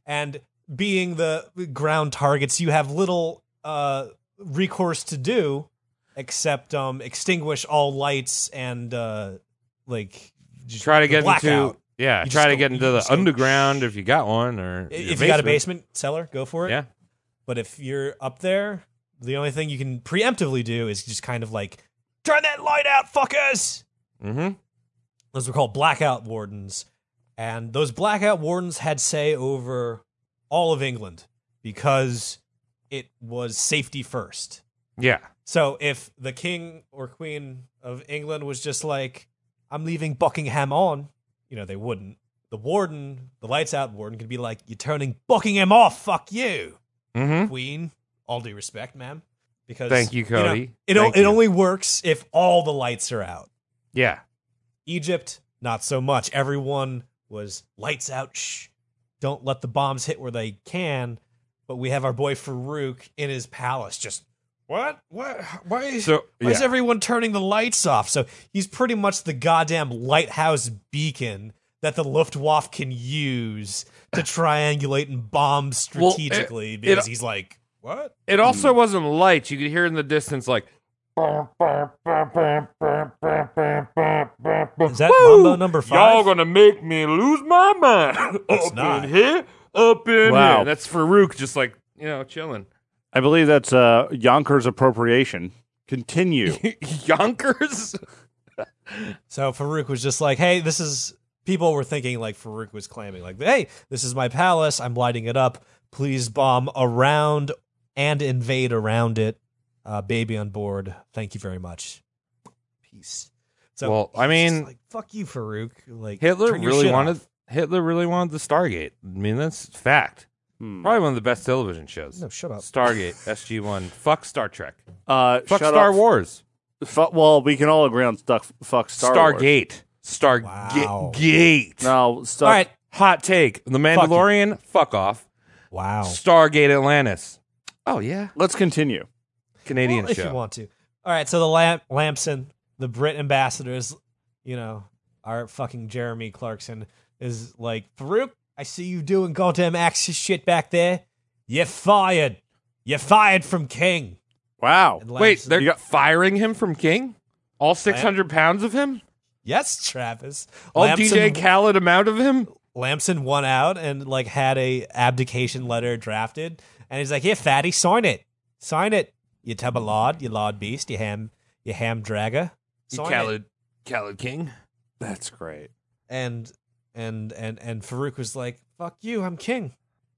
Speaker 8: And being the ground targets, you have little uh, recourse to do except um, extinguish all lights and uh, like just
Speaker 7: Try to get
Speaker 8: blackout.
Speaker 7: into yeah.
Speaker 8: You
Speaker 7: try
Speaker 8: just
Speaker 7: to
Speaker 8: go-
Speaker 7: get
Speaker 8: you
Speaker 7: into the
Speaker 8: just go-
Speaker 7: underground if you got one, or your
Speaker 8: If you got a basement cellar, go for it.
Speaker 7: Yeah.
Speaker 8: But if you're up there, the only thing you can preemptively do is just kind of like turn that light out, fuckers,
Speaker 7: Mm-hmm.
Speaker 8: Those were called blackout wardens. And those blackout wardens had say over all of England because it was safety first.
Speaker 7: Yeah.
Speaker 8: So if the king or queen of England was just like, I'm leaving Buckingham on, you know, they wouldn't. The warden, the lights out warden, could be like, You're turning Buckingham off, fuck you,
Speaker 7: Mm-hmm.
Speaker 8: queen. All due respect, ma'am. Because
Speaker 7: Thank you,
Speaker 8: know,
Speaker 7: Cody.
Speaker 8: it, o-
Speaker 7: Thank
Speaker 8: it
Speaker 7: you.
Speaker 8: only works if all the lights are out.
Speaker 7: Yeah.
Speaker 8: Egypt, not so much. Everyone was lights out. Shh. Don't let the bombs hit where they can. But we have our boy Farouk in his palace. Just what? What? Why is,
Speaker 7: So
Speaker 8: why is
Speaker 6: yeah.
Speaker 8: everyone turning the lights off? So he's pretty much the goddamn lighthouse beacon that the Luftwaffe can use to triangulate and bomb
Speaker 7: Well, it-
Speaker 8: strategically because he's like, what?
Speaker 7: it also wasn't lights. You could hear in the distance like
Speaker 8: Is that
Speaker 7: Woo!
Speaker 8: Mambo number 5
Speaker 7: Y'all gonna make me lose my mind.
Speaker 8: It's
Speaker 7: up
Speaker 8: not.
Speaker 7: in here, up in
Speaker 6: Wow.
Speaker 7: here. And that's Farouk just like, you know, chilling.
Speaker 6: I believe that's uh, Yonkers appropriation. Continue.
Speaker 7: Yonkers?
Speaker 8: So Farouk was just like, hey, this is. People were thinking like Farouk was claiming, like, hey, this is my palace. I'm lighting it up. Please bomb around and invade around it. Uh, baby on board. Thank you very much. Peace. So
Speaker 7: Well, I
Speaker 8: he's just
Speaker 7: mean-
Speaker 8: like, fuck you, Farouk. Like
Speaker 7: Hitler
Speaker 8: turn your
Speaker 7: really
Speaker 8: shit
Speaker 7: wanted
Speaker 8: off.
Speaker 7: Hitler really wanted the Stargate. I mean, that's fact.
Speaker 6: Hmm.
Speaker 7: Probably one of the best television shows.
Speaker 8: No, shut up.
Speaker 7: Stargate, SG One. Fuck Star Trek.
Speaker 6: Uh,
Speaker 7: Fuck
Speaker 6: shut
Speaker 7: Star
Speaker 6: up.
Speaker 7: Wars.
Speaker 6: Fu- well, we can all agree on stuck. Fuck Star Wars.
Speaker 7: Stargate. Stargate.
Speaker 8: Wow.
Speaker 7: Gate.
Speaker 6: No, stuck.
Speaker 8: All right.
Speaker 7: Hot take. The Mandalorian. fuck off.
Speaker 8: Wow.
Speaker 7: Stargate Atlantis. Oh yeah,
Speaker 6: Let's continue.
Speaker 7: Canadian
Speaker 8: Well, if you
Speaker 7: show.
Speaker 8: want to. All right, so the Lam- Lamson, the Brit ambassadors, you know, our fucking Jeremy Clarkson is like, Farouk, I see you doing goddamn Axis shit back there. You're fired. You're fired from King.
Speaker 6: Wow.
Speaker 8: And
Speaker 7: Wait,
Speaker 8: Lamson-
Speaker 7: they're
Speaker 6: You got-
Speaker 7: firing him from King? All six hundred pounds of him?
Speaker 8: yes, Travis.
Speaker 7: All
Speaker 8: Lamson,
Speaker 7: DJ Oh, Khaled amount of him?
Speaker 8: Lamson won out and like had a abdication letter drafted, and he's like, "Here, fatty, sign it, sign it. You tub of lard, you lard beast, you ham, you ham dragger."
Speaker 7: You
Speaker 8: Sign it."
Speaker 7: Khaled, Khaled King.
Speaker 6: That's great.
Speaker 8: and and and and Farouk was like, "Fuck you, I'm king.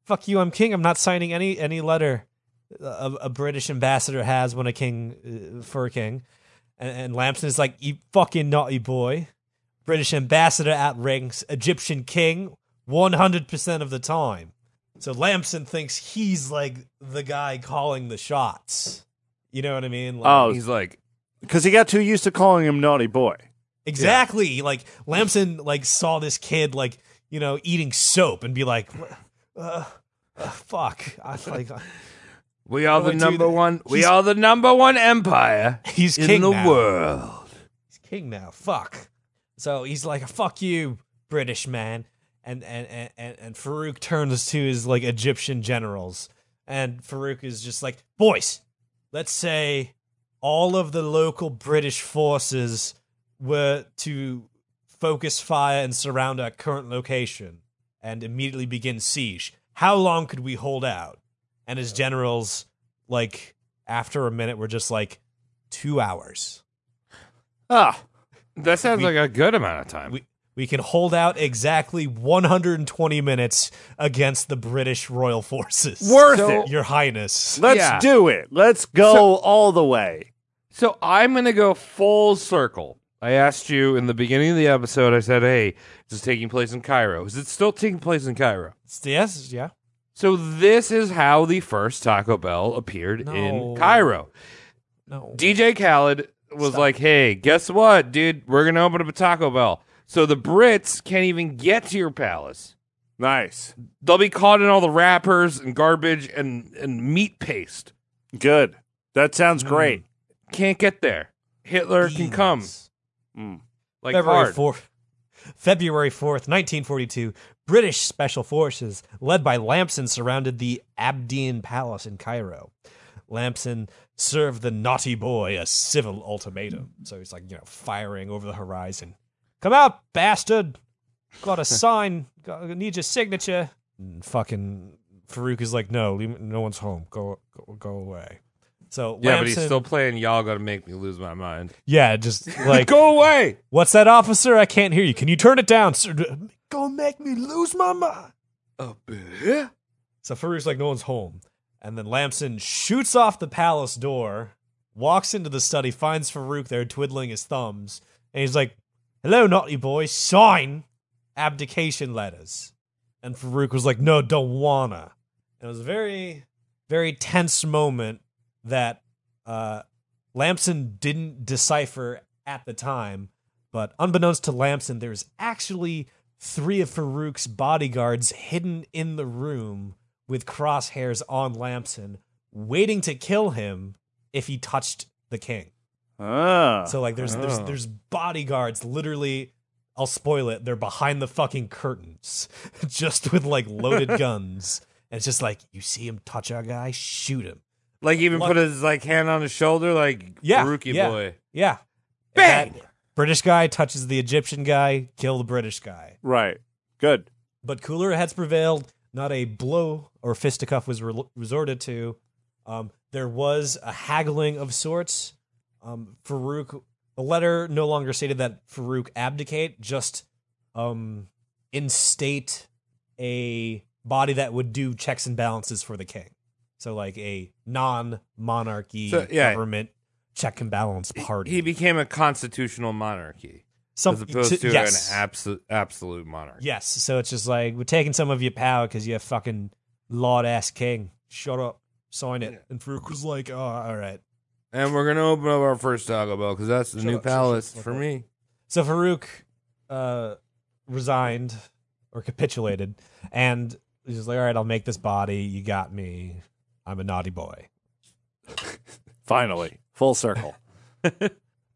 Speaker 8: Fuck you, I'm king. I'm not signing any any letter a, a British ambassador has when a king uh, for a king." And, and Lampson is like, "You fucking naughty boy." British ambassador outranks Egyptian king 100% of the time. So Lampson thinks he's like the guy calling the shots. You know what I mean? Like,
Speaker 6: Oh,
Speaker 7: He's like,
Speaker 6: because he got too used to calling him naughty boy.
Speaker 8: Exactly. Like Lamson, like saw this kid, like you know, eating soap, and be like, uh, uh, "Fuck!" I was like,
Speaker 7: we are
Speaker 8: Oh,
Speaker 7: the
Speaker 8: dude,
Speaker 7: number one. We
Speaker 8: he's-
Speaker 7: are the number one empire
Speaker 8: he's
Speaker 7: in
Speaker 8: king
Speaker 7: the
Speaker 8: now.
Speaker 7: world.
Speaker 8: He's king now. Fuck. So he's like, "Fuck you, British man." And and and and, and Farouk turns to his like Egyptian generals, and Farouk is just like, "Boys, let's say all of the local British forces were to focus fire and surround our current location and immediately begin siege. How long could we hold out? And his generals, like, after a minute, were just like, two hours.
Speaker 6: Ah,
Speaker 7: That sounds
Speaker 8: We-
Speaker 7: like a good amount of time.
Speaker 8: We, we can hold out exactly 120 minutes against the British royal forces.
Speaker 6: worth
Speaker 7: So-
Speaker 6: it.
Speaker 8: Your Highness.
Speaker 6: Let's
Speaker 7: Yeah.
Speaker 6: do it. Let's go
Speaker 7: So-
Speaker 6: all the way.
Speaker 7: So I'm going to go full circle. I asked you in the beginning of the episode, I said, hey, this is taking place in Cairo. Is it still taking place in Cairo?
Speaker 8: Yes, yeah.
Speaker 7: So this is how the first Taco Bell appeared in
Speaker 8: No.
Speaker 7: Cairo.
Speaker 8: No.
Speaker 7: DJ Khaled was like, hey, guess what, dude? We're going to open up a Taco Bell. So the Brits can't even get to your palace.
Speaker 6: Nice.
Speaker 7: They'll be caught in all the wrappers and garbage and, and meat paste.
Speaker 6: Good. That sounds great.
Speaker 7: Can't get there. Hitler can come.
Speaker 8: Beans.
Speaker 7: Like
Speaker 8: February
Speaker 7: hard.
Speaker 8: fourth, February fourth, nineteen forty-two. British special forces, led by Lamson, surrounded the Abdeen Palace in Cairo. Lamson served the naughty boy a civil ultimatum. So he's like, you know, firing over the horizon. Come out, bastard! Got a sign. Got, need your signature. And fucking Farouk is like, no, leave, no one's home. Go, go, go away. So
Speaker 7: Yeah, but he's
Speaker 8: Lamson-
Speaker 7: still playing. Y'all got to make me lose my mind.
Speaker 8: yeah, just like
Speaker 7: Go away.
Speaker 8: what's that officer? I can't hear you. Can you turn it down? Sir? Go make me lose my mind. So Farouk's like, no one's home. And then Lamson shoots off the palace door, walks into the study, finds Farouk there twiddling his thumbs, and he's like, Hello, naughty boy, sign abdication letters. And Farouk was like, No, don't wanna. And it was a very, very tense moment that uh, Lamson didn't decipher at the time. But unbeknownst to Lamson, there's actually three of Farouk's bodyguards hidden in the room with crosshairs on Lamson, waiting to kill him if he touched the king.
Speaker 6: Ah.
Speaker 8: So like there's there's there's bodyguards literally I'll spoil it, they're behind the fucking curtains just with like loaded guns. And it's just like you see him touch our guy, shoot him.
Speaker 7: Like even
Speaker 8: Look-
Speaker 7: put his like hand on his shoulder, like
Speaker 8: Yeah,
Speaker 7: rookie
Speaker 8: yeah.
Speaker 7: boy.
Speaker 8: Yeah.
Speaker 7: Bang!
Speaker 8: That British guy touches the Egyptian guy, kill the British guy.
Speaker 6: Right. Good.
Speaker 8: But cooler heads prevailed. Not a blow or fisticuff was re- resorted to. Um, there was a haggling of sorts. Um, Farouk, the letter no longer stated that Farouk abdicate, just um, instate a body that would do checks and balances for the king. So, like a non monarchy
Speaker 7: So, yeah.
Speaker 8: government check and balance party.
Speaker 7: He became a constitutional monarchy
Speaker 8: Some-
Speaker 7: as opposed
Speaker 8: to-
Speaker 7: to,
Speaker 8: yes.
Speaker 7: an absolute absolute monarchy.
Speaker 8: Yes. So it's just like we're taking some of your power because you're a fucking lord ass king. Shut up. Sign it. And Farouk was like, "Oh, all right."
Speaker 7: And we're gonna open up our first Taco Bell because that's the
Speaker 8: Shut
Speaker 7: new
Speaker 8: up, shut up,
Speaker 7: palace
Speaker 8: shut up.
Speaker 7: for me.
Speaker 8: So Farouk uh, resigned or capitulated, and he's just like, "All right, I'll make this body. You got me. I'm a naughty boy."
Speaker 6: Finally. Full circle.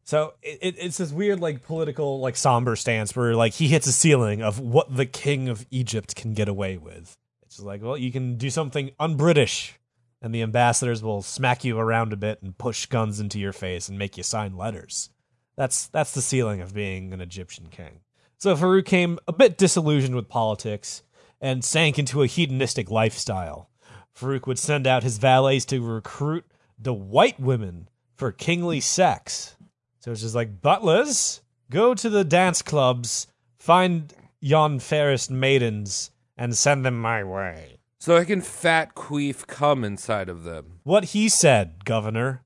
Speaker 8: So it, it, it's this weird, like political, like somber stance where like he hits a ceiling of what the king of Egypt can get away with. It's just like, well, you can do something un-British, and the ambassadors will smack you around a bit and push guns into your face and make you sign letters. That's that's the ceiling of being an Egyptian king. So Farouk came a bit disillusioned with politics and sank into a hedonistic lifestyle. Farouk would send out his valets to recruit the white women for kingly sex. So it's just like butlers, go to the dance clubs, find yon fairest maidens, and send them my way.
Speaker 7: So I can fat queef come inside of them.
Speaker 8: What he said, Governor.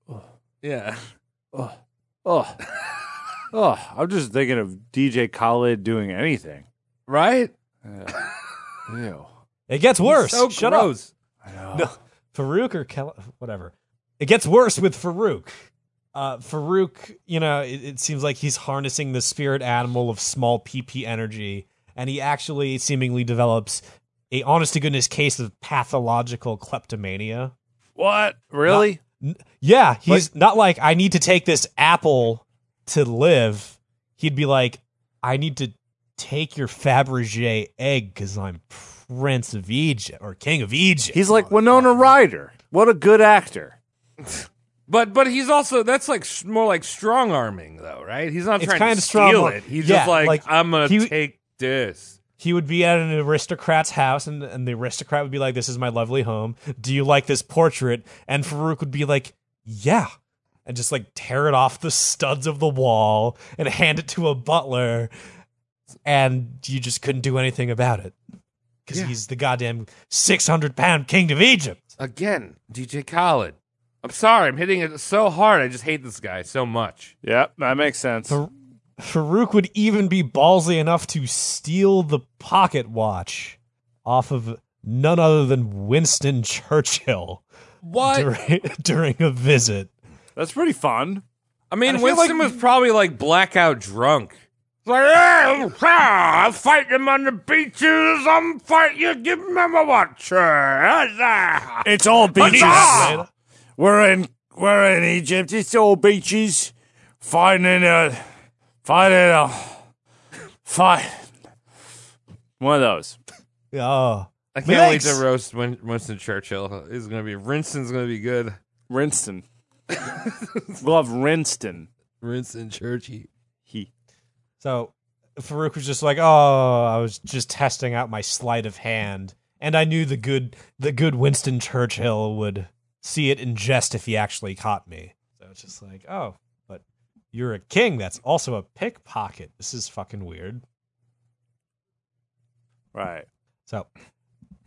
Speaker 7: Yeah.
Speaker 6: oh. Oh, I'm just thinking of DJ Khaled doing anything.
Speaker 7: Right?
Speaker 6: Ew.
Speaker 8: It gets worse.
Speaker 7: So
Speaker 8: Shut up.
Speaker 7: gross.
Speaker 8: Farouk or Kel- whatever. It gets worse with Farouk. Uh, Farouk, you know, it, it seems like he's harnessing the spirit animal of small PP energy, and he actually seemingly develops a honest to goodness case of pathological kleptomania.
Speaker 6: What? Really?
Speaker 8: Yeah, he's not like I need to take this apple to live. He'd be like, I need to take your Fabergé egg because I'm Prince of Egypt or King of Egypt.
Speaker 6: He's like Winona Ryder. What a good actor.
Speaker 7: But but he's also that's like s- more like strong arming though, right? He's not
Speaker 8: It's
Speaker 7: trying
Speaker 8: kinda
Speaker 7: to steal
Speaker 8: strong-arm-
Speaker 7: it. He's
Speaker 8: Yeah,
Speaker 7: just like,
Speaker 8: like,
Speaker 7: I'm gonna
Speaker 8: he-
Speaker 7: take this.
Speaker 8: he would be at an aristocrat's house, and, and the aristocrat would be like, This is my lovely home. Do you like this portrait? And Farouk would be like, Yeah. And just like tear it off the studs of the wall and hand it to a butler. And you just couldn't do anything about it because he's the goddamn 600 pound king of Egypt.
Speaker 7: Again, DJ Khaled. I'm sorry, I'm hitting it so hard. I just hate this guy so much.
Speaker 6: Yep, that makes sense.
Speaker 8: Far- Farouk would even be ballsy enough to steal the pocket watch off of none other than Winston Churchill.
Speaker 7: What?
Speaker 8: during, during a visit.
Speaker 6: That's pretty fun.
Speaker 7: I mean,
Speaker 6: I feel
Speaker 7: Winston
Speaker 6: like-
Speaker 7: was probably like blackout drunk. He's Like, "Yeah, ah, I'll fight them on the beaches. I'm fight you. Give them a watch. Ah, ah."
Speaker 6: It's all beaches.
Speaker 7: Huzzah!
Speaker 6: We're in we're in Egypt. It's all beaches. Finding a finding a fight. One of those.
Speaker 8: Oh,
Speaker 7: I can't
Speaker 8: Relax.
Speaker 7: wait to roast Win- Winston Churchill. He's gonna be Winston's gonna be good.
Speaker 6: Rinston. Love Rinston.
Speaker 7: Winston Churchy.
Speaker 6: He
Speaker 8: so Farouk was just like, "Oh, I was just testing out my sleight of hand, and I knew the good the good Winston Churchill would see it ingest if he actually caught me. So it's just like, oh, but you're a king. That's also a pickpocket. This is fucking weird.
Speaker 6: Right.
Speaker 8: So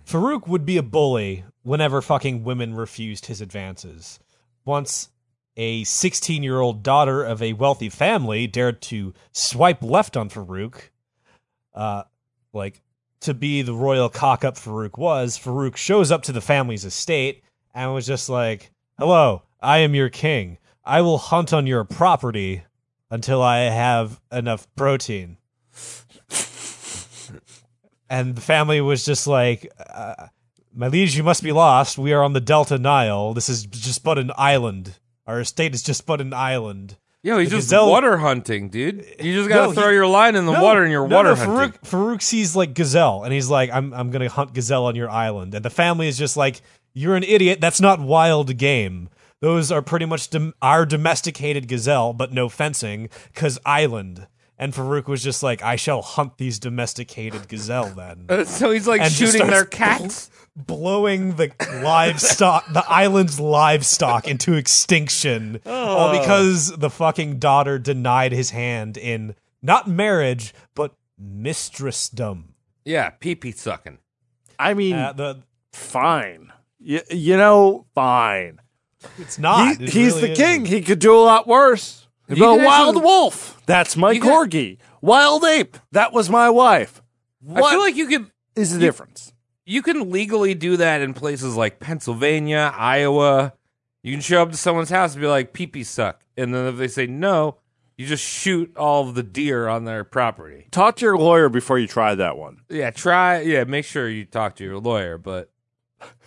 Speaker 8: Farouk would be a bully whenever fucking women refused his advances. Once a 16 year old daughter of a wealthy family dared to swipe left on Farouk, uh, like to be the royal cock up Farouk was, Farouk shows up to the family's estate and was just like, Hello, I am your king. I will hunt on your property until I have enough protein. And the family was just like, uh, My liege, you must be lost. We are on the Delta Nile. This is just but an island. Our estate is just but an island.
Speaker 7: Yo, he's
Speaker 8: The
Speaker 7: just
Speaker 8: gazelle-
Speaker 7: water hunting, dude. You just gotta
Speaker 8: No,
Speaker 7: throw
Speaker 8: he-
Speaker 7: your line in the
Speaker 8: No,
Speaker 7: water and you're
Speaker 8: no,
Speaker 7: water
Speaker 8: no,
Speaker 7: hunting.
Speaker 8: Farouk, Farouk sees like gazelle, and he's like, "I'm I'm gonna hunt gazelle on your island," and the family is just like, "You're an idiot. That's not wild game. Those are pretty much dom- our domesticated gazelle, but no fencing, cause island." And Farouk was just like, "I shall hunt these domesticated gazelle then."
Speaker 7: So he's like
Speaker 8: And just
Speaker 7: shooting their
Speaker 8: starts-
Speaker 7: cats.
Speaker 8: blowing the livestock, the island's livestock into extinction,
Speaker 6: Oh.
Speaker 8: all because the fucking daughter denied his hand in not marriage but mistressdom.
Speaker 7: Yeah, pee pee sucking.
Speaker 6: I mean,
Speaker 8: Uh, the
Speaker 6: fine. Y- you know, fine. Ah,
Speaker 8: it's not.
Speaker 6: He-
Speaker 8: It
Speaker 6: he's
Speaker 8: really
Speaker 6: the
Speaker 8: isn't.
Speaker 6: king. He could do a lot worse. The
Speaker 7: You can
Speaker 6: wild
Speaker 7: actually-
Speaker 6: wolf. That's my
Speaker 7: You can-
Speaker 6: corgi. wild ape. That was my wife. What is
Speaker 7: I feel like you could
Speaker 6: the difference?
Speaker 7: you can legally do that in places like Pennsylvania, Iowa. You can show up to someone's house and be like, pee pee suck. And then if they say no, you just shoot all of the deer on their property.
Speaker 6: Talk to your lawyer before you try that one.
Speaker 7: Yeah, try. Yeah, make sure you talk to your lawyer. But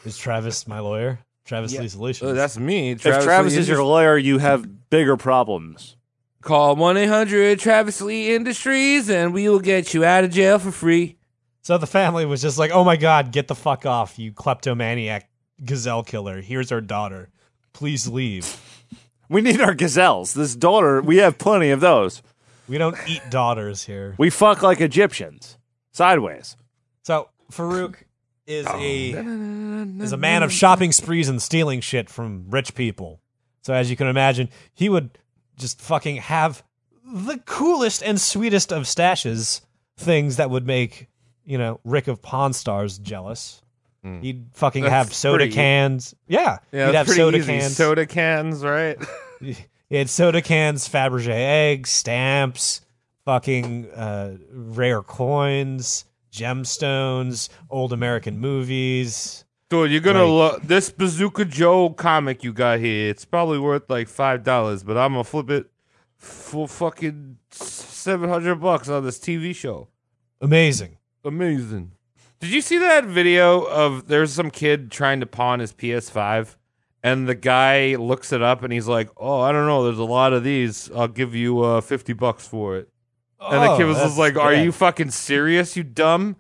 Speaker 8: is Travis my lawyer. Travis Lee Solutions.
Speaker 7: uh,
Speaker 6: Oh,
Speaker 7: that's me. Travis
Speaker 6: if Travis
Speaker 7: Lee
Speaker 6: is your
Speaker 7: Industries.
Speaker 6: lawyer, you have bigger problems.
Speaker 7: call one eight hundred Travis Lee Industries, and we will get you out of jail for free.
Speaker 8: so the family was just like, "Oh my god, get the fuck off, you kleptomaniac gazelle killer! Here's our daughter. Please leave.
Speaker 6: We need our gazelles. This daughter, we have plenty of those.
Speaker 8: We don't eat daughters here."
Speaker 6: We fuck like Egyptians, sideways.
Speaker 8: So Farouk is a is a man of shopping sprees and stealing shit from rich people. So as you can imagine, he would just fucking have the coolest and sweetest of stashes, things that would make you know Rick of Pawn Stars jealous. He'd fucking
Speaker 7: Hmm. That's
Speaker 8: have soda
Speaker 7: pretty- e-
Speaker 8: cans. Yeah, he'd have
Speaker 7: pretty
Speaker 8: soda
Speaker 7: easy.
Speaker 8: cans.
Speaker 7: Soda cans, right?
Speaker 8: He had soda cans, Fabergé eggs, stamps, fucking uh, rare coins, gemstones, old American movies.
Speaker 7: Dude, you're gonna love this Bazooka Joe comic you got here. It's probably worth like five dollars, but I'm gonna flip it for fucking seven hundred bucks on this TV show.
Speaker 8: Amazing.
Speaker 7: Amazing. Did you see that video of there's some kid trying to pawn his PS5 and the guy looks it up and he's like, "Oh, I don't know, there's a lot of these. I'll give you uh 50 bucks for it." And the
Speaker 8: Oh,
Speaker 7: kid was
Speaker 8: that's
Speaker 7: just like, "Are
Speaker 8: good.
Speaker 7: you fucking serious, you dumb?"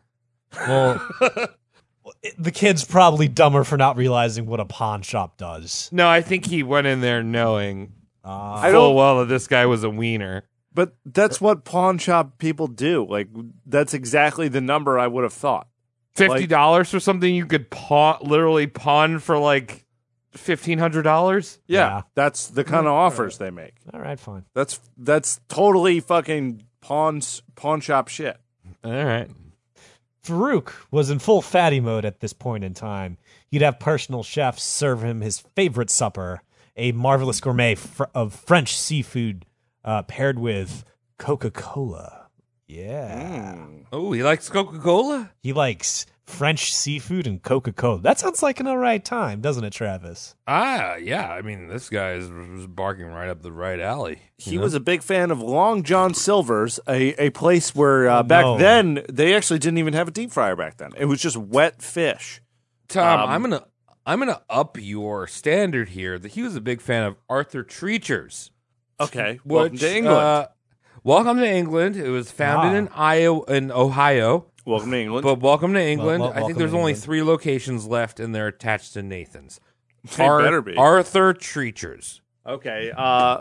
Speaker 8: Well, the kid's probably dumber for not realizing what a pawn shop does.
Speaker 7: No, I think he went in there knowing
Speaker 8: Uh,
Speaker 6: I
Speaker 7: full
Speaker 6: don't.
Speaker 7: well that this guy was a wiener.
Speaker 6: But that's what pawn shop people do. Like that's exactly the number I would have thought.
Speaker 7: Fifty dollars for something you could pawn, literally pawn for like fifteen hundred dollars.
Speaker 6: Yeah,
Speaker 8: Yeah.
Speaker 6: that's the kind of offers they make.
Speaker 8: all right, fine.
Speaker 6: That's that's totally fucking pawn s- pawn shop shit.
Speaker 7: All right.
Speaker 8: Farouk was in full fatty mode at this point in time. He'd have personal chefs serve him his favorite supper, a marvelous gourmet fr- of French seafood uh, paired with Coca Cola. Yeah.
Speaker 7: Oh, he likes Coca Cola.
Speaker 8: He likes French seafood and Coca Cola. That sounds like an all right time, doesn't it, Travis?
Speaker 7: Ah, yeah. I mean, this guy is was barking right up the right alley.
Speaker 6: He was a big fan of Long John Silver's, a, a place where uh, back
Speaker 8: no.
Speaker 6: then they actually didn't even have a deep fryer back then. It was just wet fish.
Speaker 7: Tom,
Speaker 6: Um,
Speaker 7: I'm gonna I'm gonna up your standard here. That he was a big fan of Arthur Treacher's.
Speaker 6: Okay,
Speaker 7: Which,
Speaker 6: welcome to England.
Speaker 7: uh, welcome to England. It was founded
Speaker 8: Ah.
Speaker 7: in Iowa, in Ohio.
Speaker 6: welcome to England.
Speaker 7: But welcome to England.
Speaker 8: wel-
Speaker 7: I
Speaker 8: welcome
Speaker 7: think there's
Speaker 8: to
Speaker 7: only
Speaker 8: England.
Speaker 7: three locations left, and they're attached to Nathan's.
Speaker 6: They better be.
Speaker 7: Arthur Treacher's.
Speaker 6: okay, uh,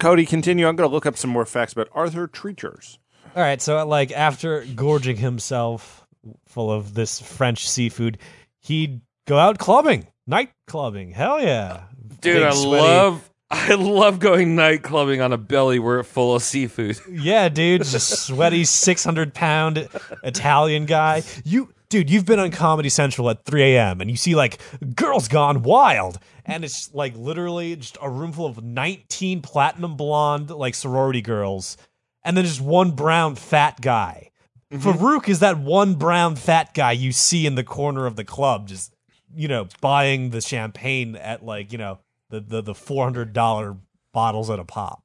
Speaker 6: Cody, continue. I'm going to look up some more facts about Arthur Treacher's.
Speaker 8: All right, so uh, like after gorging himself full of this French seafood, he'd go out clubbing Night clubbing. Hell yeah.
Speaker 7: Dude,
Speaker 8: Big
Speaker 7: I
Speaker 8: sweaty-
Speaker 7: love I love going night clubbing on a belly where it's full of seafood.
Speaker 8: Yeah, dude, just sweaty 600 pound Italian guy. You, dude, you've been on Comedy Central at 3 a.m. and you see like Girls Gone Wild. And it's like literally just a room full of 19 platinum blonde like sorority girls and then just one brown fat guy. Farouk is that one brown fat guy you see in the corner of the club just, you know, buying the champagne at like, you know, the, the, the $400 bottles at a pop.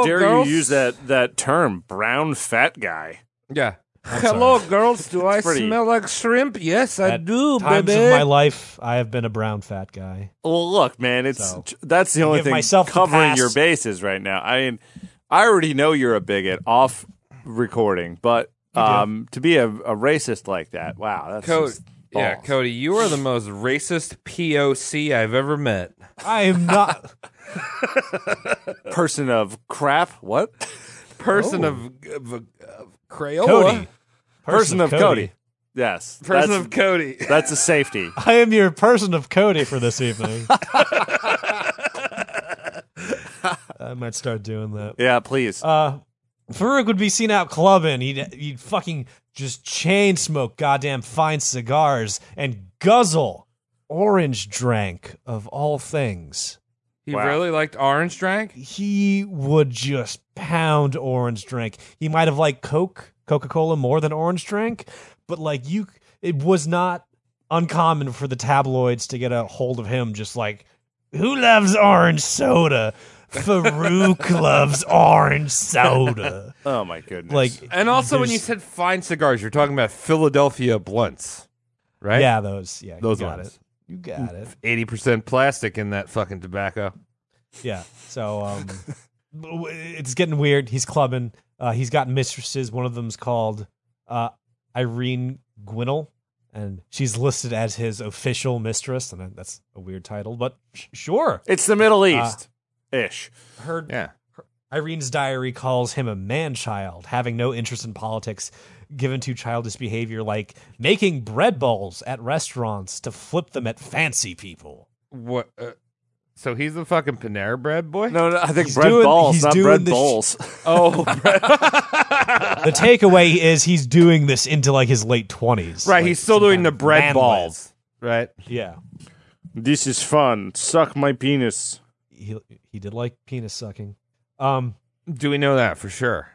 Speaker 6: How dare
Speaker 7: girls.
Speaker 6: you use that that term, brown fat guy?
Speaker 7: Yeah. Hello, girls. Do I
Speaker 6: pretty-
Speaker 7: smell like shrimp? Yes, I
Speaker 8: At
Speaker 7: do,
Speaker 8: times
Speaker 7: baby.
Speaker 8: of my life, I have been a brown fat guy.
Speaker 6: Well, look, man, it's
Speaker 8: So,
Speaker 6: that's the only
Speaker 8: give
Speaker 6: thing
Speaker 8: myself the
Speaker 6: covering
Speaker 8: pass.
Speaker 6: your bases right now. I mean, I already know you're a bigot off recording, but um, to be a, a racist like that, wow, that's
Speaker 7: Cody,
Speaker 6: just
Speaker 7: yeah,
Speaker 6: balls.
Speaker 7: Cody, you are the most racist POC I've ever met.
Speaker 8: I am not.
Speaker 6: person of crap. What
Speaker 7: Person of, of, of Crayola.
Speaker 8: Oh. Cody.
Speaker 6: person, of Cody? Yes,
Speaker 7: Person
Speaker 6: that's,
Speaker 7: of Cody.
Speaker 6: that's a safety.
Speaker 8: I am your person of Cody for this evening. I might start doing that.
Speaker 6: Yeah, please.
Speaker 8: Uh, Farouk would be seen out clubbing. He'd, he'd fucking just chain smoke goddamn fine cigars and guzzle orange drank of all things.
Speaker 7: He
Speaker 6: Wow.
Speaker 7: really liked orange drink?
Speaker 8: he would just pound orange drink. He might have liked Coke, Coca Cola more than orange drink, but like you, it was not uncommon for the tabloids to get a hold of him. Just like, who loves orange soda? Farouk loves orange soda.
Speaker 6: oh my goodness.
Speaker 8: Like,
Speaker 7: And also, when you
Speaker 8: there's-
Speaker 7: said fine cigars, you're talking about Philadelphia blunts, right?
Speaker 8: yeah, those, yeah,
Speaker 7: Those
Speaker 8: you got
Speaker 7: ones.
Speaker 8: it. You got it.
Speaker 7: 80% plastic in that fucking tobacco.
Speaker 8: Yeah. So um, w- it's getting weird. He's clubbing. Uh, he's got mistresses. One of them's called uh, Irene Gwinnell, and she's listed as his official mistress. And that's a weird title, but sh- sure.
Speaker 6: it's the Middle
Speaker 8: Uh,
Speaker 6: East ish.
Speaker 8: Her
Speaker 7: Yeah.
Speaker 8: Irene's diary calls him a man child, having no interest in politics, given to childish behavior like making bread bowls at restaurants to flip them at fancy people.
Speaker 7: What? Uh, so he's the fucking Panera Bread boy?
Speaker 6: No, no, I think
Speaker 8: He's
Speaker 6: bread
Speaker 8: doing-
Speaker 6: balls,
Speaker 8: he's
Speaker 6: not
Speaker 8: doing
Speaker 6: bread
Speaker 8: the sh-
Speaker 6: bowls.
Speaker 7: Oh, Bread-
Speaker 8: The takeaway is he's doing this into like his late twenties.
Speaker 7: right. He's still doing the bread balls, right?
Speaker 8: Yeah.
Speaker 6: this is fun. Suck my penis.
Speaker 8: he he did like penis sucking. Um,
Speaker 7: Do we know that for sure?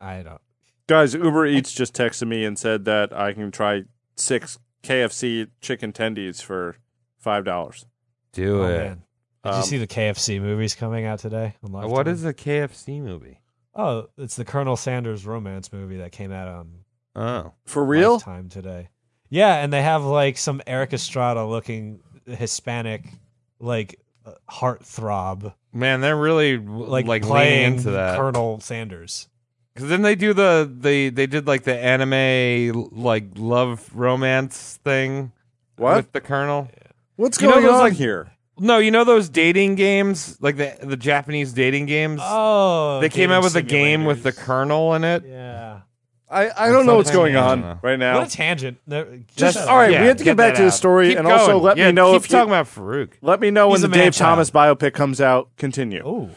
Speaker 8: I don't.
Speaker 6: Guys, Uber Eats just texted me and said that I can try six KFC chicken tendies for five dollars.
Speaker 7: Do
Speaker 8: Oh,
Speaker 7: it.
Speaker 8: man. Did you
Speaker 6: Um,
Speaker 8: see the KFC movies coming out today? On Lifetime?
Speaker 7: What is a KFC movie?
Speaker 8: Oh, it's the Colonel Sanders romance movie that came out on
Speaker 7: Oh,
Speaker 6: For real?
Speaker 8: Lifetime today. Yeah, and they have like some Eric Estrada looking Hispanic, like uh, heartthrob,
Speaker 7: man, they're really
Speaker 8: like
Speaker 7: like like
Speaker 8: playing
Speaker 7: leaning into that.
Speaker 8: Colonel Sanders.
Speaker 7: Because then they do the they they did like the anime like love romance thing
Speaker 6: What?
Speaker 7: with the Colonel.
Speaker 6: What's
Speaker 7: You know
Speaker 6: going
Speaker 7: those,
Speaker 6: on
Speaker 7: like-
Speaker 6: here?
Speaker 7: No, you know those dating games, like the the Japanese dating games.
Speaker 8: Oh,
Speaker 7: they came out with a
Speaker 8: dating
Speaker 7: game with the
Speaker 8: simulators.
Speaker 7: Colonel in it.
Speaker 8: Yeah.
Speaker 6: I, I don't know what's
Speaker 7: something-
Speaker 6: going
Speaker 7: I
Speaker 6: on
Speaker 7: don't know.
Speaker 6: right now.
Speaker 8: What a tangent. No,
Speaker 6: Just
Speaker 8: shut up.
Speaker 6: all right.
Speaker 7: Yeah,
Speaker 6: we have to get,
Speaker 7: get
Speaker 6: back
Speaker 7: that
Speaker 6: to the
Speaker 7: out.
Speaker 6: story,
Speaker 7: Keep
Speaker 6: and also
Speaker 7: going.
Speaker 6: let
Speaker 7: Yeah,
Speaker 6: me know
Speaker 7: keep
Speaker 6: if you,
Speaker 7: talking about Farouk.
Speaker 6: let me know when
Speaker 8: He's
Speaker 6: the
Speaker 8: a man
Speaker 6: Dave
Speaker 8: child.
Speaker 6: Thomas biopic comes out. Continue.
Speaker 8: Oh.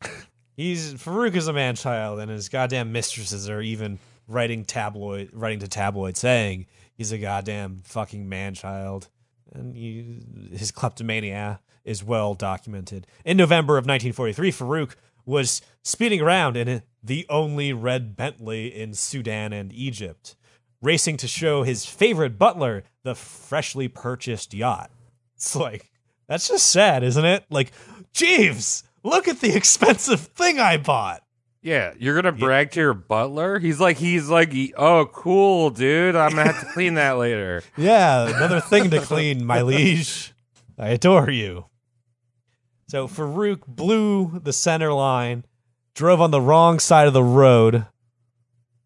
Speaker 8: He's Farouk is a man child and his goddamn mistresses are even writing tabloid writing to tabloid saying he's a goddamn fucking man child. And he, his kleptomania is well documented. In November of 1943, Farouk was speeding around in the only red Bentley in Sudan and Egypt, racing to show his favorite butler the freshly purchased yacht. It's like that's just sad, isn't it? Like, Jeeves, look at the expensive thing I bought.
Speaker 7: Yeah, you're gonna brag to your butler. He's like, he's like, oh, cool, dude. I'm gonna have to clean that later.
Speaker 8: Yeah, another thing to clean, my liege. I adore you. So Farouk blew the center line, drove on the wrong side of the road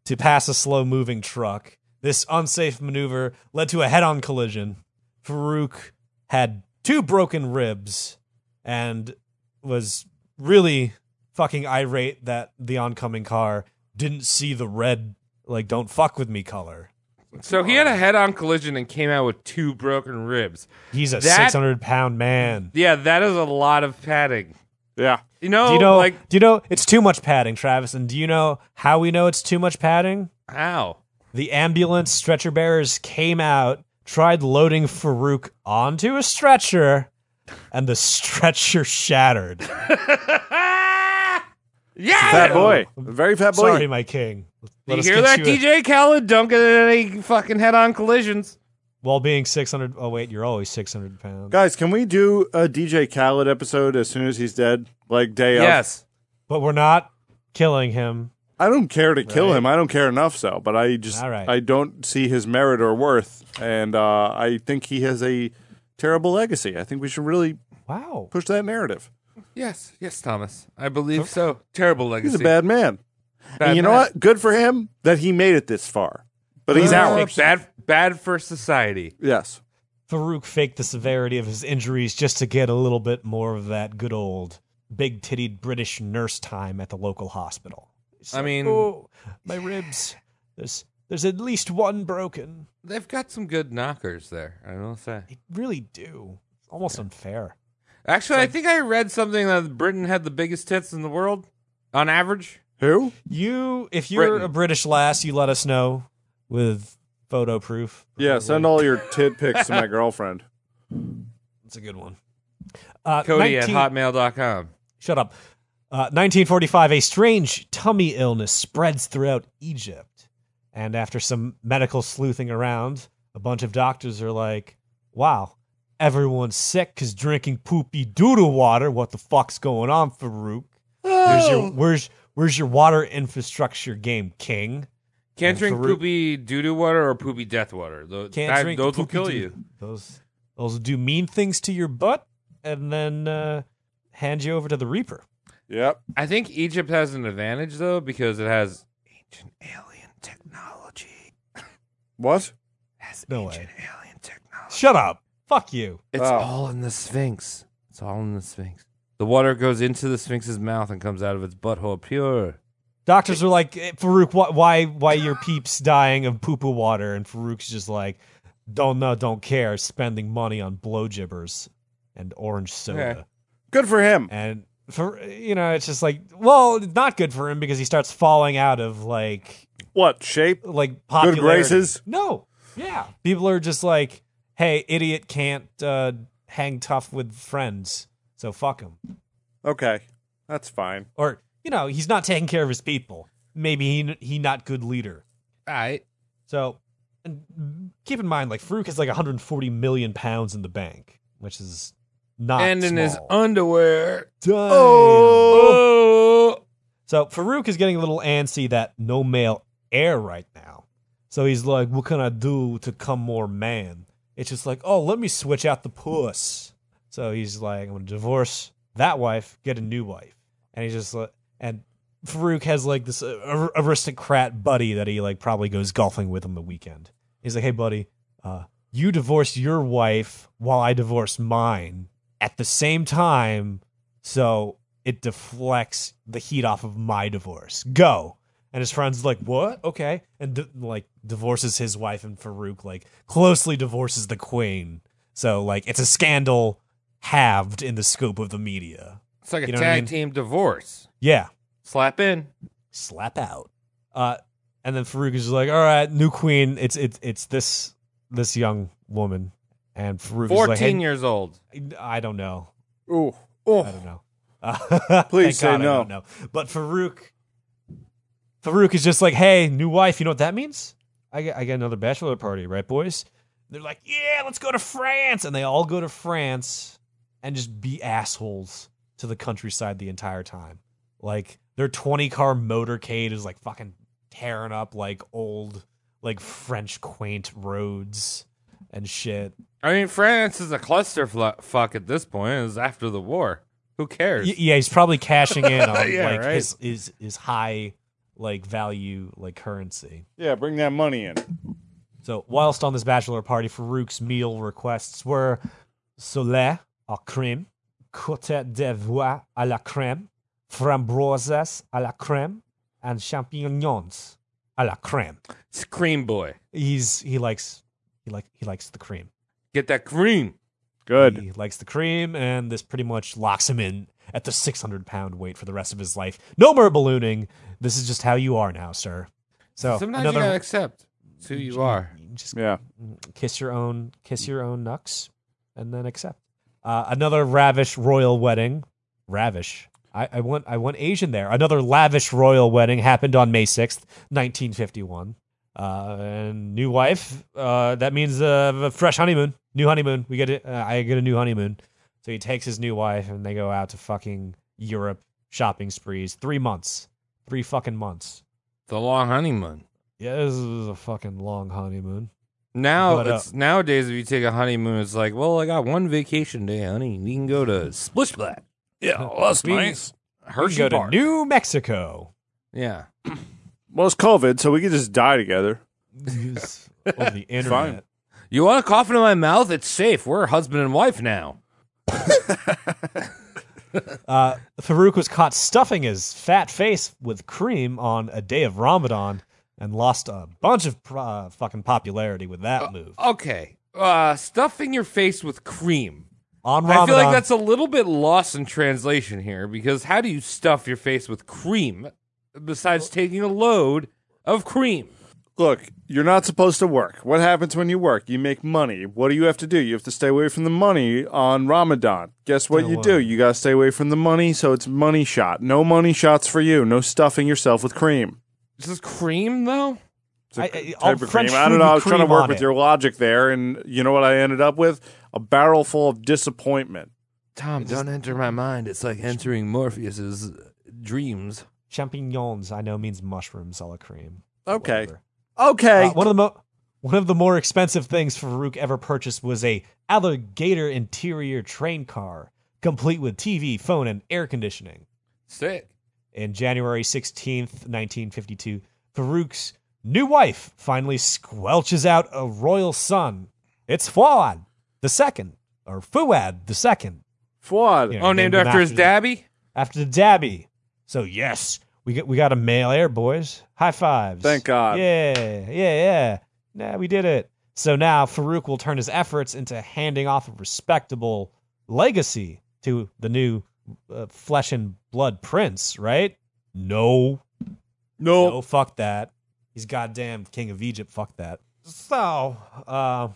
Speaker 8: to pass a slow moving truck. This unsafe maneuver led to a head on collision. Farouk had two broken ribs and was really fucking irate that the oncoming car didn't see the red, like, don't fuck with me color.
Speaker 7: So he had a head-on collision and came out with two broken ribs.
Speaker 8: He's a
Speaker 7: That-
Speaker 8: 600 pound man.
Speaker 7: Yeah, that is a lot of padding.
Speaker 6: Yeah.
Speaker 7: You know,
Speaker 8: Do you know?
Speaker 7: Oh, like
Speaker 8: do you know it's too much padding, Travis? And do you know how we know it's too much padding?
Speaker 7: how?
Speaker 8: The ambulance stretcher bearers came out, tried loading Farouk onto a stretcher, and the stretcher shattered.
Speaker 7: Yeah.
Speaker 6: Fat boy. Very fat boy.
Speaker 8: Oh. Sorry, my king. Let
Speaker 7: you
Speaker 8: us
Speaker 7: hear
Speaker 8: get
Speaker 7: that,
Speaker 8: a-
Speaker 7: DJ Khaled? Don't get in any fucking head-on collisions.
Speaker 8: While being 600. Oh, wait, you're always 600 pounds.
Speaker 6: Guys, can we do a DJ Khaled episode as soon as he's dead? Like day of?
Speaker 7: Yes.
Speaker 8: But we're not killing him.
Speaker 6: I don't care to kill
Speaker 8: Right.
Speaker 6: him. I don't care enough so, but I just
Speaker 8: All right.
Speaker 6: I don't see his merit or worth and uh, I think he has a terrible legacy. I think we should really
Speaker 8: Wow.
Speaker 6: push that narrative.
Speaker 7: Yes. Yes, Thomas. I believe so. Terrible legacy.
Speaker 6: Oh. He's a bad man.
Speaker 7: Bad
Speaker 6: and you know
Speaker 7: man.
Speaker 6: what? Good for him that he made it this far. But he's out.
Speaker 7: Like, Bad, bad for society.
Speaker 6: Yes.
Speaker 8: Farouk faked the severity of his injuries just to get a little bit more of that good old big tittied British nurse time at the local hospital. It's
Speaker 7: I mean-
Speaker 8: oh, my ribs. There's there's at least one broken.
Speaker 7: They've got some good knockers there. I will say.
Speaker 8: They really do. It's almost unfair.
Speaker 7: Actually, I think I read something that Britain had the biggest tits in the world on average.
Speaker 6: Who?
Speaker 8: You, if you're
Speaker 7: Britain.
Speaker 8: a British lass, you let us know with photo proof.
Speaker 6: Yeah, send all your tit pics to my girlfriend.
Speaker 8: That's a good one. Uh,
Speaker 7: Cody
Speaker 8: 19
Speaker 7: at hotmail.com.
Speaker 8: Shut up. Uh, 1945, a strange tummy illness spreads throughout Egypt. And after some medical sleuthing around, a bunch of doctors are like, wow, everyone's sick because drinking poopy doodle water. What the fuck's going on, Farouk? Where's your, where's, where's your water infrastructure game, king?
Speaker 7: Can't
Speaker 8: And
Speaker 7: drink
Speaker 8: Farouk-
Speaker 7: poopy doo doo water or poopy death water. Tho-
Speaker 8: Can't
Speaker 7: that-
Speaker 8: drink
Speaker 7: those will
Speaker 8: poopy
Speaker 7: kill
Speaker 8: doo-
Speaker 7: you.
Speaker 8: Those, those do mean things to your butt and then uh, hand you over to the Reaper.
Speaker 6: Yep.
Speaker 7: I think Egypt has an advantage though because it has ancient alien technology.
Speaker 6: What?
Speaker 7: Has
Speaker 8: No
Speaker 7: ancient
Speaker 8: way.
Speaker 7: alien technology.
Speaker 8: Shut up. Fuck you.
Speaker 7: It's
Speaker 6: Oh.
Speaker 7: all in the Sphinx. It's all in the Sphinx. The water goes into the Sphinx's mouth and comes out of its butthole pure.
Speaker 8: Doctors are like, "Eh, Farouk, wh- why, why your peeps dying of poo poo water? And Farouk's just like, don't know, don't care, spending money on blow jibbers and orange soda.
Speaker 7: Okay.
Speaker 6: Good for him.
Speaker 8: And for you know, it's just like, well, it's not good for him because he starts falling out of like,
Speaker 6: What shape?
Speaker 8: like popularity.
Speaker 6: graces?
Speaker 8: No, yeah, people are just like, hey, idiot can't uh, hang tough with friends, so fuck him.
Speaker 6: Okay. That's fine.
Speaker 8: Or you know, he's not taking care of his people. Maybe he he not good leader.
Speaker 7: All right.
Speaker 8: So, and keep in mind, like Farouk has like 140 million pounds in the bank, which is not
Speaker 7: and in his
Speaker 8: small.
Speaker 7: underwear.
Speaker 8: Damn.
Speaker 7: Oh.
Speaker 8: So Farouk is getting a little antsy that no male heir right now. So he's like, "What can I do to come more man?" It's just like, "Oh, let me switch out the puss." So he's like, "I'm gonna divorce that wife, get a new wife," and he's just like, and Farouk has like this uh, ar- aristocrat buddy that he like probably goes golfing with on the weekend. He's like, "Hey, buddy, uh, you divorce your wife while I divorce mine at the same time, so it deflects the heat off of my divorce. Go." And his friend's like, "What? Okay," and d- like divorces his wife, and Farouk like closely divorces the queen. So like it's a scandal halved in the scope of the media.
Speaker 7: It's like a
Speaker 8: You know what I
Speaker 7: tag
Speaker 8: mean?
Speaker 7: team divorce.
Speaker 8: Yeah.
Speaker 7: Slap in.
Speaker 8: slap out. Uh, and then Farouk is just like, all right, new queen. It's it's it's this this young woman, and Farouk is
Speaker 7: Fourteen
Speaker 8: like, hey,
Speaker 7: years old.
Speaker 8: I don't know,
Speaker 6: Ooh.
Speaker 8: I
Speaker 6: Oh.
Speaker 8: don't know. Uh,
Speaker 6: Please
Speaker 8: thank
Speaker 6: say
Speaker 8: God I
Speaker 6: no.
Speaker 8: don't know. But Farouk, Farouk is just like, hey, new wife. You know what that means? I get, I get another bachelor party, right, boys? They're like, yeah, let's go to France, and they all go to France and just be assholes to the countryside the entire time. Like their twenty car motorcade is like fucking tearing up like old like French quaint roads and shit.
Speaker 7: I mean, France is a cluster fuck at this point. It was after the war. Who cares?
Speaker 8: Y- yeah, he's probably cashing in on
Speaker 7: Yeah,
Speaker 8: like
Speaker 7: right.
Speaker 8: his, his his high like value like currency.
Speaker 6: Yeah, bring that money in.
Speaker 8: So whilst on this bachelor party, Farouk's meal requests were soleil à crème, côte de voix à la crème, framboises à la crème, and champignons a la creme.
Speaker 7: It's cream boy.
Speaker 8: He's he likes he like he likes the cream.
Speaker 7: Get that cream.
Speaker 6: Good.
Speaker 8: He likes the cream, and this pretty much locks him in at the 600 pound weight for the rest of his life. No more ballooning. This is just how you are now, sir. So
Speaker 7: Sometimes
Speaker 8: another Mm-hmm.
Speaker 7: you gotta accept it's who you are.
Speaker 8: just
Speaker 6: Yeah.
Speaker 8: kiss your own kiss your own nucks, and then accept. Uh, another ravish royal wedding. Ravish. I, I want I want Asian there. Another lavish royal wedding happened on May 6th, 1951. Uh, and new wife. Uh, that means uh, a fresh honeymoon. New honeymoon. We get it. Uh, I get a new honeymoon. So he takes his new wife and they go out to fucking Europe shopping sprees. Three months. Three fucking months.
Speaker 7: The long honeymoon.
Speaker 8: Yeah, this is a fucking long honeymoon.
Speaker 7: Now
Speaker 8: But, uh,
Speaker 7: it's nowadays if you take a honeymoon, it's like, well, I got one vacation day, honey. We can go to Splish Splat. Yeah, well, that's nice.
Speaker 8: We
Speaker 7: Hershey
Speaker 8: go to
Speaker 7: Park.
Speaker 8: New Mexico.
Speaker 7: yeah,
Speaker 6: Well, it's COVID, so we could just die together.
Speaker 8: Use on the internet.
Speaker 7: you want to cough into my mouth? It's safe. We're husband and wife now.
Speaker 8: Uh, Farouk was caught stuffing his fat face with cream on a day of Ramadan and lost a bunch of pro- uh, fucking popularity with that move.
Speaker 7: Okay, uh, stuffing your face with cream.
Speaker 8: On Ramadan,
Speaker 7: I feel like that's a little bit lost in translation here because how do you stuff your face with cream besides taking a load of cream?
Speaker 6: Look, you're not supposed to work. What happens when you work? You make money. What do you have to do? You have to stay away from the money on Ramadan. Guess what
Speaker 8: Oh,
Speaker 6: you
Speaker 8: wow.
Speaker 6: do? You got to stay away from the money, so it's money shot. No money shots for you. No stuffing yourself with cream.
Speaker 7: Is this cream though?
Speaker 6: It's a
Speaker 8: I- I-
Speaker 6: c-
Speaker 8: all
Speaker 6: type of
Speaker 8: French
Speaker 6: cream. I
Speaker 8: food
Speaker 6: don't know.
Speaker 8: with
Speaker 6: I was trying to
Speaker 8: cream on
Speaker 6: work with
Speaker 8: it.
Speaker 6: your logic there, and you know what I ended up with? A barrel full of disappointment.
Speaker 7: Tom, don't enter my mind. It's like entering Morpheus's dreams.
Speaker 8: champignons. I know means mushrooms. a la cream.
Speaker 6: Okay.
Speaker 8: Whatever.
Speaker 6: Okay.
Speaker 8: Uh, one of the mo- one of the more expensive things Farouk ever purchased was a alligator interior train car, complete with TV, phone, and air conditioning.
Speaker 7: Sick.
Speaker 8: in January 16th, 1952, Farouk's new wife finally squelches out a royal son. It's Fuad the second, or Fuad the second.
Speaker 6: Fraud.
Speaker 8: you know,
Speaker 7: Oh, named after his dabby?
Speaker 8: After the dabby. So yes, we got we got a male air, boys. High fives.
Speaker 6: Thank God.
Speaker 8: Yeah, yeah, yeah. Nah, we did it. So now Farouk will turn his efforts into handing off a respectable legacy to the new uh, flesh and blood prince, right? No,
Speaker 6: No.
Speaker 8: no, fuck that. He's goddamn king of Egypt. Fuck that. So, uh,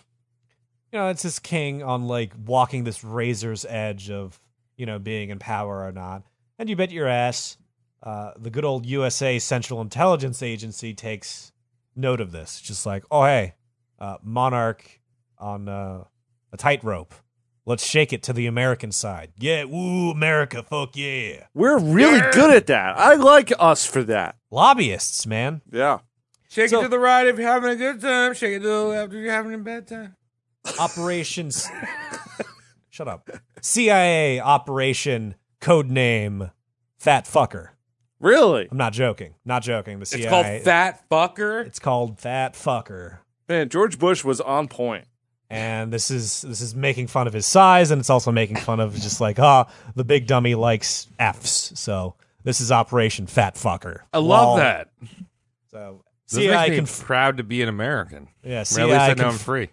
Speaker 8: you know, it's this king on like walking this razor's edge of, you know, being in power or not. And you bet your ass, uh, the good old USA Central Intelligence Agency takes note of this. Just like, oh, hey, uh, monarch on uh, a tightrope. Let's shake it to the American side. Yeah, woo, America, fuck yeah.
Speaker 6: We're really good at that. I like us for that.
Speaker 8: Lobbyists, man.
Speaker 6: Yeah.
Speaker 7: Shake
Speaker 8: So-
Speaker 7: it to the right if you're having a good time. Shake it to the left if you're having a bad time.
Speaker 8: operations shut up cia operation code name fat fucker
Speaker 6: Really?
Speaker 8: i'm not joking not joking the cia
Speaker 7: It's called Fat Fucker.
Speaker 8: it's called fat fucker
Speaker 6: Man, George Bush was on point.
Speaker 8: and this is this is making fun of his size and it's also making fun of just like ah the big dummy likes f's so this is operation fat fucker
Speaker 7: I love
Speaker 8: Lol.
Speaker 7: that.
Speaker 8: so
Speaker 7: This makes
Speaker 8: cia
Speaker 7: me
Speaker 8: can
Speaker 7: proud to be an American.
Speaker 8: yeah
Speaker 7: Or at least I
Speaker 8: cia,
Speaker 7: know I'm
Speaker 8: conf-
Speaker 7: free.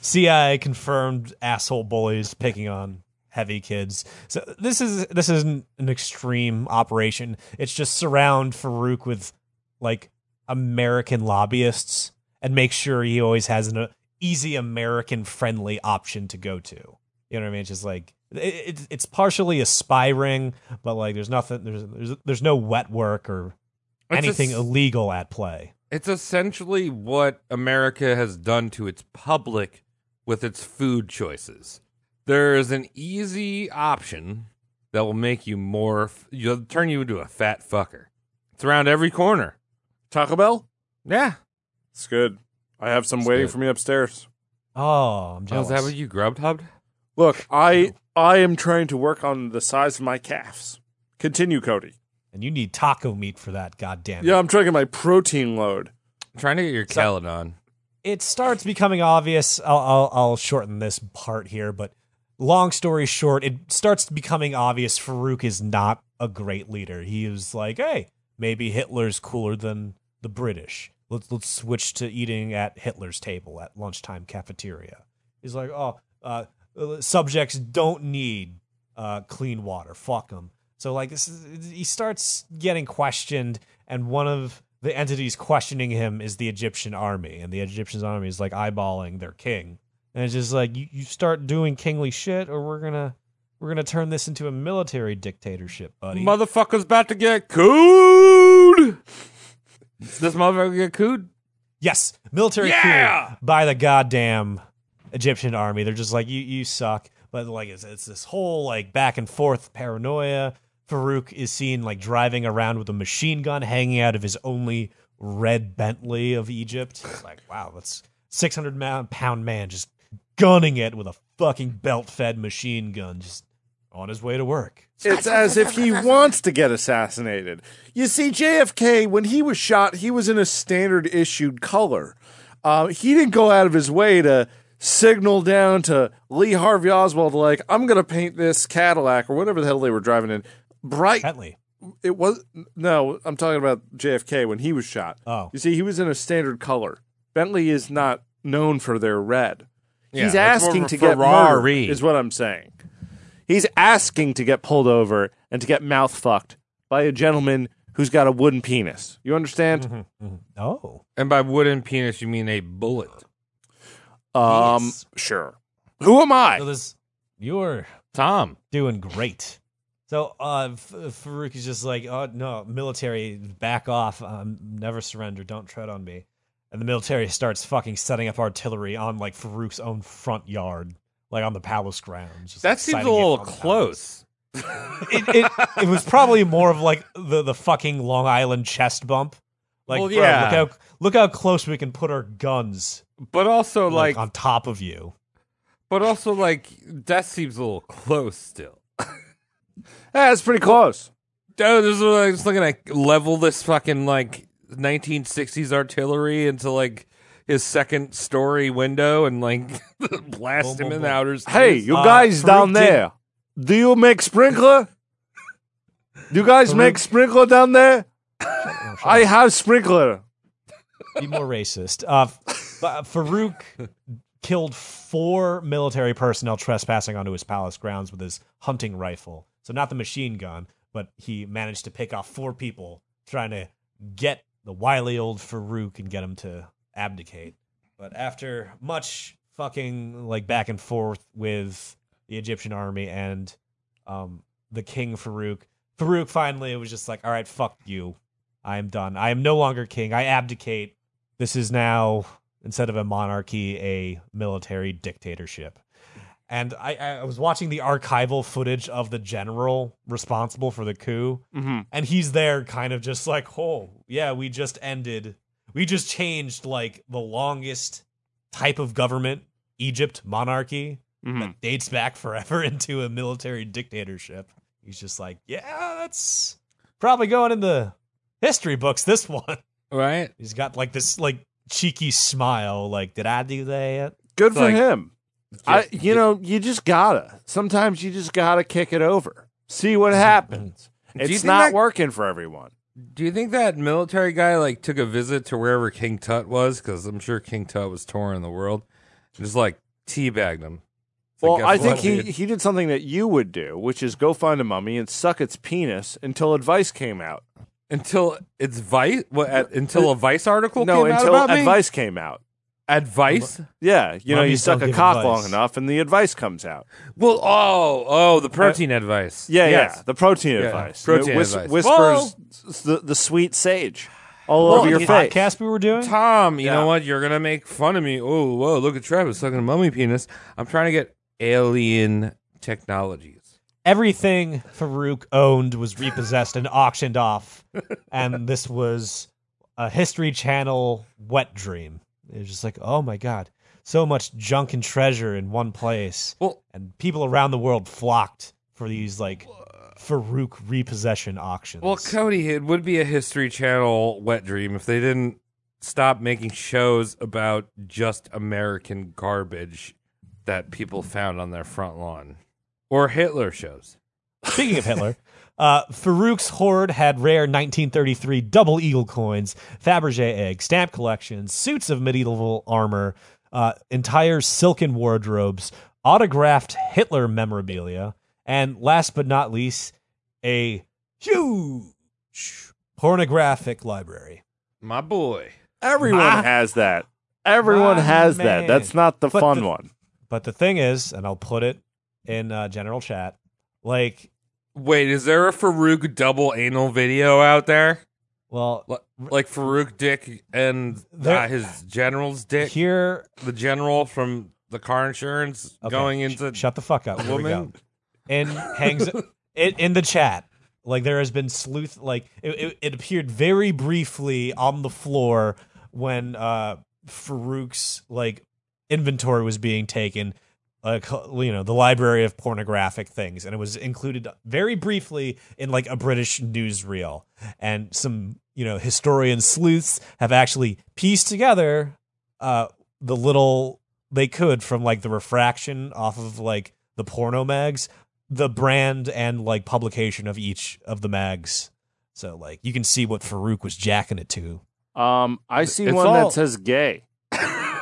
Speaker 8: CIA confirmed asshole bullies picking on heavy kids. So this is this isn't an extreme operation. It's just surround Farouk with like American lobbyists and make sure he always has an uh, easy American friendly option to go to. You know what I mean? It's just like it, it, it's partially a spy ring, but like there's nothing there's there's there's no wet work or
Speaker 7: It's a
Speaker 8: anything
Speaker 7: s-
Speaker 8: illegal at play.
Speaker 7: It's essentially what America has done to its public with its food choices. There is an easy option that will make you more, f- you'll turn you into a fat fucker. It's around every corner.
Speaker 6: Taco Bell?
Speaker 7: Yeah.
Speaker 6: It's good. I have some waiting
Speaker 7: good.
Speaker 6: for me upstairs.
Speaker 8: Oh, I'm
Speaker 7: Is
Speaker 8: jealous.
Speaker 7: that what you grub hubbed?
Speaker 6: Look, I I am trying to work on the size of my calves. Continue, Cody.
Speaker 8: and you need taco meat for that, goddamn.
Speaker 6: Yeah, I'm trying to get my protein load.
Speaker 7: Trying to get your
Speaker 8: So-
Speaker 7: Caledon.
Speaker 8: it starts becoming obvious. I'll, I'll I'll shorten this part here, but long story short, it starts becoming obvious Farouk is not a great leader. He is like, hey, maybe Hitler's cooler than the British. Let's let's switch to eating at Hitler's table at lunchtime cafeteria. He's like, oh, uh, subjects don't need uh, clean water. Fuck them. So like this, is, he starts getting questioned, and one of the entities questioning him is the Egyptian army, and the Egyptian army is like eyeballing their king, and it's just like you, you start doing kingly shit, or we're gonna we're gonna turn this into a military dictatorship, buddy.
Speaker 7: Motherfucker's about to get cooed. this motherfucker get cooed?
Speaker 8: Yes, military
Speaker 7: Yeah!
Speaker 8: coup by the goddamn Egyptian army. They're just like you. You suck. But like it's, it's this whole like back and forth paranoia. Farouk is seen like driving around with a machine gun hanging out of his only red Bentley of Egypt. It's like wow, that's six hundred pound man just gunning it with a fucking belt fed machine gun, just on his way to work.
Speaker 6: It's as if he wants to get assassinated. You see, JFK, when he was shot, he was in a standard issued color. Uh, he didn't go out of his way to signal down to Lee Harvey Oswald, like, I'm going to paint this Cadillac or whatever the hell they were driving in bright.
Speaker 8: Bentley.
Speaker 6: It was, no, I'm talking about JFK when he was shot.
Speaker 8: Oh.
Speaker 6: You see, he was in a standard color. Bentley is not known for their red. He's
Speaker 7: Yeah, it's more
Speaker 6: asking
Speaker 7: of a
Speaker 6: to get
Speaker 7: Ferrari.
Speaker 6: murdered, is what I'm saying. He's asking to get pulled over and to get mouth fucked by a gentleman who's got a wooden penis. You understand?
Speaker 8: Hmm, Oh,
Speaker 7: And by wooden penis, you mean a bullet. Mm-hmm.
Speaker 6: Um,
Speaker 8: Yes.
Speaker 6: sure. Who am I?
Speaker 8: so this you're
Speaker 7: Tom.
Speaker 8: doing great. So uh, F- Farouk is just like, oh no, military, back off! Um, never surrender. Don't tread on me. And the military starts fucking setting up artillery on like Farouk's own front yard, like on the palace grounds. Just,
Speaker 7: That
Speaker 8: like,
Speaker 7: seems a
Speaker 8: sighting it
Speaker 7: little
Speaker 8: on the
Speaker 7: close.
Speaker 8: palace. It, it, it was probably more of like the the fucking Long Island chest bump. Like,
Speaker 7: Well,
Speaker 8: bro,
Speaker 7: yeah.
Speaker 8: look how look how close we can put our guns
Speaker 7: But also,
Speaker 8: like,
Speaker 7: like,
Speaker 8: on top of you.
Speaker 7: but also, like, that seems a little close still.
Speaker 6: Yeah, it's pretty close.
Speaker 7: Oh, this is what I'm just looking at level this fucking like 1960s artillery into like his second story window and like blast
Speaker 8: Boom,
Speaker 7: him
Speaker 8: boom,
Speaker 7: in
Speaker 8: boom.
Speaker 7: outer space.
Speaker 6: Hey, you
Speaker 8: Uh,
Speaker 6: guys
Speaker 8: Farouk
Speaker 6: down
Speaker 8: did-
Speaker 6: there, do you make sprinkler? Do you guys make sprinkler down there? I have sprinkler.
Speaker 8: be more racist. Uh, F- uh, Farouk killed four military personnel trespassing onto his palace grounds with his hunting rifle. So not the machine gun, but he managed to pick off four people trying to get the wily old Farouk and get him to abdicate. But after much fucking like back and forth with the Egyptian army and um, the king Farouk, Farouk finally was just like, "All right, fuck you. I am done. I am no longer king. I abdicate. This is now, instead of a monarchy, a military dictatorship. And I, I was watching the archival footage of the general responsible for the coup,
Speaker 7: Mm-hmm.
Speaker 6: Mhm.
Speaker 8: and he's there kind of just like, oh, yeah, we just ended. We just changed like the longest type of government, Egypt monarchy,
Speaker 7: Mm-hmm.
Speaker 6: Mhm.
Speaker 8: that dates back forever into a military dictatorship. He's just like, yeah, that's probably going in the history books. This one,
Speaker 7: Uh, right?
Speaker 8: he's got like this like cheeky smile. Like, did I do that?
Speaker 6: Good for
Speaker 7: Like,
Speaker 6: him. I, you know, you just gotta. Sometimes you just gotta kick it over. See what happens.
Speaker 7: Mm-hmm. you
Speaker 6: It's
Speaker 7: think
Speaker 6: not
Speaker 7: that-
Speaker 6: working for everyone.
Speaker 7: Do you think that military guy like took a visit to wherever King Tut was? Because I'm sure King Tut was touring the world. And just like teabagged him. It's like,
Speaker 6: Well, I
Speaker 7: guess
Speaker 6: think
Speaker 7: what,
Speaker 6: he,
Speaker 7: dude?
Speaker 6: he did something that you would do, which is go find a mummy and suck its penis until advice came out.
Speaker 7: until it's vice what, at, until a vice article
Speaker 6: no,
Speaker 7: came
Speaker 6: until
Speaker 7: out about
Speaker 6: advice came out.
Speaker 7: me. Advice.
Speaker 6: Yeah, you know, you
Speaker 8: Mummies
Speaker 6: suck
Speaker 8: don't
Speaker 6: a
Speaker 8: give
Speaker 6: cock
Speaker 8: advice.
Speaker 6: long enough, and the advice comes out.
Speaker 7: Well, oh, oh, the protein advice.
Speaker 6: Yeah,
Speaker 7: Yes.
Speaker 6: yeah, the protein
Speaker 7: Yeah,
Speaker 6: advice.
Speaker 7: protein
Speaker 6: It whis-
Speaker 7: advice.
Speaker 6: Whispers
Speaker 7: Well-
Speaker 6: s- the, the sweet sage all
Speaker 8: Well,
Speaker 6: over your
Speaker 8: the
Speaker 6: face.
Speaker 8: podcast we were doing.
Speaker 7: Tom, you
Speaker 6: Yeah.
Speaker 7: know what? You're gonna make fun of me. Oh, whoa! Look at Travis sucking a mummy penis. I'm trying to get alien technologies.
Speaker 8: Everything Farouk owned was repossessed and auctioned off, and this was a History Channel wet dream. It was just like, oh my god, so much junk and treasure in one place.
Speaker 7: Well,
Speaker 8: and people around the world flocked for these like Farouk repossession auctions.
Speaker 7: well, Cody, it would be a History Channel wet dream if they didn't stop making shows about just American garbage that people found on their front lawn or Hitler shows.
Speaker 8: speaking of Hitler, Uh, Farouk's hoard had rare 1933 double eagle coins, Fabergé eggs, stamp collections, suits of medieval armor, uh, entire silken wardrobes, autographed Hitler memorabilia, and last but not least, a huge pornographic library.
Speaker 7: My boy.
Speaker 6: Everyone
Speaker 8: My-
Speaker 6: has that. Everyone
Speaker 8: my
Speaker 6: has
Speaker 8: man.
Speaker 6: that. That's not the
Speaker 8: But
Speaker 6: fun
Speaker 8: the-
Speaker 6: one.
Speaker 8: But the thing is, and I'll put it in uh, general chat, like,
Speaker 7: Wait, is there a Farouk double anal video out there?
Speaker 8: well,
Speaker 7: Li- Like Farouk Dick and uh,
Speaker 8: There-
Speaker 7: his general's dick,
Speaker 8: here,
Speaker 7: the general from the car insurance
Speaker 8: okay,
Speaker 7: going
Speaker 8: sh-
Speaker 7: into
Speaker 8: shut the fuck up, Here we go.
Speaker 7: woman.
Speaker 8: and hangs in, in the chat. Like there has been sleuth. Like it, it, it appeared very briefly on the floor when uh Farouk's like inventory was being taken. Uh, co- you know the library of pornographic things, and it was included very briefly in like a British newsreel. And some you know historian sleuths have actually pieced together uh the little they could from like the refraction off of like the porno mags the brand and like publication of each of the mags. So like you can see what Farouk was jacking it to.
Speaker 6: Um, I see
Speaker 7: It's
Speaker 6: one
Speaker 7: all-
Speaker 6: that says gay.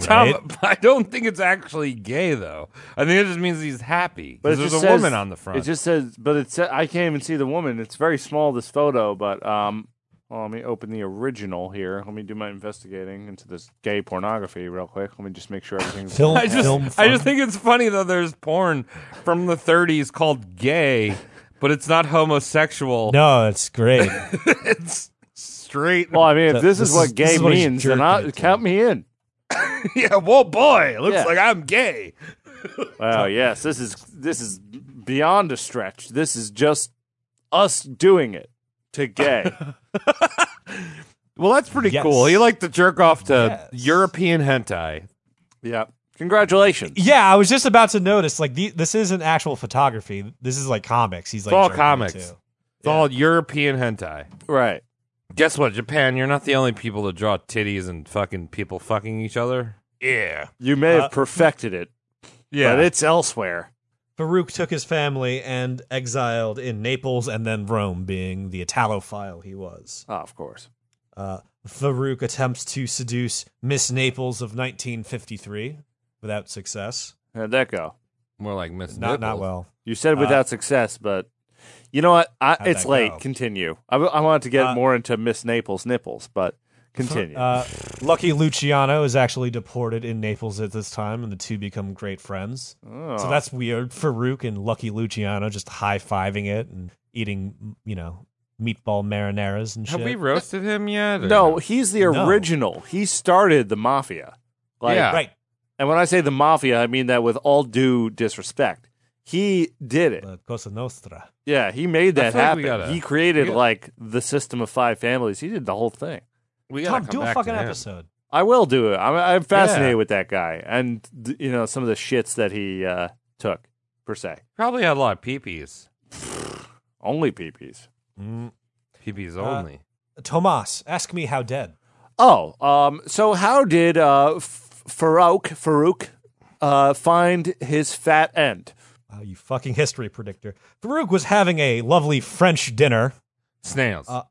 Speaker 7: Tom, I don't think it's actually gay though. I think it just means he's happy.
Speaker 6: But it
Speaker 7: But there's a
Speaker 6: just says-
Speaker 7: woman on the front.
Speaker 6: It just says, but it's I can't even see the woman. It's very small this photo, but um, well, let me open the original here. Let me do my investigating into this gay pornography real quick. Let me just make sure everything's
Speaker 8: Film,
Speaker 7: I just,
Speaker 8: film
Speaker 7: I
Speaker 8: fun-
Speaker 7: just think it's funny that there's porn from the 30s called gay, but it's not homosexual.
Speaker 8: no, it's great.
Speaker 7: it's straight.
Speaker 6: Well, I mean,
Speaker 8: Th-
Speaker 6: if this,
Speaker 8: this
Speaker 6: is what
Speaker 8: is-
Speaker 6: gay
Speaker 8: this is what he's
Speaker 6: means, then
Speaker 8: jerking
Speaker 6: I,
Speaker 8: it to.
Speaker 6: count me in.
Speaker 7: yeah, whoa, boy, looks
Speaker 6: Yeah.
Speaker 7: like I'm gay.
Speaker 6: Wow, yes, this is this is beyond a stretch. This is just us doing it to gay.
Speaker 7: Well, that's pretty
Speaker 8: Yes.
Speaker 7: cool. He liked to jerk off to
Speaker 8: Yes.
Speaker 7: European hentai.
Speaker 6: yeah, congratulations.
Speaker 8: yeah, I was just about to notice like the, this isn't actual photography. This is like comics. He's like
Speaker 7: all
Speaker 8: jerking it
Speaker 7: comics.
Speaker 8: to.
Speaker 7: It's all European hentai.
Speaker 6: Right.
Speaker 7: Guess what, Japan? You're not the only people to draw titties and fucking people fucking each other. Yeah,
Speaker 6: You may have perfected it,
Speaker 7: yeah.
Speaker 6: but it's elsewhere.
Speaker 8: Farouk took his family and exiled in Naples and then Rome, being the Italophile he was.
Speaker 6: Oh, of course.
Speaker 8: Uh, Farouk attempts to seduce Miss Naples of 1953 without success.
Speaker 6: How'd that go?
Speaker 7: More like Miss
Speaker 8: Not not
Speaker 7: Nipples.
Speaker 8: well.
Speaker 6: You said without success, but you know what? I,
Speaker 8: How'd
Speaker 6: it's
Speaker 8: that
Speaker 6: late.
Speaker 8: go?
Speaker 6: Continue. I, w- I wanted to get
Speaker 8: Uh,
Speaker 6: more into Miss Naples' nipples, but continue.
Speaker 8: Uh, Lucky Luciano is actually deported in Naples at this time, and the two become great friends.
Speaker 6: Oh.
Speaker 8: So that's weird. Farouk and Lucky Luciano just high fiving it and eating, you know, meatball marinaras and shit.
Speaker 7: Have we roasted him yet? or
Speaker 6: no, he's the
Speaker 8: No.
Speaker 6: original. He started the mafia. Like,
Speaker 7: Yeah.
Speaker 8: right.
Speaker 6: And when I say the mafia, I mean that with all due disrespect. He did it.
Speaker 8: The Cosa Nostra.
Speaker 6: Yeah, he made
Speaker 7: I
Speaker 6: that
Speaker 7: feel like we
Speaker 6: happen.
Speaker 7: gotta-
Speaker 6: he created
Speaker 7: we gotta-
Speaker 6: like the system of five families. He did the whole thing.
Speaker 7: We gotta
Speaker 8: Tom,
Speaker 7: come
Speaker 8: do a
Speaker 7: back
Speaker 8: fucking
Speaker 7: to him.
Speaker 8: episode.
Speaker 6: I will do it. I'm, I'm fascinated
Speaker 7: Yeah.
Speaker 6: with that guy and th- you know some of the shits that he uh, took per se.
Speaker 7: Probably had a lot of peepees.
Speaker 6: Only peepees.
Speaker 8: Mm.
Speaker 7: Peepees only.
Speaker 8: Tomas, ask me how dead.
Speaker 6: Oh, um, so how did uh, F- Farouk Farouk uh, find his fat end?
Speaker 8: Wow, you fucking history predictor. Farouk was having a lovely French dinner
Speaker 7: Snails.
Speaker 8: Uh,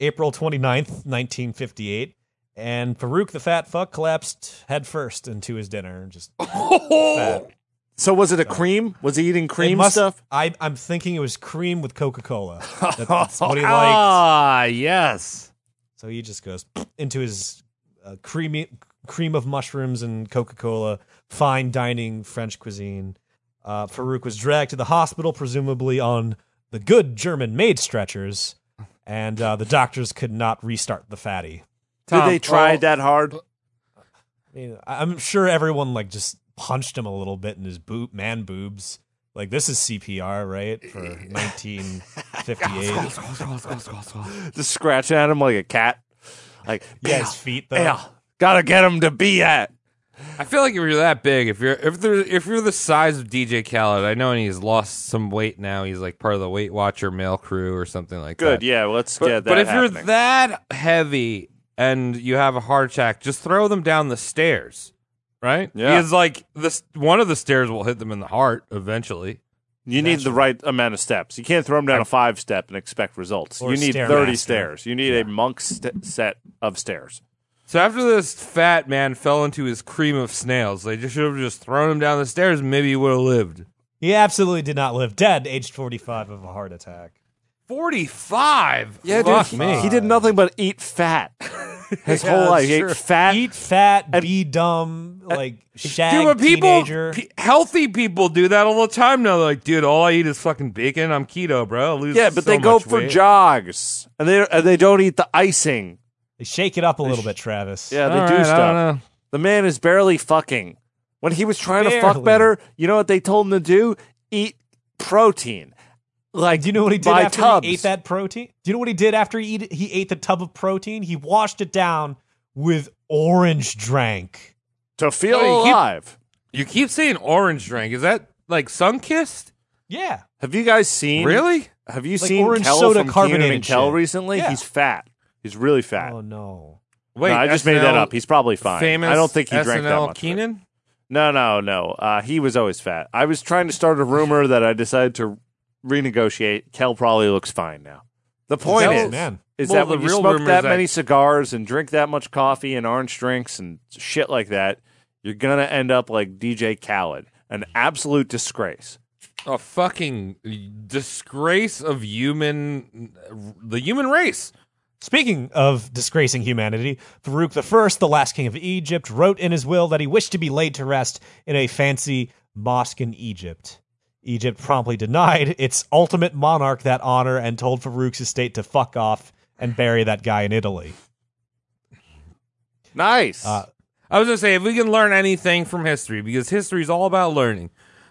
Speaker 8: April 29th, 1958. And Farouk the fat fuck collapsed headfirst into his dinner. and Just fat.
Speaker 6: So was
Speaker 7: Uh,
Speaker 6: it a cream? Was he eating
Speaker 8: It
Speaker 6: cream
Speaker 8: must-
Speaker 6: stuff?
Speaker 8: I, I'm thinking it was cream with Coca Cola. That's what he liked.
Speaker 7: ah, yes.
Speaker 8: So he just goes into his uh, creamy cream of mushrooms and Coca Cola, fine dining French cuisine. Uh, Farouk was dragged to the hospital, presumably on the good German maid stretchers, and uh, the doctors could not restart the fatty.
Speaker 7: Tom, oh.
Speaker 6: did they try
Speaker 7: well-
Speaker 6: that hard?
Speaker 7: uh,
Speaker 8: I mean, I- I'm sure everyone like just punched him a little bit in his boob, man boobs. Like this is CPR, right? For 1958.
Speaker 6: Just scratching at him like a cat. Like
Speaker 8: yeah, his feet though.
Speaker 6: Yeah, gotta get him to be at.
Speaker 7: I feel like if you're that big, if you're if there if you're the size of DJ Khaled, I know, and he's lost some weight now. He's like part of the Weight Watcher male crew or something like
Speaker 6: Good.
Speaker 7: that.
Speaker 6: Yeah, let's
Speaker 7: But,
Speaker 6: get that.
Speaker 7: but if you're
Speaker 6: happening.
Speaker 7: that heavy and you have a heart attack, just throw them down the stairs, right?
Speaker 6: Yeah.
Speaker 7: Because like this, one of the stairs will hit them in the heart eventually.
Speaker 6: You need the right amount of steps. You can't throw them down a five step and expect results.
Speaker 8: Or
Speaker 6: You
Speaker 8: a
Speaker 6: need
Speaker 8: stairmaster.
Speaker 6: 30 stairs. You need a monk's st- set of stairs.
Speaker 7: So after this fat man fell into his cream of snails, they just should have just thrown him down the stairs. and Maybe he would have lived.
Speaker 8: He absolutely did not live. Dead, aged 45 of a heart attack.
Speaker 7: Forty-five. Fuck me.
Speaker 6: He did nothing but eat fat his
Speaker 7: Yeah,
Speaker 6: whole
Speaker 7: that's
Speaker 6: life. He
Speaker 7: true.
Speaker 6: ate fat.
Speaker 8: Eat fat, be dumb, like shag
Speaker 7: Dude, but people,
Speaker 8: teenager.
Speaker 7: pe- healthy people do that all the time now. They're like, dude, all I eat is fucking bacon. I'm keto, bro. I lose
Speaker 6: yeah, but
Speaker 7: so
Speaker 6: they go
Speaker 7: much
Speaker 6: for
Speaker 7: weight.
Speaker 6: jogs and they and they don't eat the icing.
Speaker 8: They shake it up a little bit, Travis.
Speaker 6: Yeah, they
Speaker 7: All
Speaker 6: do
Speaker 7: right, I
Speaker 6: stuff.
Speaker 7: don't know.
Speaker 6: The man is barely fucking. When he was trying to
Speaker 8: Barely.
Speaker 6: fuck better, you know what they told him to do? Eat protein. Like
Speaker 8: Do you know what he did
Speaker 6: by
Speaker 8: after
Speaker 6: tubs.
Speaker 8: he ate that protein? Do you know what he did after he eat, he ate the tub of protein? He washed it down with orange drink.
Speaker 6: to feel
Speaker 7: Oh, he-
Speaker 6: alive?
Speaker 7: You keep saying orange drink. Is that like sun kissed?
Speaker 8: Yeah,
Speaker 6: Have you guys seen?
Speaker 7: Really?
Speaker 6: Have you
Speaker 8: Like
Speaker 6: seen
Speaker 8: orange
Speaker 6: Kel
Speaker 8: soda
Speaker 6: from Keenan
Speaker 8: carbonated
Speaker 6: and Kel
Speaker 8: shit.
Speaker 6: recently?
Speaker 8: Yeah.
Speaker 6: He's fat. He's really fat.
Speaker 8: Oh no.
Speaker 7: Wait,
Speaker 6: No, I just made
Speaker 7: SNL
Speaker 6: that up. He's probably fine.
Speaker 7: Famous
Speaker 6: I don't think he
Speaker 7: SNL
Speaker 6: drank that much. of it.
Speaker 7: Keenan.
Speaker 6: No, no, no. Uh, he was always fat. I was trying to start a rumor that I decided to renegotiate. Kel probably looks fine now. The point
Speaker 8: Kel's-
Speaker 6: is,
Speaker 8: man.
Speaker 6: is
Speaker 7: Well,
Speaker 6: that
Speaker 7: the
Speaker 6: when you
Speaker 7: real
Speaker 6: smoke
Speaker 7: rumor
Speaker 6: that
Speaker 7: is that-
Speaker 6: many cigars and drink that much coffee and orange drinks and shit like that, you're gonna end up like DJ Khaled, an absolute disgrace.
Speaker 7: A fucking disgrace of human, the human race.
Speaker 8: Speaking of disgracing humanity, Farouk I, the last king of Egypt, wrote in his will that he wished to be laid to rest in a fancy mosque in Egypt. Egypt promptly denied its ultimate monarch that honor and told Farouk's estate to fuck off and bury that guy in Italy.
Speaker 6: Nice.
Speaker 8: Uh,
Speaker 7: I was gonna say if we can learn anything from history, because history is all about learning.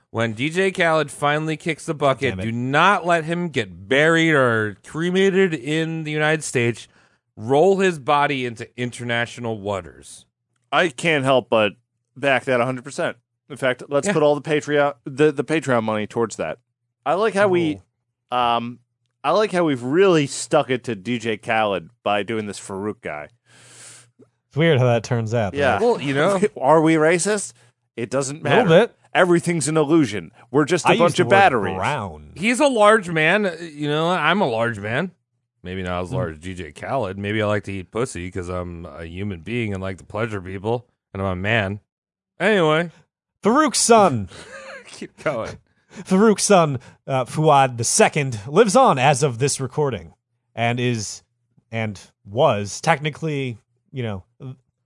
Speaker 7: When DJ Khaled finally kicks the bucket,
Speaker 8: Damn it.
Speaker 7: do not let him get buried or cremated in the United States. Roll his body into international waters.
Speaker 6: I can't help but back that 100. percent In fact, let's
Speaker 7: Yeah.
Speaker 6: put all the Patreon the, the Patreon money towards that. I like how we, um, I like how we've really stuck it to DJ Khaled by doing this Farouk guy.
Speaker 8: it's weird how that turns out.
Speaker 6: Yeah,
Speaker 7: Well, you know,
Speaker 6: are we racist? It doesn't
Speaker 8: A little
Speaker 6: matter.
Speaker 8: bit.
Speaker 6: Everything's an illusion. We're just a
Speaker 8: I used
Speaker 6: bunch
Speaker 8: the
Speaker 6: of
Speaker 8: word
Speaker 6: batteries.
Speaker 8: Brown.
Speaker 7: he's a large man. You know, I'm a large man. Maybe not
Speaker 8: Hmm.
Speaker 7: as large as DJ Khaled. Maybe I like to eat pussy because I'm a human being and like to pleasure people, and I'm a man. Anyway,
Speaker 8: Farouk's son,
Speaker 7: keep going.
Speaker 8: Farouk's son, uh, Fuad II, lives on as of this recording and is and was technically, you know,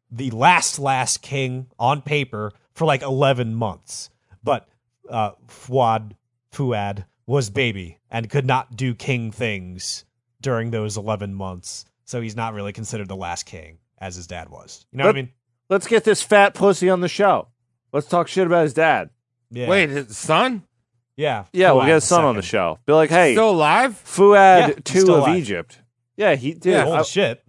Speaker 8: the last, last king on paper for like 11 months. But uh, Fuad, Fuad was baby and could not do king things during those 11 months. So he's not really considered the last king as his dad was. You know what I
Speaker 6: But-
Speaker 8: mean?
Speaker 6: Let's get this fat pussy on the show. Let's talk shit about his dad.
Speaker 8: Yeah.
Speaker 7: Wait, his son
Speaker 8: Yeah.
Speaker 6: Yeah, we'll
Speaker 8: Fuad
Speaker 6: get his son on the
Speaker 8: II.
Speaker 6: show. Be like, hey,
Speaker 7: still alive?
Speaker 6: Fuad
Speaker 8: Yeah, he's
Speaker 6: two
Speaker 8: still
Speaker 6: of
Speaker 8: alive.
Speaker 6: Egypt. Yeah, he dude.
Speaker 8: Yeah, old
Speaker 6: I-
Speaker 8: as shit.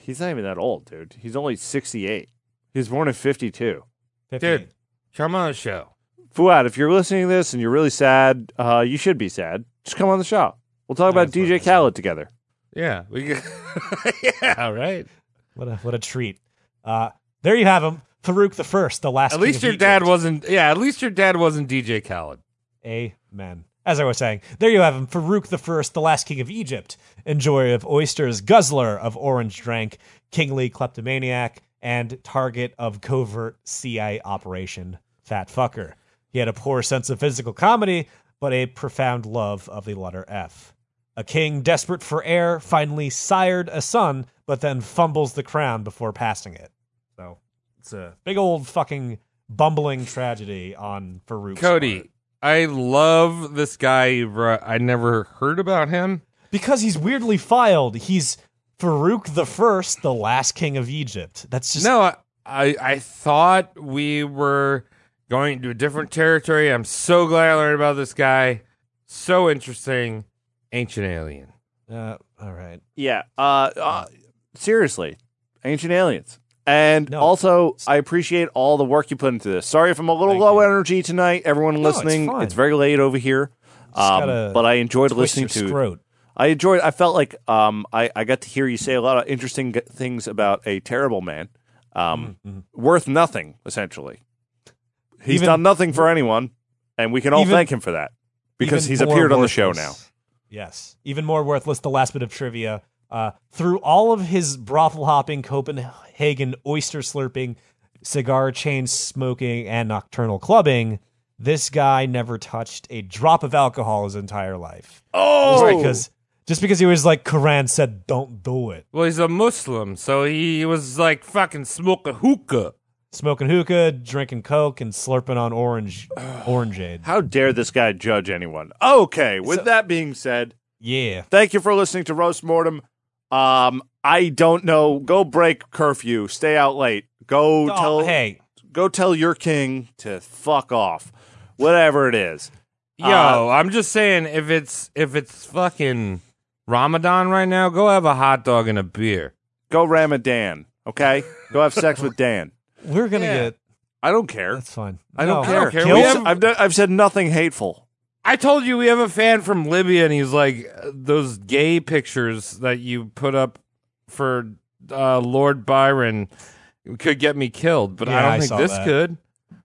Speaker 6: He's not even that old, dude. He's only 68. He was born in 52.
Speaker 8: 58.
Speaker 7: Dude, come on the show.
Speaker 6: Fuad, if you're listening to this and you're really sad, uh, you should be sad. Just come on the show. We'll talk about DJ Khaled together.
Speaker 7: Yeah, we. Could... yeah, right.
Speaker 8: What a what a treat. Uh, there you have him, Farouk the First, the last.
Speaker 7: At
Speaker 8: king
Speaker 7: least
Speaker 8: of
Speaker 7: your
Speaker 8: Egypt.
Speaker 7: dad wasn't. Yeah, at least your dad wasn't DJ Khaled.
Speaker 8: Amen. As I was saying, there you have him, Farouk the First, the last king of Egypt, enjoyer of oysters, guzzler of orange drink, kingly kleptomaniac, and target of covert CIA operation, fat fucker. He had a poor sense of physical comedy, but a profound love of the letter F. A king desperate for heir finally sired a son, but then fumbles the crown before passing it. So it's a big old fucking bumbling tragedy on Farouk.
Speaker 7: Cody, I love this guy. you brought. I never heard about him.
Speaker 8: Because he's weirdly filed. He's Farouk the First, the last king of Egypt. That's just
Speaker 7: no, I, I I thought we were going to a different territory. I'm so glad I learned about this guy. So interesting, ancient alien.
Speaker 8: Uh, all right.
Speaker 6: Yeah. Uh, uh, seriously, Ancient Aliens. And
Speaker 8: No.
Speaker 6: also, I appreciate all the work you put into this. Sorry if I'm a little
Speaker 8: Thank
Speaker 6: low
Speaker 8: you.
Speaker 6: energy tonight, everyone
Speaker 8: it's
Speaker 6: listening.
Speaker 8: fine.
Speaker 6: very late over here.
Speaker 8: gotta
Speaker 6: Um, but I enjoyed
Speaker 8: Twist
Speaker 6: listening
Speaker 8: your
Speaker 6: to
Speaker 8: scrote.
Speaker 6: I enjoyed. I felt like um, I I got to hear you say a lot of interesting g- things about a terrible man, um, worth nothing essentially. He's
Speaker 8: Mm-hmm, Even-
Speaker 6: done nothing for anyone, and we can all
Speaker 8: even-
Speaker 6: thank him for that because
Speaker 8: Even
Speaker 6: he's
Speaker 8: more
Speaker 6: appeared on the
Speaker 8: worthless.
Speaker 6: show now.
Speaker 8: Yes. Even more worthless, the last bit of trivia. Uh, through all of his brothel hopping, Copenhagen oyster slurping, cigar chain smoking, and nocturnal clubbing, this guy never touched a drop of alcohol his entire life. Oh! Just because, just because he was like, Quran said, don't do it.
Speaker 7: Well, he's a Muslim, so he was like fucking smoking hookah.
Speaker 8: Smoking hookah, drinking Coke, and slurping on orange orangeade.
Speaker 6: How dare this guy judge anyone? Okay, with that being said,
Speaker 8: Yeah.
Speaker 6: thank you for listening to Roast Mortem. Um, I don't know. Go break curfew. Stay out late. Go
Speaker 8: Oh,
Speaker 6: tell
Speaker 8: hey,
Speaker 6: go tell your king to fuck off. Whatever it is.
Speaker 7: Yo,
Speaker 6: Uh,
Speaker 7: I'm just saying, if it's if it's fucking Ramadan right now, go have a hot dog and a beer.
Speaker 6: Go Ramadan, okay? Go have sex with Dan.
Speaker 8: we're going to
Speaker 7: Yeah.
Speaker 8: get.
Speaker 6: I don't care.
Speaker 8: That's fine.
Speaker 6: I don't
Speaker 8: No.
Speaker 6: care.
Speaker 7: care.
Speaker 8: Guilt?
Speaker 7: We have-
Speaker 6: I've, done, I've said nothing hateful.
Speaker 7: I told you we have a fan from Libya, and he's like uh, those gay pictures that you put up for uh, Lord Byron could get me killed, but
Speaker 8: Yeah,
Speaker 7: I don't
Speaker 8: I
Speaker 7: think
Speaker 8: saw
Speaker 7: this
Speaker 8: that.
Speaker 7: could.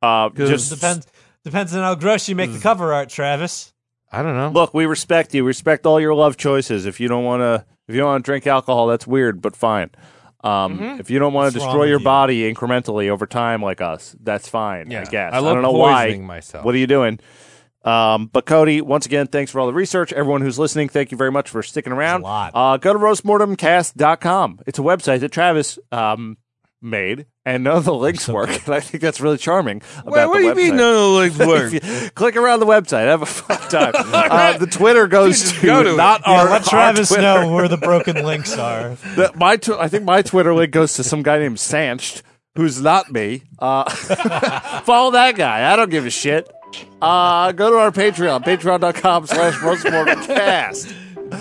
Speaker 6: Uh,
Speaker 8: Just
Speaker 6: just
Speaker 8: depends depends on how gross you make
Speaker 6: Mm.
Speaker 8: the cover art, Travis.
Speaker 7: I don't know.
Speaker 6: look. We respect you. Respect all your love choices. If you don't want to, if you don't want to drink alcohol, that's weird, but fine. Um, If you don't want
Speaker 8: What's
Speaker 6: to
Speaker 8: wrong
Speaker 6: destroy
Speaker 8: with
Speaker 6: your
Speaker 8: you?
Speaker 6: body incrementally over time, like us, that's fine. I
Speaker 7: Yeah.
Speaker 6: guess
Speaker 7: I love
Speaker 6: don't know
Speaker 7: poisoning
Speaker 6: why.
Speaker 7: myself.
Speaker 6: What are you doing? Um, but Cody, once again, thanks for all the research. Everyone who's listening, thank you very much for sticking around.
Speaker 8: lot.
Speaker 6: Uh, go to roastmortemcast.com. It's a website that Travis um, made, and none of the links work. And I think that's really charming.
Speaker 7: Wait,
Speaker 6: about
Speaker 7: what
Speaker 6: the
Speaker 7: do you mean
Speaker 6: website.
Speaker 7: none of the legs work?
Speaker 6: If you- click around the website. Have a fun time. uh, the Twitter goes to,
Speaker 7: go to it.
Speaker 6: not
Speaker 8: Yeah,
Speaker 6: our.
Speaker 8: let
Speaker 6: our
Speaker 8: Travis
Speaker 6: Twitter.
Speaker 8: know where the broken links are.
Speaker 6: The- my tw- I think my Twitter link goes to some guy named Sancht, who's not me. Uh, follow that guy. I don't give a shit. Uh, go to our Patreon, patreon.com slash roastmortemcast.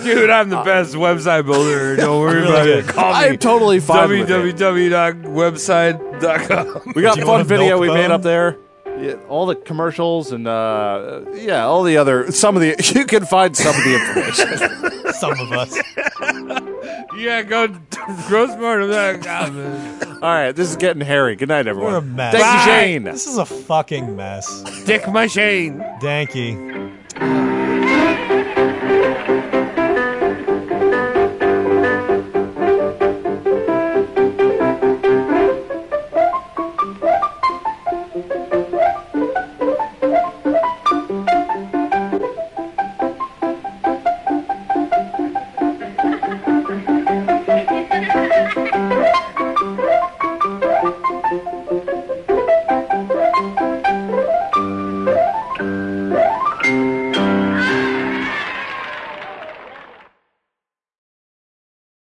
Speaker 7: Dude, I'm
Speaker 6: Uh,
Speaker 7: the best website builder. Don't worry about it. Call me.
Speaker 6: I'm totally fine with it.
Speaker 7: www.website.com.
Speaker 6: We got
Speaker 8: Do you
Speaker 6: fun
Speaker 8: want a
Speaker 6: video
Speaker 8: milk
Speaker 6: we made
Speaker 8: bone?
Speaker 6: up there. Yeah, all the commercials and uh, yeah, all the other some of the you can find some of the information.
Speaker 8: Some of us.
Speaker 7: Yeah, go grossmortem.com.
Speaker 6: all right, this is getting hairy. Good night, everyone.
Speaker 8: We're a mess.
Speaker 6: Thank
Speaker 7: Bye.
Speaker 6: you, Shane.
Speaker 8: This is a fucking mess.
Speaker 7: Dick Machine.
Speaker 8: Danky.